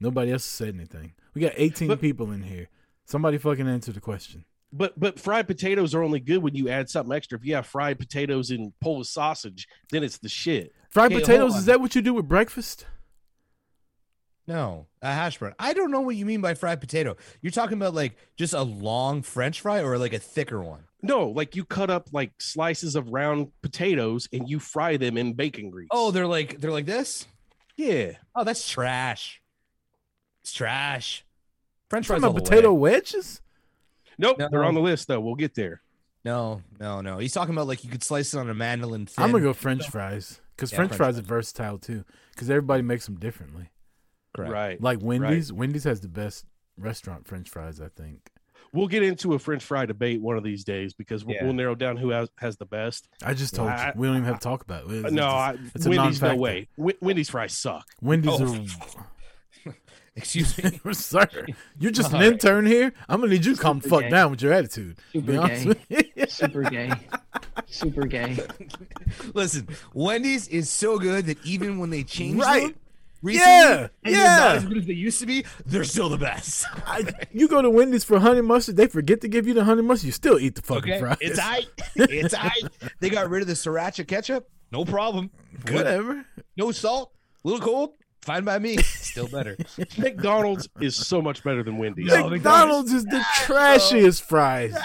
S3: Nobody else said anything. We got 18 people in here. Somebody fucking answer the question.
S4: But but fried potatoes are only good when you add something extra. If you have fried potatoes and Polish sausage, then it's the shit.
S3: Fried
S4: Hey, hold
S3: potatoes,
S4: on.
S3: is that what you do with breakfast?
S5: No, a hash brown. I don't know what you mean by fried potato. You're talking about like just a long French fry or like a thicker one.
S4: No, like you cut up like slices of round potatoes and you fry them in bacon grease.
S5: Oh, they're like they're like this.
S4: Yeah.
S5: Oh, that's trash. It's trash. French
S3: From
S5: fries.
S3: a
S5: all the
S3: potato
S5: way.
S3: wedges?
S4: Nope,
S5: No.
S4: they're on the list though. We'll get there.
S5: No, no, no. He's talking about like you could slice it on a mandolin. Thin.
S3: I'm gonna go French fries because
S5: Yeah,
S3: French,
S5: French
S3: fries are versatile too. Because everybody makes them differently.
S5: Correct.
S4: Right.
S3: Like
S4: right.
S3: Wendy's, Wendy's has the best restaurant French fries, I think.
S4: We'll get into a French fry debate one of these days because we'll,
S5: Yeah.
S4: we'll narrow down who has, has the best.
S3: I just told
S4: I-
S3: you we don't even have to talk about it. It's-
S4: no, I,
S3: it's- it's a
S4: Wendy's no
S3: non-factor.
S4: way. Wen- Wendy's fries suck.
S3: Wendy's
S5: Oh.
S3: are
S5: Excuse me.
S3: sir. You're just an
S5: All right.
S3: intern here. I'm gonna need you to calm the fuck
S18: gay.
S3: down with your attitude. to be
S18: Super
S3: honest
S18: gay.
S3: with you.
S18: Super gay. Super gay.
S5: Listen, Wendy's is so good that even when they changed
S3: Right.
S5: them recently,
S3: Yeah,
S5: and they're not
S3: yeah.
S5: as good as they used to be, they're still the best.
S3: I- you go to Wendy's for honey mustard, they forget to give you the honey mustard. You still eat the fucking
S5: Okay,
S3: fries.
S5: it's I. It's I. They got rid of the sriracha ketchup. No problem. Good.
S3: Whatever.
S5: No salt. A little cold. Fine by me. Still better.
S4: McDonald's is so much better than Wendy's.
S3: McDonald's is the trashiest fries.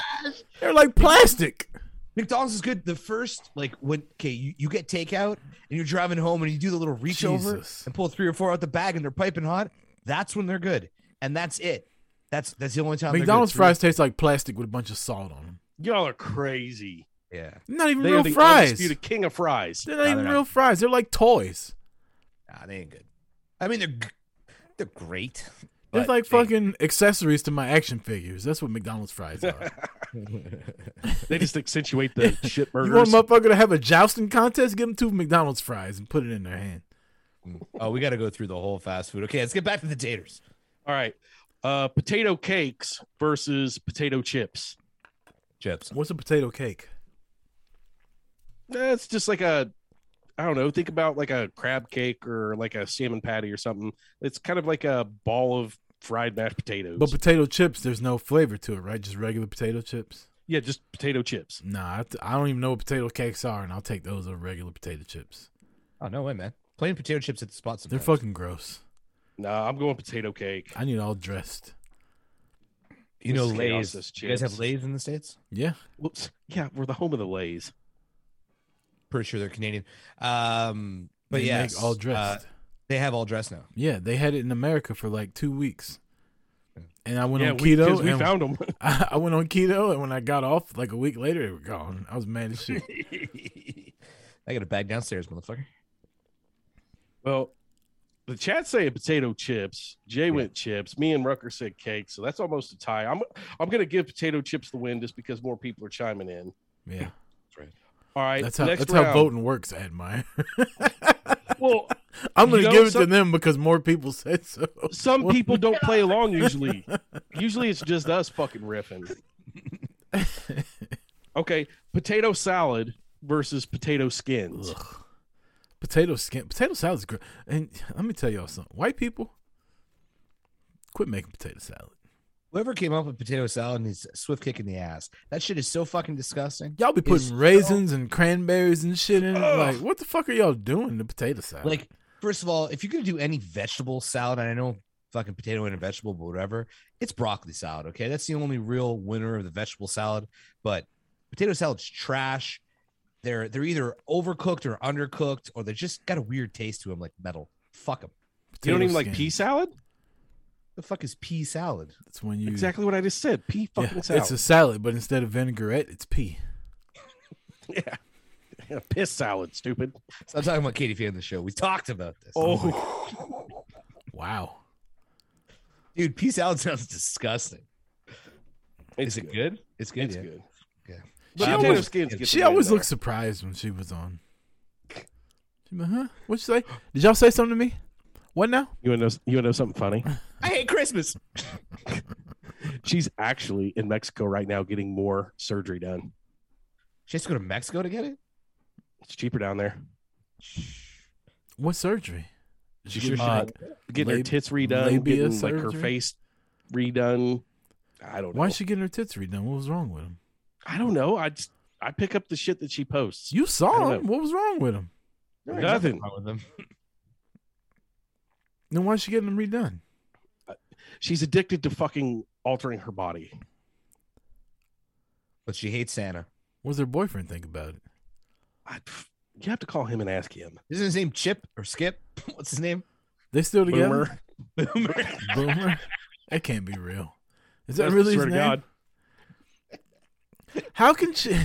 S3: They're like plastic.
S5: McDonald's is good. The first, like, when okay, you, you get takeout and you're driving home and you do the little reach over
S3: Jesus.
S5: and pull three or four out the bag and they're piping hot. That's when they're good, and that's it. That's that's the only time they're good.
S3: McDonald's
S5: It's
S3: fries taste like plastic with a bunch of salt on them.
S4: Y'all are crazy.
S5: really- Yeah.
S3: Not even
S4: They are
S3: real
S4: the
S3: fries.
S4: undisputed king of fries.
S3: They're not even
S5: they're not.
S3: real fries. They're like toys.
S5: Nah, they ain't good. I mean, they're g- they're great.
S3: They're
S5: but
S3: like
S5: they-
S3: fucking accessories to my action figures. That's what McDonald's fries are.
S4: They just accentuate the shit burgers.
S3: You want a motherfucker to have a jousting contest? Give them two McDonald's fries and put it in their hand.
S5: Oh, we got to go through the whole fast food. Okay, let's get back to the taters.
S4: All right. Uh potato cakes versus potato chips.
S5: Chips.
S3: What's a potato cake?
S4: That's just like a I don't know, think about like a crab cake or like a salmon patty or something. It's kind of like a ball of fried mashed potatoes.
S3: But potato chips, there's no flavor to it, right? Just regular potato chips.
S4: yeah, just potato chips.
S3: Nah, I, I don't even know what potato cakes are, and I'll take those over regular potato chips.
S5: Oh no way, man! Plain potato chips at the spot.
S3: They're
S5: Sometimes.
S3: fucking gross.
S4: Nah, I'm going potato cake.
S3: I need all dressed.
S5: You know
S4: This is chaos,
S5: Lay's.
S4: this
S5: You guys have
S4: chips.
S5: Lay's in the states?
S3: Yeah.
S4: Whoops. Yeah, we're the home of the Lays.
S5: Pretty sure they're Canadian. Um, but
S3: They
S5: yeah,
S3: make
S4: uh,
S3: all dressed.
S5: they have all dressed now.
S3: Yeah, they had it in America for like two weeks. And I went
S4: Yeah,
S3: on
S4: we- 'cause
S3: keto.
S4: we
S3: and
S4: found 'em.
S3: I, I went on keto, and when I got off, like a week later, they were gone. I was mad as shit.
S5: I got a bag downstairs, motherfucker.
S4: Well, the chat say potato chips. Jay went chips. Me and Rucker said cake, so that's almost a tie. I'm I'm gonna give potato chips the win just because more people are chiming in.
S3: Yeah,
S4: that's right. All right,
S3: That's how
S4: next
S3: that's how
S4: round.
S3: voting works, I admire.
S4: Well,
S3: I'm gonna
S4: you know,
S3: give it to
S4: some-
S3: them because more people said so.
S4: Some people don't play along usually. usually it's just us fucking riffing. Okay, potato salad versus potato skins.
S3: potato skin, potato salad is great. And let me tell y'all something: white people, quit making potato salad.
S5: Whoever came up with potato salad needs a swift kick in the ass. That shit is so fucking disgusting.
S3: Y'all be
S5: It's
S3: putting
S5: so-
S3: raisins and cranberries and shit in it.
S5: Ugh.
S3: Like, what the fuck are y'all doing to potato salad?
S5: Like, first of all, if you're gonna do any vegetable salad, and I know fucking potato and a vegetable, but whatever, it's broccoli salad. Okay, that's the only real winner of the vegetable salad. But potato salad's trash. They're they're either overcooked or undercooked, or they just got a weird taste to them, like metal. Fuck them.
S4: You don't even like pea salad?
S5: The fuck is pea salad?
S3: That's when you
S4: Exactly what I just said. Pea
S3: Yeah,
S4: fucking salad.
S3: It's a salad, but instead of vinaigrette, it's pea.
S4: Yeah, piss salad, stupid.
S5: So I'm talking about Katie Fan the show. We talked about this.
S4: Oh,
S3: wow,
S5: dude, pea salad sounds disgusting.
S4: It's
S5: is it good? It's good.
S4: It's
S5: yeah.
S4: good.
S5: Okay.
S3: She
S5: Uh,
S3: always,
S5: potato skins get
S3: she
S5: the win
S3: always
S5: there.
S3: looked surprised when she was on. She be like, huh? What'd you say? Did y'all say something to me? What now?
S4: You wanna know, you wanna know something funny?
S5: I hate Christmas.
S4: She's actually in Mexico right now getting more surgery done.
S5: She has to go to Mexico to get it?
S4: It's cheaper down there.
S3: What surgery?
S4: She
S3: Did you
S4: should
S3: get,
S4: uh,
S3: like,
S4: getting her
S3: lab-
S4: tits redone,
S3: labia
S4: getting like her
S3: surgery?
S4: face redone. I don't know.
S3: Why is she getting her tits redone? What was wrong with him?
S4: I don't know. I just I pick up the shit that she posts.
S3: You
S4: I
S3: saw
S4: don't
S3: him.
S4: know.
S3: What was wrong with him?
S4: There ain't nothing.
S3: Then why is she getting them redone?
S4: She's addicted to fucking altering her body.
S5: But she hates Santa.
S3: What's her boyfriend think about it?
S4: You have to call him and ask him.
S5: Isn't his name Chip or Skip? What's his name?
S3: They still together?
S4: Boomer.
S5: Boomer.
S3: Boomer. That can't be real. Is that
S4: I
S3: really
S4: swear
S3: his
S4: to
S3: name? How can she?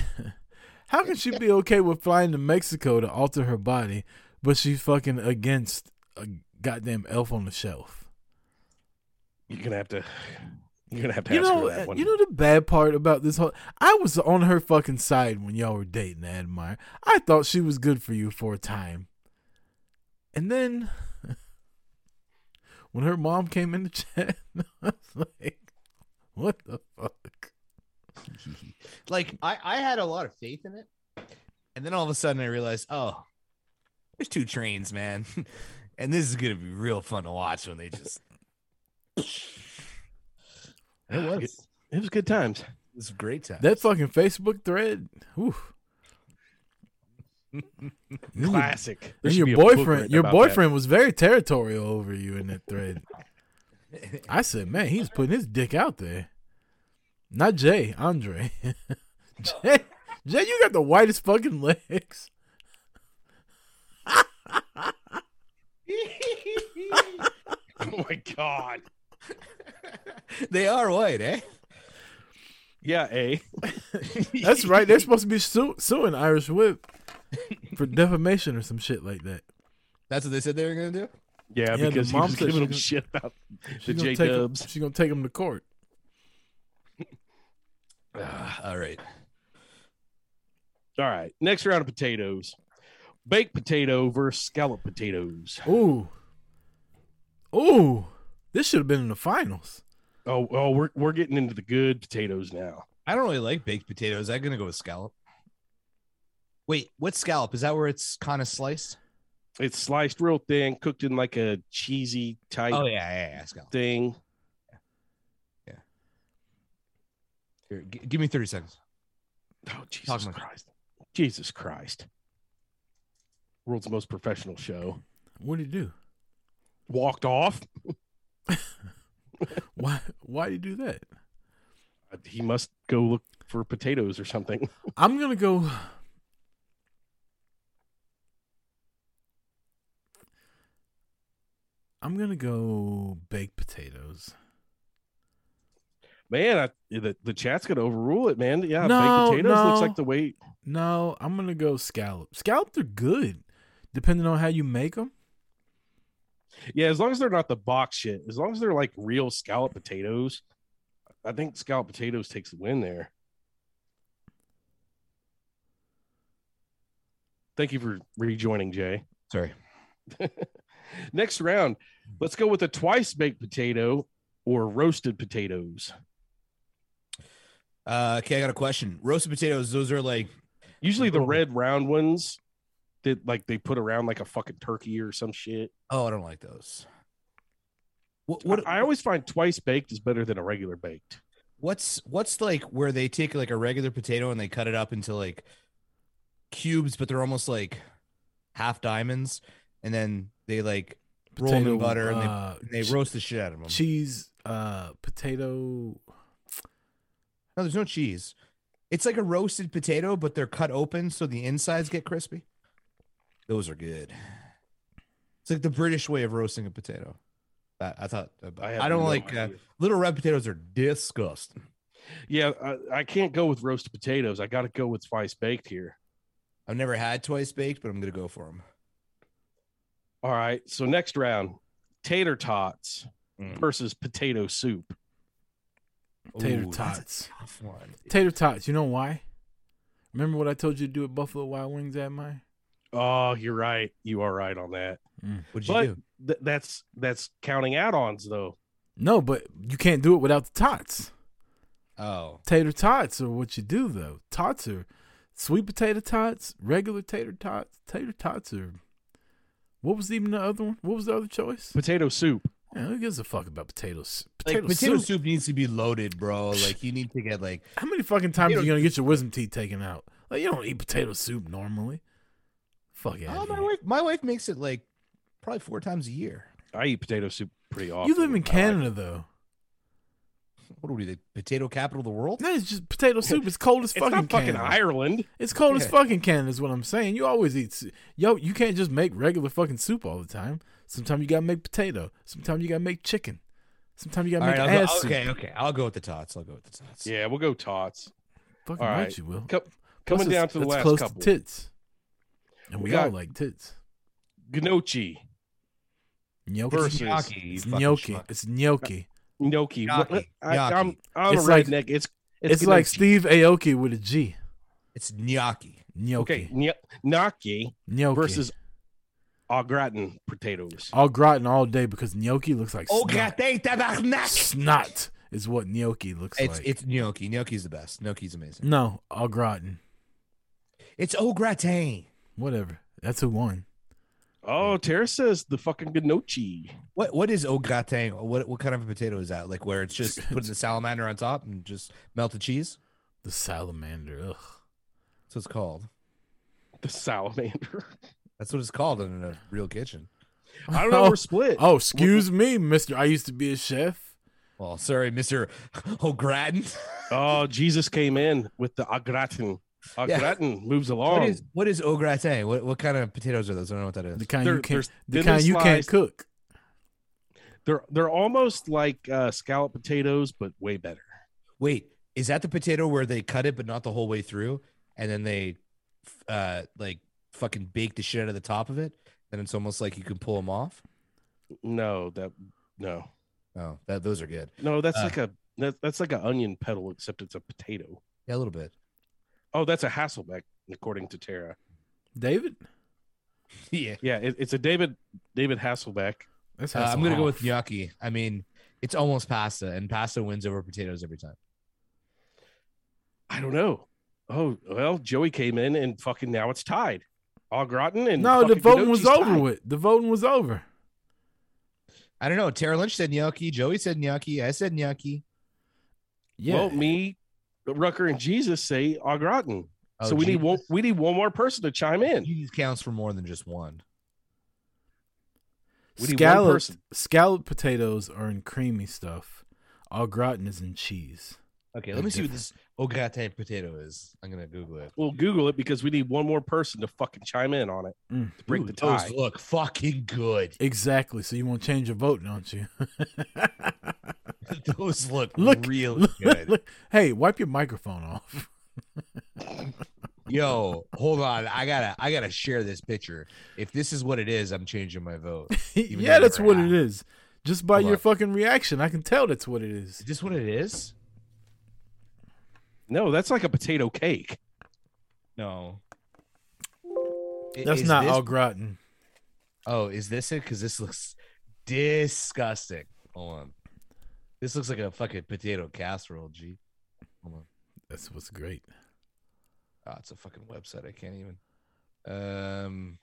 S3: How can she be okay with flying to Mexico to alter her body, but she's fucking against a goddamn elf on the shelf?
S4: You're gonna have to. You're gonna have to
S3: You
S4: ask
S3: know, uh,
S4: her that one.
S3: you know the bad part about this whole. I was on her fucking side when y'all were dating, Admire. I thought she was good for you for a time, and then when her mom came in the chat, I was like, "What the fuck?"
S5: Like I, I had a lot of faith in it. And then all of a sudden I realized, oh, there's two trains, man. and this is gonna be real fun to watch when they just It was.
S4: It was good times. It
S5: was great time.
S3: That fucking Facebook thread. Whew. Then your-
S4: Classic. There
S3: then
S4: should be
S3: your
S4: a book
S3: boyfriend,
S4: written
S3: your
S4: about that.
S3: boyfriend was very territorial over you in that thread. I said, man, he's putting his dick out there. Not Jay, Andre. Jay, Jay, you got the whitest fucking legs.
S4: oh my god.
S5: they are white, eh?
S4: Yeah, a.
S3: That's right. They're supposed to be su- suing Irish Whip for defamation or some shit like that.
S5: That's what they said they were gonna do?
S4: Yeah,
S3: the
S4: because he
S3: mom
S4: was
S3: said
S4: giving
S3: she gonna-
S4: him shit about the
S3: She's
S4: J
S3: gonna, take him,
S4: Dubs.
S3: she's gonna take him to court.
S5: Ah, all right.
S4: All right, next round of potatoes: baked potato versus scallop potatoes.
S3: Ooh. Ooh. This should have been in the finals.
S4: Oh, oh, we're we're getting into the good potatoes now.
S5: I don't really like baked potatoes. I'm gonna go with scallop. Wait, what scallop? Is that where it's kind of sliced?
S4: It's sliced real thin, cooked in like a cheesy type.
S5: Oh, yeah, yeah, yeah, scallop.
S4: thing.
S5: Here, g- give me 30 seconds.
S4: Oh, Jesus Christ! Jesus Christ! World's most professional show
S3: What did he do?
S4: walked off.
S3: Why? Why do you do that?
S4: He must go look for potatoes or something.
S3: I'm gonna go. I'm gonna go baked potatoes.
S4: Man, I, the the chat's gonna overrule it, man. Yeah,
S3: No,
S4: baked potatoes looks
S3: no.
S4: like the way
S3: No, I'm gonna go scallop. Scallops are good, depending on how you make them.
S4: Yeah, as long as they're not the box shit, as long as they're like real scallop potatoes, I think scallop potatoes takes the win there. Thank you for rejoining, Jay.
S5: Sorry.
S4: Next round, let's go with a twice baked potato or roasted potatoes.
S5: Uh, okay, I got a question. Roasted potatoes, those are like
S4: usually the red round ones that like they put around like a fucking turkey or some shit.
S5: Oh, I don't like those.
S4: What, what I, I always find twice baked is better than a regular baked.
S5: What's what's like where they take like a regular potato and they cut it up into like cubes, but they're almost like half diamonds, and then they like roll them in
S3: Potato,
S5: butter and they,
S3: uh,
S5: and they roast the shit out of them.
S3: Cheese, uh, potato.
S5: No, there's no cheese. It's like a roasted potato, but they're cut open so the insides get crispy. Those are good. It's like the British way of roasting a potato. I, I thought I,
S4: have
S5: don't
S4: no
S5: like uh, little red potatoes are disgusting.
S4: Yeah, I, I can't go with roasted potatoes. I got to go with twice baked here.
S5: I've never had twice baked, but I'm gonna go for them.
S4: All right. So next round, tater tots
S5: Mm.
S4: versus potato soup.
S3: Tater
S4: Ooh, that's a
S3: tots.
S4: tough one.
S3: Tater tots. You know why? Remember what I told you to do at Buffalo Wild Wings at my?
S4: Oh, you're right. You are right on that.
S5: What'd
S3: you
S4: but
S3: do?
S4: th- that's that's counting add-ons though.
S3: No, but you can't do it without the tots.
S5: Oh.
S3: Tater tots are what you do though. Tots are sweet potato tots, regular tater tots. Tater tots are. What was even the other one? What was the other choice?
S4: Potato soup.
S3: Yeah, who gives a fuck about potatoes?
S5: Like
S3: Potato,
S5: potato
S3: soup.
S5: soup. needs to be loaded, bro. Like you need to get like
S3: How many fucking times are you gonna get your wisdom teeth taken out? Like you don't eat potato soup normally. Fuck yeah.
S5: Oh, my wife, my wife makes it like probably four times a year.
S4: I eat potato soup pretty often.
S3: You live in Canada though.
S5: What are we, the potato capital of the world?
S3: No, it's just potato soup. It's cold as
S4: It's
S3: fucking.
S4: not fucking
S3: Canada.
S4: Ireland.
S3: It's cold as
S4: Yeah.
S3: fucking Canada is what I'm saying. You always eat. s- Yo, you can't just make regular fucking soup all the time. Sometimes you gotta make potato. Sometimes you gotta make chicken. Sometimes you
S5: All
S3: gotta
S5: right,
S3: make
S5: I'll
S3: ass
S5: go,
S3: soup.
S5: okay, okay. I'll go with the tots. I'll go with the tots.
S4: Yeah, we'll go tots.
S3: Fucking
S4: All
S3: right,
S4: right.
S3: you will.
S4: Co-
S3: Plus,
S4: coming
S3: it's-
S4: down to the
S3: it's
S4: last
S3: close
S4: couple.
S3: to tits, and
S4: We
S3: we, all
S4: got-
S3: like tits.
S4: Gnocchi.
S3: Gnocchi.
S4: versus-
S3: It's gnocchi. It's gnocchi.
S4: Gnocchi.
S3: Gnocchi.
S4: I, am I'm
S3: It's
S4: a
S3: like-
S4: redneck. it's
S3: It's, like Steve Aoki with a G.
S5: It's gnocchi.
S3: Gnocchi.
S4: Okay, gno- gnocchi,
S3: Gnocchi.
S4: versus au gratin potatoes.
S3: I'll gratin all day because gnocchi looks like
S5: Oh,
S3: snot.
S5: god, thank that next.
S3: Snot is what gnocchi looks
S5: It's
S3: like.
S5: it's gnocchi. Gnocchi's the best. Gnocchi's amazing.
S3: no, au gratin.
S5: It's au gratin.
S3: Whatever. That's who won.
S4: Oh, Tara says the fucking gnocchi.
S5: What what is au gratin? What what kind of a potato is that? Like where it's just putting the salamander on top and just melted cheese?
S3: The salamander. Ugh.
S5: That's what it's called.
S4: The salamander.
S5: That's what it's called in a real kitchen.
S4: I don't know. We're split.
S3: Oh, excuse me, Mister. I used to be a chef.
S5: Well, sorry, Mister O'Gratin.
S4: Oh, Jesus came in with the au gratin. Au
S5: Yeah.
S4: gratin moves
S3: Oh.
S4: along.
S5: What is what is au gratin? What what kind of potatoes are those? I don't know what that is.
S3: The kind
S4: They're-
S3: you can't.
S4: they're
S3: The
S4: thinly
S3: kind you can't
S4: sliced.
S3: cook.
S4: They're they're almost like uh, scallop potatoes, but way better.
S5: Wait, is that the potato where they cut it but not the whole way through, and then they, f- uh, like fucking bake the shit out of the top of it? Then it's almost like you can pull them off.
S4: No, that no,
S5: Oh, that, those are good.
S4: no. That's
S5: Uh,
S4: like a that, that's like an onion petal, except it's a potato.
S5: Yeah, a little bit.
S4: Oh, that's a Hasselbeck, according to Tara.
S3: David.
S5: yeah,
S4: yeah. It, it's a David David Hasselbeck.
S3: That's
S5: Uh, I'm gonna go with gnocchi. I mean, it's almost pasta, and pasta wins over potatoes every time.
S4: I don't know. Oh well, Joey came in and fucking now it's tied. Au gratin and
S3: No, the
S4: fucking
S3: voting was
S4: Gnocchi's
S3: over
S4: tied.
S3: with. The voting was over.
S5: I don't know. Tara Lynch said gnocchi. Joey said gnocchi. I said gnocchi.
S3: Yeah.
S4: Well, me, Rucker, and Jesus say au gratin.
S5: Oh,
S4: so we need
S5: Jesus.
S4: one. We need one more person to chime in.
S5: Cheese counts for more than just one.
S4: We need one
S3: Scalloped,
S4: person.
S3: scalloped potatoes are in creamy stuff. Au gratin is in cheese.
S5: Okay,
S3: They're
S5: let me see what
S3: different.
S5: this au gratin potato is. I'm gonna Google it.
S4: We'll Google it because we need one more person to fucking chime in on it
S3: Mm.
S4: to break
S5: Ooh,
S4: the
S5: those
S4: tie.
S5: look fucking good.
S3: Exactly. So you won't change your vote, don't you?
S5: Those look,
S3: look
S5: really
S3: look-
S5: good.
S3: look- Hey, wipe your microphone off.
S5: Yo, hold on. I gotta I gotta share this picture. If this is what it is, I'm changing my vote. Even
S3: yeah,
S5: though
S3: that's
S5: they're
S3: what
S5: not.
S3: it is. Just by
S5: Hold
S3: your
S5: on.
S3: fucking reaction, I can tell that's what it is. Is
S5: this what it is?
S4: No, that's like a potato cake.
S5: No. I-
S3: That's
S5: is
S3: not
S5: this-
S3: au gratin.
S5: Oh, is this it? Because this looks disgusting. Hold on. This looks like a fucking potato casserole, G. Hold on.
S3: That's what's great.
S5: Oh, it's a fucking website. I can't even. Um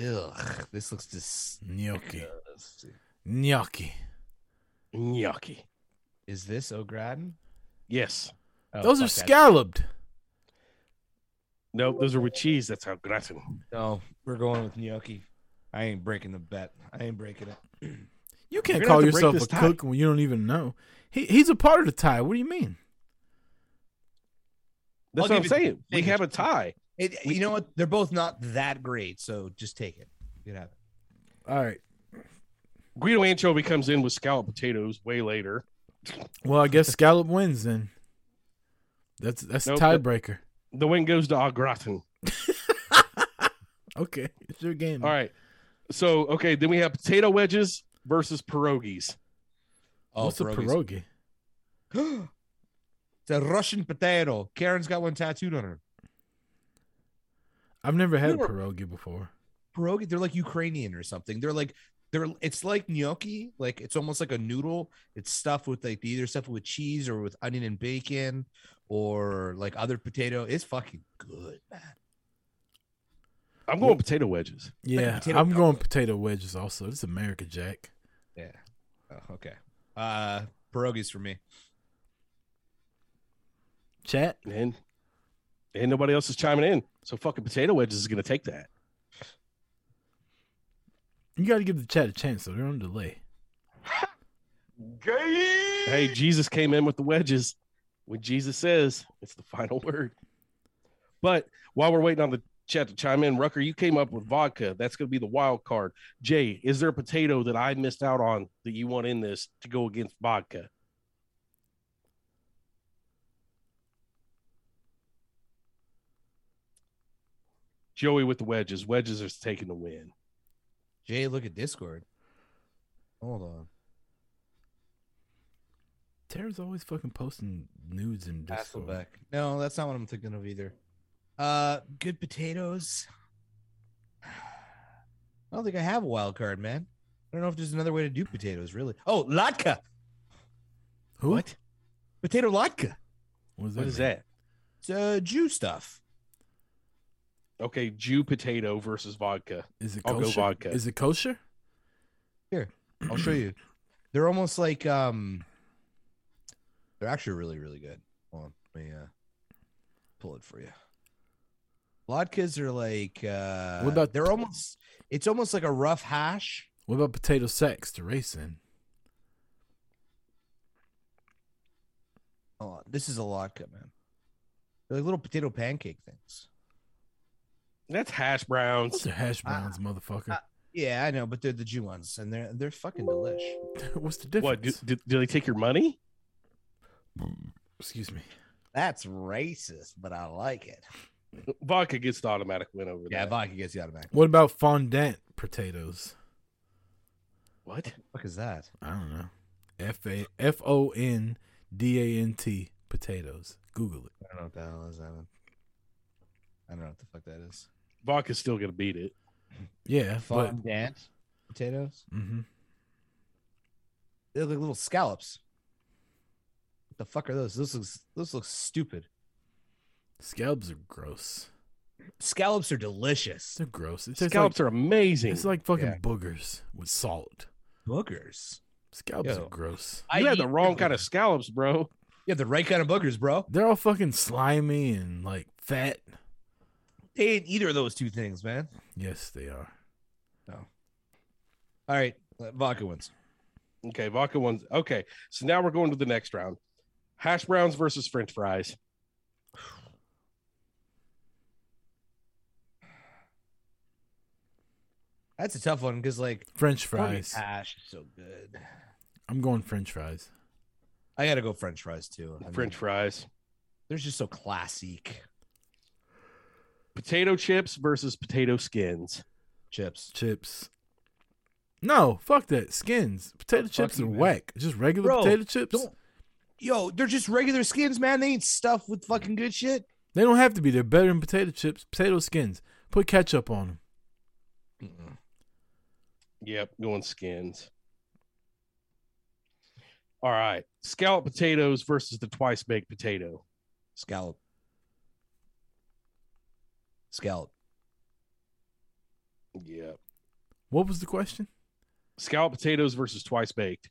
S5: Ugh. This looks dis
S3: Gnocchi.
S5: Uh, let's see.
S3: Gnocchi.
S4: Gnocchi.
S5: Is this au gratin?
S4: Yes.
S5: Oh,
S3: Those are
S5: fuck, I-
S3: scalloped.
S4: Nope, those are with cheese. That's how gratin.
S5: No, we're going with gnocchi. I ain't breaking the bet. I ain't breaking it.
S3: You can't
S5: You're gonna
S3: call
S5: have to break
S3: yourself
S5: this
S3: a
S5: tie.
S3: cook when you don't even know. He he's a part of the tie. What do you mean?
S4: That's
S5: I'll
S4: what I'm
S5: give it-
S4: saying. We
S5: take
S4: have a tie.
S5: It, you know what? They're both not that great, so just take it. You know.
S3: All right.
S4: Guido Anchovy comes in with scalloped potatoes way later.
S3: Well, I guess scallop wins then. That's that's
S4: Nope,
S3: a
S4: that-
S3: tiebreaker.
S4: The win goes to au gratin.
S3: Okay, it's your
S5: Mm.
S3: game.
S4: All right. So, okay, then we have potato wedges versus pierogies.
S5: Oh,
S4: Oh,
S3: What's a pierogi?
S5: pierogi? it's a Russian potato. Karen's got one tattooed on her.
S3: I've never had
S5: You were-
S3: pierogi before.
S5: Pierogi, they're like Ukrainian or something. They're like they're it's like gnocchi, like it's almost like a noodle. It's stuffed with like either stuffed with cheese or with onion and bacon or like other potato. It's fucking good, man.
S4: I'm going potato wedges.
S3: Yeah,
S5: potato
S3: I'm going potato wedges also. This is America Jack.
S5: Yeah. Oh, okay. Uh pierogies for me.
S3: Chat.
S4: And and nobody else is chiming in. So fucking potato wedges is gonna take that.
S3: You got to give the chat a chance though. They're on delay.
S4: Hey, Jesus came in with the wedges. When Jesus says, it's the final word. But while we're waiting on the chat to chime in, Rucker, you came up with vodka. That's going to be the wild card. Jay, is there a potato that I missed out on that you want in this to go against vodka? Joey with the wedges. Wedges is taking the win.
S5: Jay, look at Discord. Hold on.
S3: Tara's always fucking posting nudes and Discord.
S5: Hasselbeck. No, that's not what I'm thinking of either. Uh, good potatoes. I don't think I have a wild card, man. I don't know if there's another way to do potatoes, really. Oh, latke.
S3: Who? What?
S5: Potato latke.
S3: What is
S4: What is that?
S5: It's uh, Jew stuff.
S4: Okay, Jew potato versus vodka.
S3: Is it
S4: I'll
S3: kosher?
S4: go vodka.
S3: Is it kosher?
S5: Here, I'll show you. They're almost like um. They're actually really, really good. Hold on, let me uh, pull it for you. Latkes are like uh,
S3: What about-
S5: they're almost. It's almost like a rough hash.
S3: What about potato sacks to race in?
S5: Hold on. Oh, This is a latke, man. They're like little potato pancake things.
S4: That's hash browns.
S3: Those are
S5: Ah,
S3: hash browns, motherfucker.
S5: Yeah, I know, but they're the Jew ones, and they're they're fucking delish.
S3: What's the difference?
S4: What? Do, do, do they take your money?
S3: Excuse me.
S5: That's racist, but I like it.
S4: Vodka gets the automatic win over
S5: Yeah,
S4: that.
S5: vodka gets you automatic.
S3: What about fondant potatoes?
S4: What?
S5: fuck is that?
S3: I don't know. F a f o n d a n t potatoes. Google it.
S5: I don't know what the hell is that. I don't know what the fuck that is.
S4: Vodka's still gonna beat it.
S3: Yeah, but
S5: Fondant potatoes.
S3: hmm
S5: They're like little scallops. What the fuck are those? This looks this looks stupid.
S3: scallops are gross.
S5: Scallops are delicious.
S3: They're gross. It tastes
S4: Scallops
S3: like,
S4: are amazing.
S3: It's like fucking
S5: Yeah.
S3: boogers with salt.
S5: Boogers.
S3: Scallops
S5: Yo.
S3: are gross.
S4: you
S5: I
S4: had the
S5: eat
S4: wrong
S5: boogers.
S4: kind of scallops, bro.
S5: You have the right kind of boogers, bro.
S3: They're all fucking slimy and like fat.
S5: They ain't either of those two things, man.
S3: Yes, they are.
S5: All right, uh, vodka wins.
S4: Okay, vodka ones. Okay, so now we're going to the next round: hash browns versus French fries.
S5: That's a tough one because like
S3: French
S5: Corned
S3: fries.
S5: hash is so good.
S3: I'm going French fries.
S5: I gotta go French fries too. I mean,
S4: French fries.
S5: they're just so classic.
S4: potato chips versus potato skins.
S5: Chips.
S3: Chips. No, fuck that. Skins. Potato chips are whack. Just regular
S5: Bro,
S3: potato chips.
S5: don't- Yo, they're just regular skins, man. They ain't stuffed with fucking good shit.
S3: They don't have to be. They're better than potato chips. Potato skins. Put ketchup on them.
S4: Yep, going skins. All right, scallop potatoes versus the twice baked potato.
S5: Scallop. Scallop.
S4: Yep.
S3: What was the question?
S4: Scallop potatoes versus twice baked.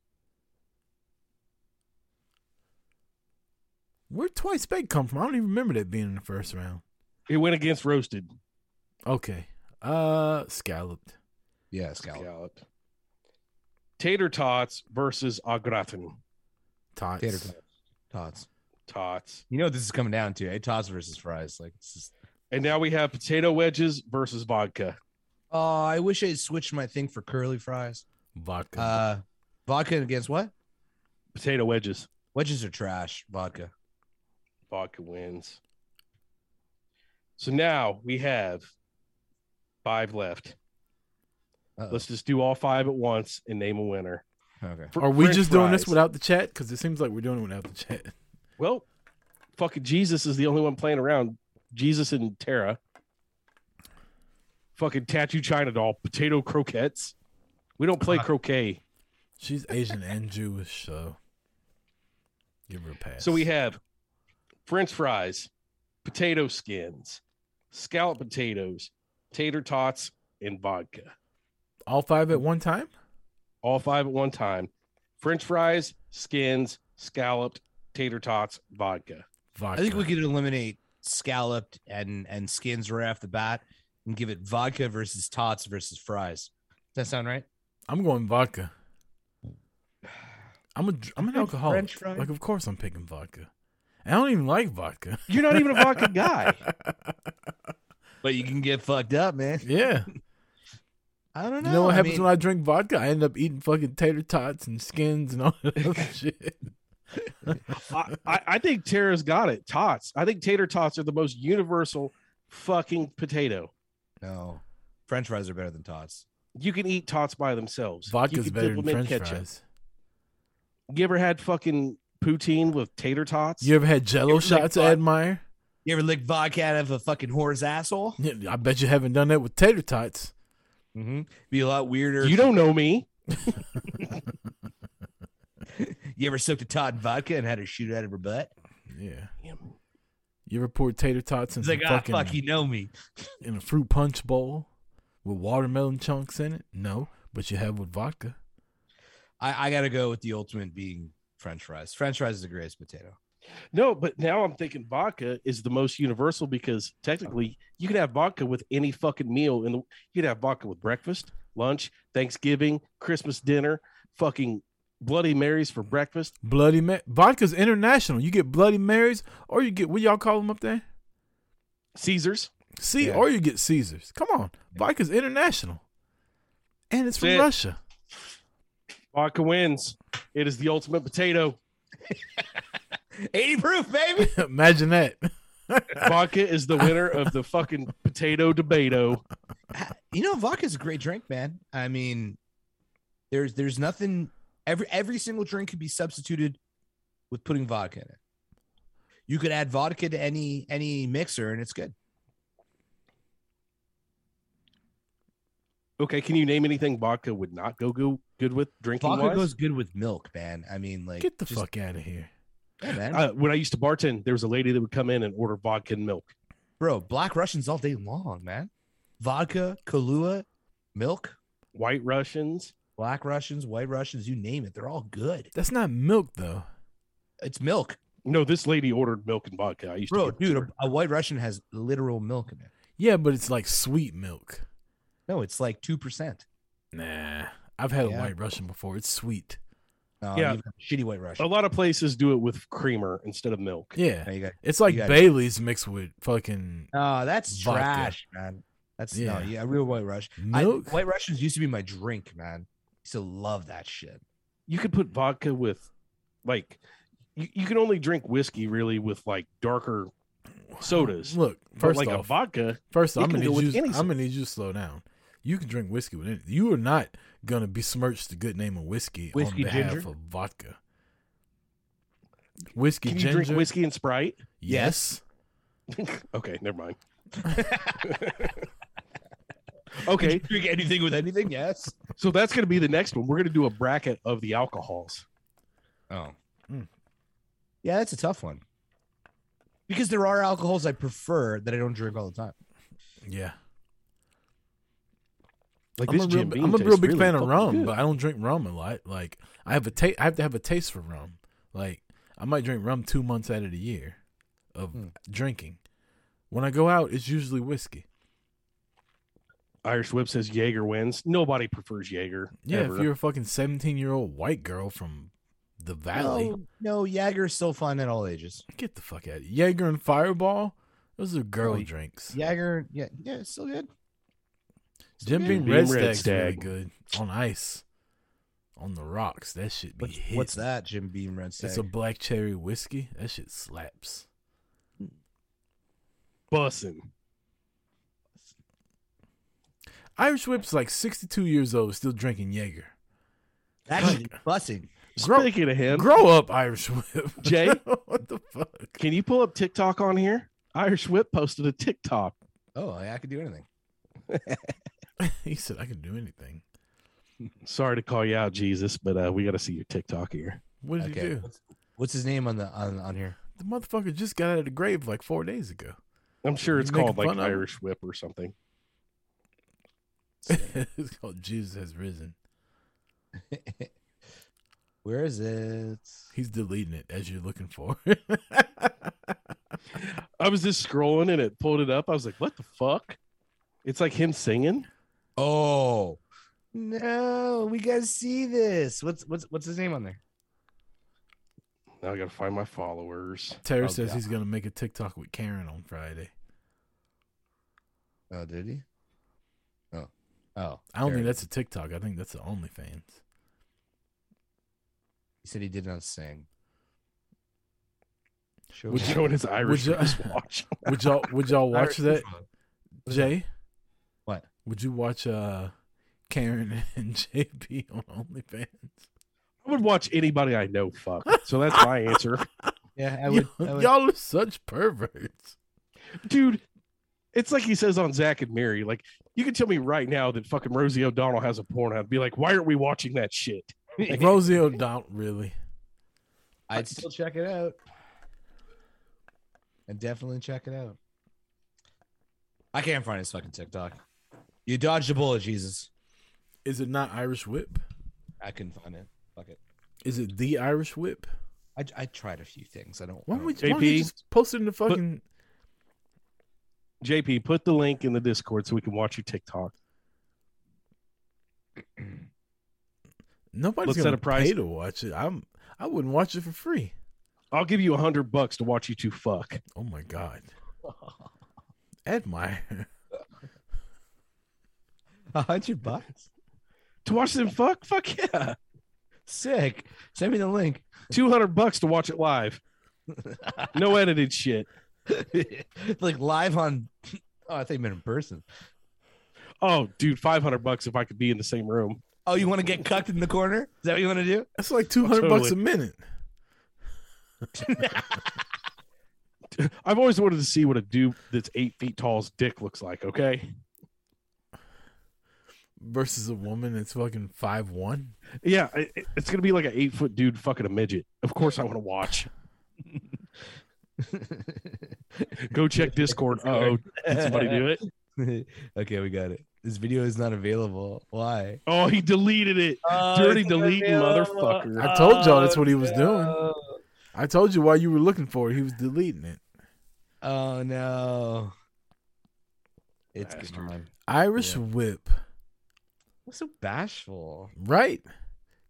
S3: Where twice baked come from? I don't even remember that being in the first round.
S4: It went against roasted.
S3: Okay. Uh scalloped.
S5: Yeah,
S4: scallop. Tater tots versus au gratin.
S3: Tots.
S5: Tater tots. Tots.
S4: Tots.
S5: You know what this is coming down to, eh? Tots versus fries. Like this is
S4: And now we have potato wedges versus vodka.
S5: Oh, I wish I had switched my thing for curly fries.
S3: Vodka.
S5: Uh vodka against what?
S4: Potato wedges.
S5: Wedges are trash. Vodka.
S4: Vodka wins. So now we have five left. Let's just do all five at once and name a winner.
S5: Okay.
S3: Are we just doing this without the chat? Because it seems like we're doing it without the chat.
S4: Well, fucking Jesus is the only one playing around. Jesus and Tara. Fucking tattoo China doll, potato croquettes. We don't play croquet.
S3: She's Asian and Jewish, so give her a pass.
S4: So we have French fries, potato skins, scallop potatoes, tater tots, and vodka.
S3: all five at one time?
S4: All five at one time. French fries, skins, scalloped, tater tots, vodka.
S5: I think we could eliminate scalloped and and skins right off the bat and give it vodka versus tots versus fries. Does that sound right?
S3: I'm going vodka. I'm a dr- I'm an alcoholic.
S5: French fry?
S3: Like of course I'm picking vodka. And I don't even like vodka.
S4: You're not even a vodka guy.
S5: But you can get fucked up, man.
S3: Yeah.
S5: I don't know.
S3: You know what
S5: I
S3: happens
S5: mean,
S3: when I drink vodka? I end up eating fucking tater tots and skins and all that other shit.
S4: I, I, I think Tara's got it. Tots. I think tater tots are the most universal fucking potato.
S5: No. French fries are better than tots.
S4: You can eat tots by themselves. You
S3: Vodka's
S4: can
S3: better than
S4: implement
S3: French fries.
S4: You ever had fucking poutine with tater tots?
S3: You ever had Jello
S5: Here's like
S3: shots
S5: vod-
S3: at Admire?
S5: You ever lick vodka out of a fucking whore's asshole?
S3: Yeah, I bet you haven't done that with tater tots.
S5: Mm-hmm. Be a lot weirder.
S4: You don't know me.
S5: You ever soaked a tot in vodka and had her shoot out of her butt?
S3: Yeah. You ever poured tater tots in
S5: It's
S3: some
S5: like, ah,
S3: fucking
S5: fuck, you know me.
S3: in a fruit punch bowl with watermelon chunks in it? No, but you have with vodka.
S5: I, I gotta go with the ultimate being French fries. French fries is the greatest potato.
S4: No, but now I'm thinking vodka is the most universal because technically you can have vodka with any fucking meal. And you can have vodka with breakfast, lunch, Thanksgiving, Christmas dinner, fucking Bloody Marys for breakfast.
S3: Bloody Ma- vodka's international. You get Bloody Marys, or you get what y'all call them up there?
S4: Caesars.
S3: See,
S4: Yeah.
S3: or you get Caesars. Come on, vodka's international, and it's from
S4: That's it.
S3: Russia.
S4: Vodka wins. It is the ultimate potato.
S5: 80 proof, baby.
S3: Imagine that.
S4: Vodka is the winner of the fucking potato debato.
S5: You know, vodka's a great drink, man. I mean, there's there's nothing every every single drink could be substituted with putting vodka in it. You could add vodka to any any mixer and it's good.
S4: Okay, can you name anything vodka would not go go good with drinking
S5: Vodka
S4: wise?
S5: goes good with milk, man. I mean, like
S3: Get the
S5: just-
S3: fuck out of here.
S5: yeah, man.
S4: uh, when I used to bartend, there was a lady that would come in and order vodka and milk.
S5: bro. Black Russians all day long, man. Vodka, Kahlua, milk,
S4: White Russians.
S5: Black Russians, White Russians, you name it, they're all good.
S3: That's not milk though.
S5: It's milk,
S4: No, this lady ordered milk and vodka. I used to
S5: bro,
S4: give it to
S5: dude.
S4: her.
S5: A, a White Russian has literal milk in it.
S3: Yeah, but it's like sweet milk.
S5: No, it's like two percent.
S3: Nah, I've had a
S5: Yeah.
S3: white Russian before. It's sweet.
S5: No,
S4: Yeah.
S5: you've Uh, got shitty White
S4: A
S5: Russian.
S4: lot of places do it with creamer instead of milk.
S3: Yeah,
S5: No, you got-
S3: it's like
S5: you got-
S3: Bailey's mixed with fucking
S5: No, that's
S3: Vodka.
S5: trash, man. That's
S3: Yeah.
S5: no, yeah, real White Russian.
S3: Milk?
S5: I, White Russians used to be my drink, man. Used to love that shit.
S4: You could put vodka with, like, you, you can only drink whiskey really with like darker sodas.
S3: Look,
S4: But
S3: first
S4: like a
S3: off,
S4: vodka,
S3: First,
S4: it
S3: I'm
S4: can
S3: gonna
S4: go with
S3: need you.
S4: any
S3: I'm gonna need you to slow down. You can drink whiskey with anything. You are not gonna besmirch the good name of whiskey,
S4: Whiskey
S3: on behalf
S4: ginger?
S3: of vodka. Whiskey
S4: Can you
S3: ginger.
S4: drink whiskey and Sprite?
S3: Yes.
S4: okay, never mind. okay.
S5: drink anything with anything? Yes.
S4: So that's going to be the next one. We're going to do a bracket of the alcohols.
S5: Oh.
S3: Mm.
S5: Yeah, that's a tough one. Because there are alcohols I prefer that I don't drink all the time.
S3: Yeah.
S4: Like
S3: I'm
S4: this
S3: a real,
S4: Jim Beam
S3: I'm a real
S4: tastes
S3: big
S4: really
S3: fan of
S4: fucking
S3: rum,
S4: good.
S3: but I don't drink rum a lot. Like I have a ta- I have to have a taste for rum. Like I might drink rum two months out of the year of
S4: Hmm.
S3: drinking. When I go out, it's usually whiskey.
S4: Irish Whip says Jaeger wins. Nobody prefers Jaeger.
S3: Yeah,
S4: ever.
S3: if you're a fucking 17 year old white girl from the valley,
S5: No, no Jager's still fun at all ages.
S3: get the fuck out of here. Jaeger and Fireball, those are girl
S5: Oh,
S3: drinks.
S5: Jager, yeah, yeah, it's still good.
S3: Jim
S5: good.
S3: Beam
S4: Beam
S3: Red,
S4: Red
S3: Stag's really
S4: Stag.
S3: good on ice, on the rocks. That shit be hit.
S5: What's that, Jim Beam Red Stag?
S3: It's a black cherry whiskey. That shit slaps.
S4: bussin'.
S3: Irish Whip's like 62 years oold, still drinking Jaeger.
S5: Actually, bussing.
S4: Speaking of him,
S3: Grow up, Irish Whip.
S4: Jay,
S3: what the fuck?
S4: Can you pull up TikTok on here? Irish Whip posted a TikTok.
S5: Oh, yeah, I could do anything.
S3: he said, I can do anything.
S4: Sorry to call you out, Jesus, but uh, we got to see your TikTok here.
S3: What did he do?
S5: What's, what's his name on the on, on here?
S3: The motherfucker just got out of the grave like four days ago.
S4: I'm sure it's
S3: You making
S4: called like
S3: fun of him?
S4: Irish Whip or something.
S3: it's called Jesus Has Risen.
S5: Where is it?
S3: He's deleting it as you're looking for it.
S4: I was just scrolling and it pulled it up. I was like, what the fuck? It's like him singing.
S5: Oh. No, we gotta see this. What's what's what's his name on there?
S4: Now I got to find my followers.
S3: Terry
S5: Oh,
S3: says
S5: God.
S3: he's going to make a TikTok with Karen on Friday.
S5: Oh, did he? Oh, oh.
S3: I don't
S5: there
S3: think
S5: it
S3: that's a TikTok. I think that's the OnlyFans.
S5: He said he did not sing. Show
S4: We're
S5: me.
S4: showing his Irish
S3: y'all-
S4: wrist watch.
S3: Would y'all would y'all watch
S5: Irish
S3: that?
S5: Christmas.
S3: Jay,
S5: What?
S3: would you watch uh Karen and JP on OnlyFans?
S4: I would watch anybody I know fuck. So that's my answer.
S5: Yeah, I would. I would-
S3: Y'all are such perverts.
S4: Dude, it's like he says on Zach and Mary. Like, you can tell me right now that fucking Rosie O'Donnell has a porn. I'd be like, why aren't we watching that shit?
S3: Like, Rosie O'Donnell, really?
S5: I'd still check it out. I'd definitely check it out. I can't find his fucking TikTok. You dodged a bullet, Jesus.
S3: Is it not Irish Whip?
S5: I couldn't find it. Fuck it.
S3: Is it the Irish Whip?
S5: I, I tried a few things. I don't.
S3: Why
S5: I
S3: don't
S5: don't-
S3: we, why don't you
S4: JP?
S3: just post it in the fucking?
S4: JP, put the link in the Discord so we can watch your TikTok.
S3: Nobody's
S4: let's set
S3: gonna
S4: a price.
S3: pay to watch it. I'm. I wouldn't watch it for free.
S4: I'll give you a hundred bucks to watch you two fuck.
S3: Oh my god. Admire.
S5: A hundred bucks.
S4: To watch them fuck? Fuck yeah.
S5: Sick. Send me the link.
S4: Two hundred bucks to watch it live. No edited shit.
S5: like live on. Oh, I think meant in person.
S4: Oh, dude, five hundred bucks if I could be in the same room.
S5: Oh, you want to get cucked in the corner? Is that what you want to do?
S3: That's like two hundred bucks a
S4: Totally.
S3: minute.
S4: I've always wanted to see what a dude that's eight feet tall's dick looks like. Okay.
S3: Versus a woman that's fucking five one.
S4: Yeah, it- it- it's gonna be like an eight foot dude fucking a midget. Of course, I want to watch. Go check Discord. Oh, did somebody do it?
S5: okay, we got it. This video is not available. Why?
S4: Oh, he deleted it.
S3: Uh,
S4: Dirty deleting motherfucker.
S3: I told y'all that's what he was doing. I told you while you were looking for it, he was deleting it.
S5: Oh no. It's
S4: Bastard.
S5: gone.
S3: Irish Whip,
S5: What's so bashful?
S3: right?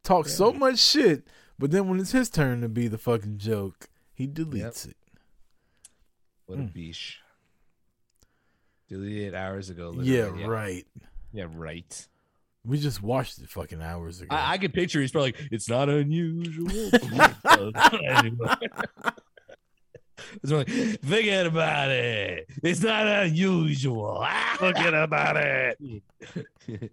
S3: Talks so much shit, but then when it's his turn to be the fucking joke, he deletes it.
S5: What a
S3: Hmm.
S5: beesh. Deleted hours ago.
S3: Yeah,
S5: literally.
S3: right.
S5: Yeah, right.
S3: We just watched it fucking hours ago.
S5: I, I could picture he's probably like, it's not unusual. It's more like, forget about it. It's not unusual.
S4: Forget about it.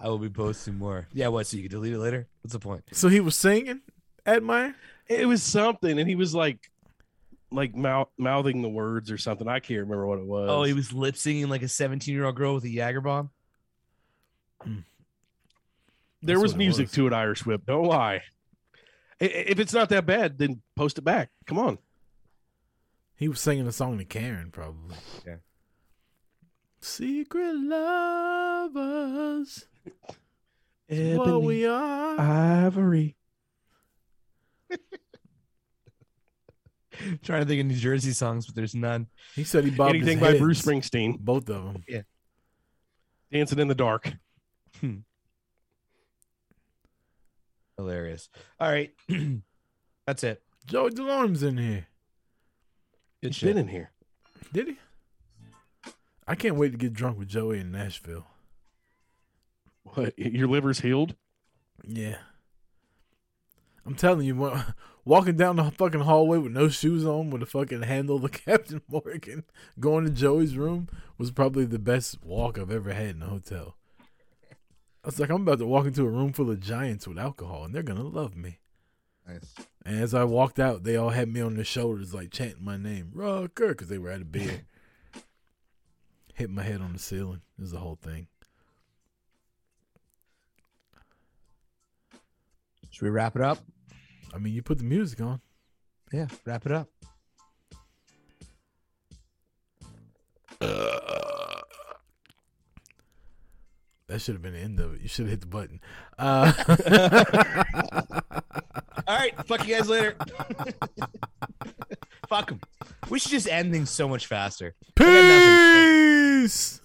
S5: I will be posting more. Yeah, what? So you can delete it later? What's the point?
S3: So he was singing at my.
S4: It was something, and he was like, like mouth, mouthing the words or something. I can't remember what it was.
S5: Oh, he was lip singing like a 17 year old girl with a Jagger bomb.
S4: There
S5: That's
S4: was
S5: what it
S4: music
S5: was.
S4: to it, Irish Whip. Don't lie. I- i- If it's not that bad, then post it back. Come on.
S3: He was singing a song to Karen, probably.
S5: Yeah.
S3: Secret lovers. is
S4: Ebony,
S3: what we are.
S4: Ivory.
S5: trying to think of New Jersey songs, but there's none.
S3: He said he
S5: bobbed his
S4: Anything by
S5: head.
S4: Bruce Springsteen.
S3: Both of them.
S5: Yeah.
S4: Dancing in the dark.
S5: Hilarious. All right. That's it.
S3: Joey DeLorme's in here.
S5: Good
S4: He's been in here.
S3: Did he? I can't wait to get drunk with Joey in Nashville.
S4: What? Your liver's healed?
S3: Yeah. I'm telling you, wa- walking down the fucking hallway with no shoes on, with a fucking handle of Captain Morgan, going to Joey's room was probably the best walk I've ever had in a hotel. I was like, I'm about to walk into a room full of giants with alcohol, and they're gonna love me.
S5: Nice.
S3: And as I walked out, they all had me on their shoulders, like chanting my name, Rucker, because they were out of beer. Hit my head on the ceiling. It was the whole thing.
S5: Should we wrap it up?
S3: I mean, you put the music on.
S5: Yeah, wrap it up.
S3: That should have been the end of it. You should have hit the button. Uh,
S5: All right. Fuck you guys later. fuck them. We should just end things so much faster.
S3: Peace.